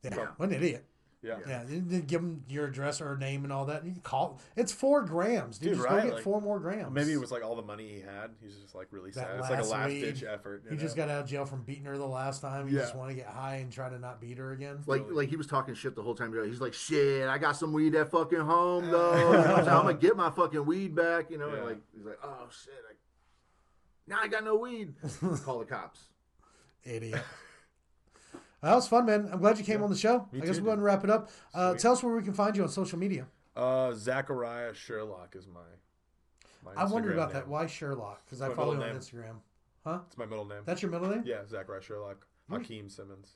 Speaker 1: Yeah. What an idiot.
Speaker 3: Yeah.
Speaker 1: Yeah. They didn't give them your address or name and all that. You can call. It's four grams, dude.
Speaker 3: Dude,
Speaker 1: just
Speaker 3: right?
Speaker 1: go get
Speaker 3: Like,
Speaker 1: four more grams.
Speaker 3: Maybe it was like all the money he had. He's just like really
Speaker 1: That
Speaker 3: sad. It's like a
Speaker 1: last
Speaker 3: last
Speaker 1: weed.
Speaker 3: ditch effort.
Speaker 1: You just
Speaker 3: know?
Speaker 1: got out of jail from beating her the last time. You
Speaker 3: Yeah.
Speaker 1: just want to get high and try to not beat her again.
Speaker 2: Like, like he was talking shit the whole time. He's like, "Shit, I got some weed at fucking home though. You know what I'm saying? I'm gonna get my fucking weed back." You know, and
Speaker 3: Yeah.
Speaker 2: like he's like, "Oh shit, I, now I got no weed." Call the cops.
Speaker 1: Idiot. That was fun, man. I'm glad you came on the show. I guess we'll
Speaker 3: too,
Speaker 1: go ahead and wrap it up. Uh, tell us where we can find you on social media.
Speaker 3: uh, Zachariah Sherlock is my. my
Speaker 1: I wondered
Speaker 3: Instagram
Speaker 1: about
Speaker 3: name.
Speaker 1: that. Why Sherlock? Because I
Speaker 3: My
Speaker 1: follow you
Speaker 3: middle
Speaker 1: on
Speaker 3: name.
Speaker 1: Instagram. Huh?
Speaker 3: It's my middle name.
Speaker 1: That's your middle name?
Speaker 3: yeah, Zachariah Sherlock. Hakeem Simmons.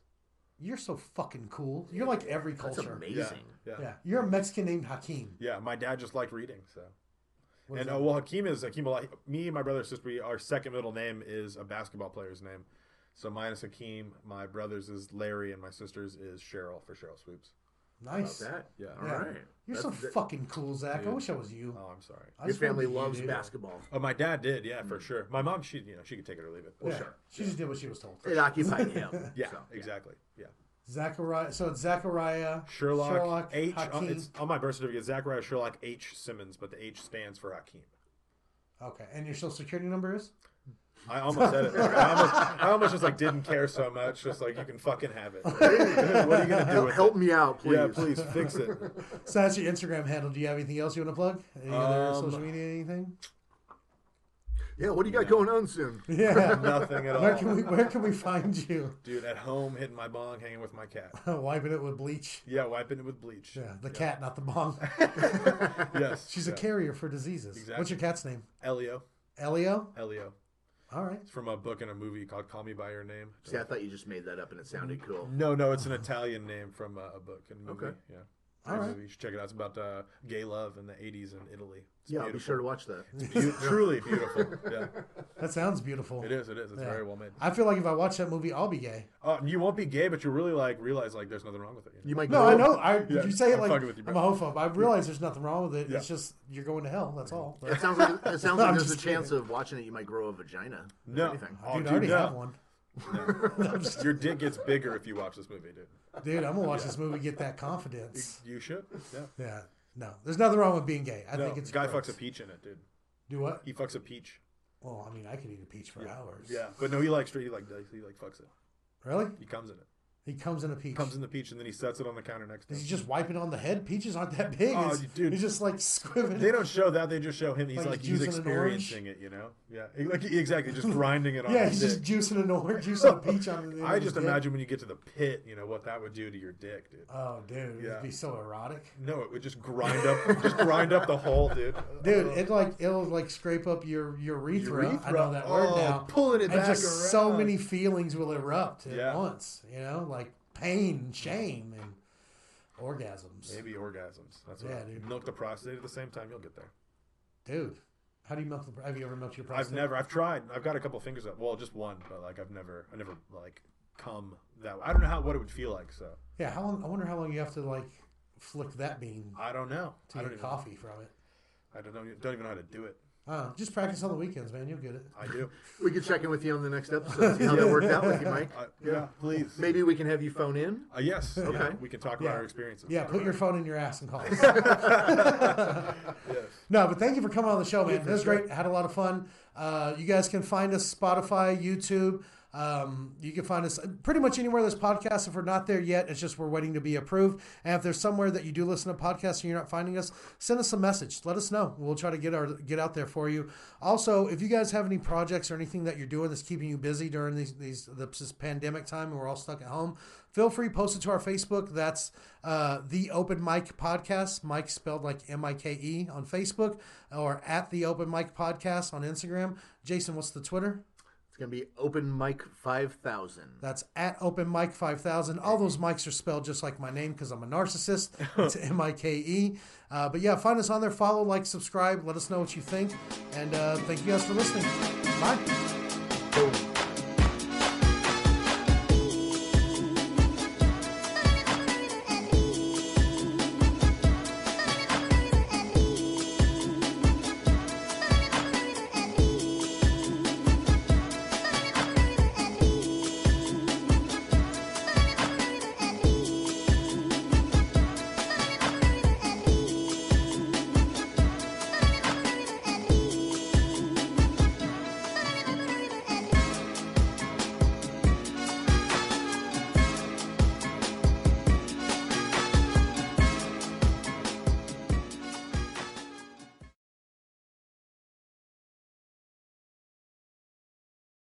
Speaker 1: You're so fucking cool. You're like every
Speaker 2: That's
Speaker 1: culture.
Speaker 2: amazing.
Speaker 3: Yeah, yeah.
Speaker 1: Yeah. You're a Mexican named Hakeem.
Speaker 3: Yeah, my dad just liked reading, so.
Speaker 1: What is
Speaker 3: and
Speaker 1: that?
Speaker 3: uh, well, Hakeem is Hakeem. Olahi- Me and my brother and sister, we, our second middle name is a basketball player's name. So mine is Hakeem. My brother's is Larry, and my sister's is Cheryl for Cheryl Swoops.
Speaker 1: nice.
Speaker 2: About that.
Speaker 3: Yeah.
Speaker 2: All
Speaker 1: Yeah.
Speaker 2: right.
Speaker 1: You're
Speaker 2: That's-
Speaker 1: so
Speaker 2: that-
Speaker 1: fucking cool, Zach. I wish I was you.
Speaker 3: Oh, I'm sorry.
Speaker 1: I
Speaker 2: Your
Speaker 1: just wanna
Speaker 2: family
Speaker 1: be you,
Speaker 2: loves
Speaker 1: dude.
Speaker 2: basketball.
Speaker 3: Oh, my dad did. Yeah, for sure. My mom, she you know she could take it or leave it. but-
Speaker 1: Hmm. Yeah. She just did what she was told.
Speaker 2: It occupied him.
Speaker 3: Yeah,
Speaker 2: So,
Speaker 3: exactly. Yeah.
Speaker 1: Zachariah. So it's Zachariah
Speaker 3: Sherlock, H.
Speaker 1: Hakeem.
Speaker 3: On, it's on my birth certificate. Zachariah Sherlock H. Simmons, but the H stands for Hakeem.
Speaker 1: Okay, and your social security number is?
Speaker 3: I almost said it. I almost, I almost just like didn't care so much. Just like you can fucking have it. what are you gonna do?
Speaker 2: Help,
Speaker 3: with
Speaker 2: help
Speaker 3: it?
Speaker 2: me out, please.
Speaker 3: Yeah, please fix it.
Speaker 1: So that's your Instagram handle. Do you have anything else you want to plug? Any other
Speaker 3: Um,
Speaker 1: social media, anything?
Speaker 2: Yeah, what do you got going on soon?
Speaker 1: Yeah.
Speaker 3: Nothing at
Speaker 1: where
Speaker 3: all.
Speaker 1: can we Where can we find you?
Speaker 3: Dude, at home hitting my bong, hanging with my cat.
Speaker 1: Wiping it with bleach.
Speaker 3: Yeah, wiping it with bleach.
Speaker 1: Yeah, the cat, not the bong.
Speaker 3: Yes.
Speaker 1: She's
Speaker 3: yeah.
Speaker 1: a carrier for diseases. What's your
Speaker 3: Exactly.
Speaker 1: cat's name?
Speaker 3: Elio.
Speaker 1: Elio.
Speaker 3: Elio.
Speaker 1: All right.
Speaker 3: It's from a book and a movie called Call Me by Your Name.
Speaker 2: See, I thought you just made that up and it sounded cool.
Speaker 3: No, no, it's an Italian name from uh, a book and movie.
Speaker 2: Okay.
Speaker 3: Yeah.
Speaker 1: All right.
Speaker 3: You should check it out. It's about uh, gay love in the 80s in Italy. It's
Speaker 2: Yeah, I'll be sure to
Speaker 3: beautiful.
Speaker 2: watch that.
Speaker 3: Beau- truly beautiful. Yeah,
Speaker 1: That sounds beautiful.
Speaker 3: it is. It is. It's
Speaker 1: Yeah.
Speaker 3: very well made.
Speaker 1: I feel like if I watch that movie, I'll be gay.
Speaker 3: Uh, you won't be gay, but you really like realize like there's nothing wrong with it. You know?
Speaker 2: You might
Speaker 1: No,
Speaker 2: grow
Speaker 1: I
Speaker 2: up-
Speaker 1: know. I
Speaker 3: Yeah,
Speaker 1: you say it
Speaker 3: I'm
Speaker 1: like
Speaker 3: fucking with you,
Speaker 1: I'm a
Speaker 3: bro.
Speaker 1: homophobe. I realize there's nothing wrong with it.
Speaker 3: Yeah.
Speaker 1: It's just you're going to hell. That's all. But,
Speaker 2: It sounds like it sounds like
Speaker 1: I'm
Speaker 2: there's a
Speaker 1: just kidding.
Speaker 2: chance of watching it. You might grow a vagina. if
Speaker 3: No.
Speaker 2: anything.
Speaker 3: Oh,
Speaker 1: dude,
Speaker 3: dude,
Speaker 1: I already
Speaker 3: no.
Speaker 1: have one.
Speaker 3: Your dick gets bigger if you watch this movie, dude.
Speaker 1: Dude, I'm gonna watch this movie. Get that confidence.
Speaker 3: You should. Yeah.
Speaker 1: Yeah. No, there's nothing wrong with being gay. I
Speaker 3: No,
Speaker 1: think it's
Speaker 3: guy
Speaker 1: great.
Speaker 3: fucks a peach in it, dude.
Speaker 1: Do what?
Speaker 3: He fucks a peach.
Speaker 1: Well, I mean, I could eat a peach for hours.
Speaker 3: Yeah, but no, he likes straight. He like he like fucks it.
Speaker 1: Really?
Speaker 3: He comes in it.
Speaker 1: He comes in a peach.
Speaker 3: Comes in the peach and then he sets it on the counter next to
Speaker 1: Is
Speaker 3: him.
Speaker 1: he just wiping on the head? Peaches aren't that big.
Speaker 3: Oh,
Speaker 1: It's-
Speaker 3: dude.
Speaker 1: He's just like squiving.
Speaker 3: They don't show that. They just show him. He's
Speaker 1: Like
Speaker 3: like,
Speaker 1: he's
Speaker 3: he's
Speaker 1: juicing an orange?
Speaker 3: experiencing it, you know? Yeah, he- like exactly, just grinding it on.
Speaker 1: yeah, he's
Speaker 3: his
Speaker 1: just
Speaker 3: dick.
Speaker 1: juicing an orange, juicing a peach on the
Speaker 3: I
Speaker 1: on
Speaker 3: just
Speaker 1: his dick.
Speaker 3: imagine when you get to the pit, you know what that would do to your dick, dude.
Speaker 1: Oh, dude,
Speaker 3: Yeah.
Speaker 1: it'd be so erotic.
Speaker 3: No, it would just grind up, just grind up the hole, dude.
Speaker 1: Dude, it like it'll like scrape up your urethra. I know
Speaker 3: Urethra.
Speaker 1: that word
Speaker 3: Oh,
Speaker 1: now.
Speaker 3: pulling it
Speaker 1: and
Speaker 3: back
Speaker 1: just so
Speaker 3: around.
Speaker 1: many feelings will erupt at
Speaker 3: Yeah.
Speaker 1: once. You know, like pain, shame, and orgasms.
Speaker 3: Maybe orgasms. That's what.
Speaker 1: Yeah,
Speaker 3: I-
Speaker 1: dude.
Speaker 3: Milk the prostate at the same time. You'll get there.
Speaker 1: Dude, how do you milk the? Have you ever milked your prostate?
Speaker 3: I've never. I've tried. I've got a couple fingers up. Well, just one, but like I've never. I never like come that. way. I don't know how what it would feel like. So
Speaker 1: Yeah, how long? I wonder how long you have to like flick that bean
Speaker 3: I don't know.
Speaker 1: to
Speaker 3: I
Speaker 1: get
Speaker 3: don't even.
Speaker 1: coffee from it.
Speaker 3: I don't know. Don't even know how to do it.
Speaker 1: Uh, just practice on the weekends, man. You'll get it.
Speaker 3: I do.
Speaker 2: We could check in with you on the next episode. See how that worked out with you, Mike.
Speaker 3: I, yeah, Uh, please.
Speaker 2: Maybe we can have you phone in.
Speaker 3: Uh, yes. Okay.
Speaker 2: Okay.
Speaker 3: we can talk
Speaker 1: Yeah.
Speaker 3: about our experiences.
Speaker 1: Yeah, put your phone in your ass and call us.
Speaker 3: Yes.
Speaker 1: No, but thank you for coming on the show, man. That was great. Had a lot of fun. Uh, you guys can find us Spotify, YouTube. Um, you can find us pretty much anywhere there's podcasts. If we're not there yet, it's just we're waiting to be approved. And if there's somewhere that you do listen to podcasts and you're not finding us, send us a message. Let us know. We'll try to get our get out there for you. Also, if you guys have any projects or anything that you're doing that's keeping you busy during these these this pandemic time and we're all stuck at home, feel free post it to our Facebook. That's uh, the Open Mic Podcast. Mike spelled like M I K E on Facebook, or at the Open Mic Podcast on Instagram. Jason, what's the Twitter?
Speaker 2: It's gonna be open mic five thousand.
Speaker 1: That's at Open Mic 5000. All those mics are spelled just like my name because I'm a narcissist. It's M I K E. Uh, but yeah, find us on there. Follow, like, subscribe. Let us know what you think. And uh, thank you guys for listening. Bye.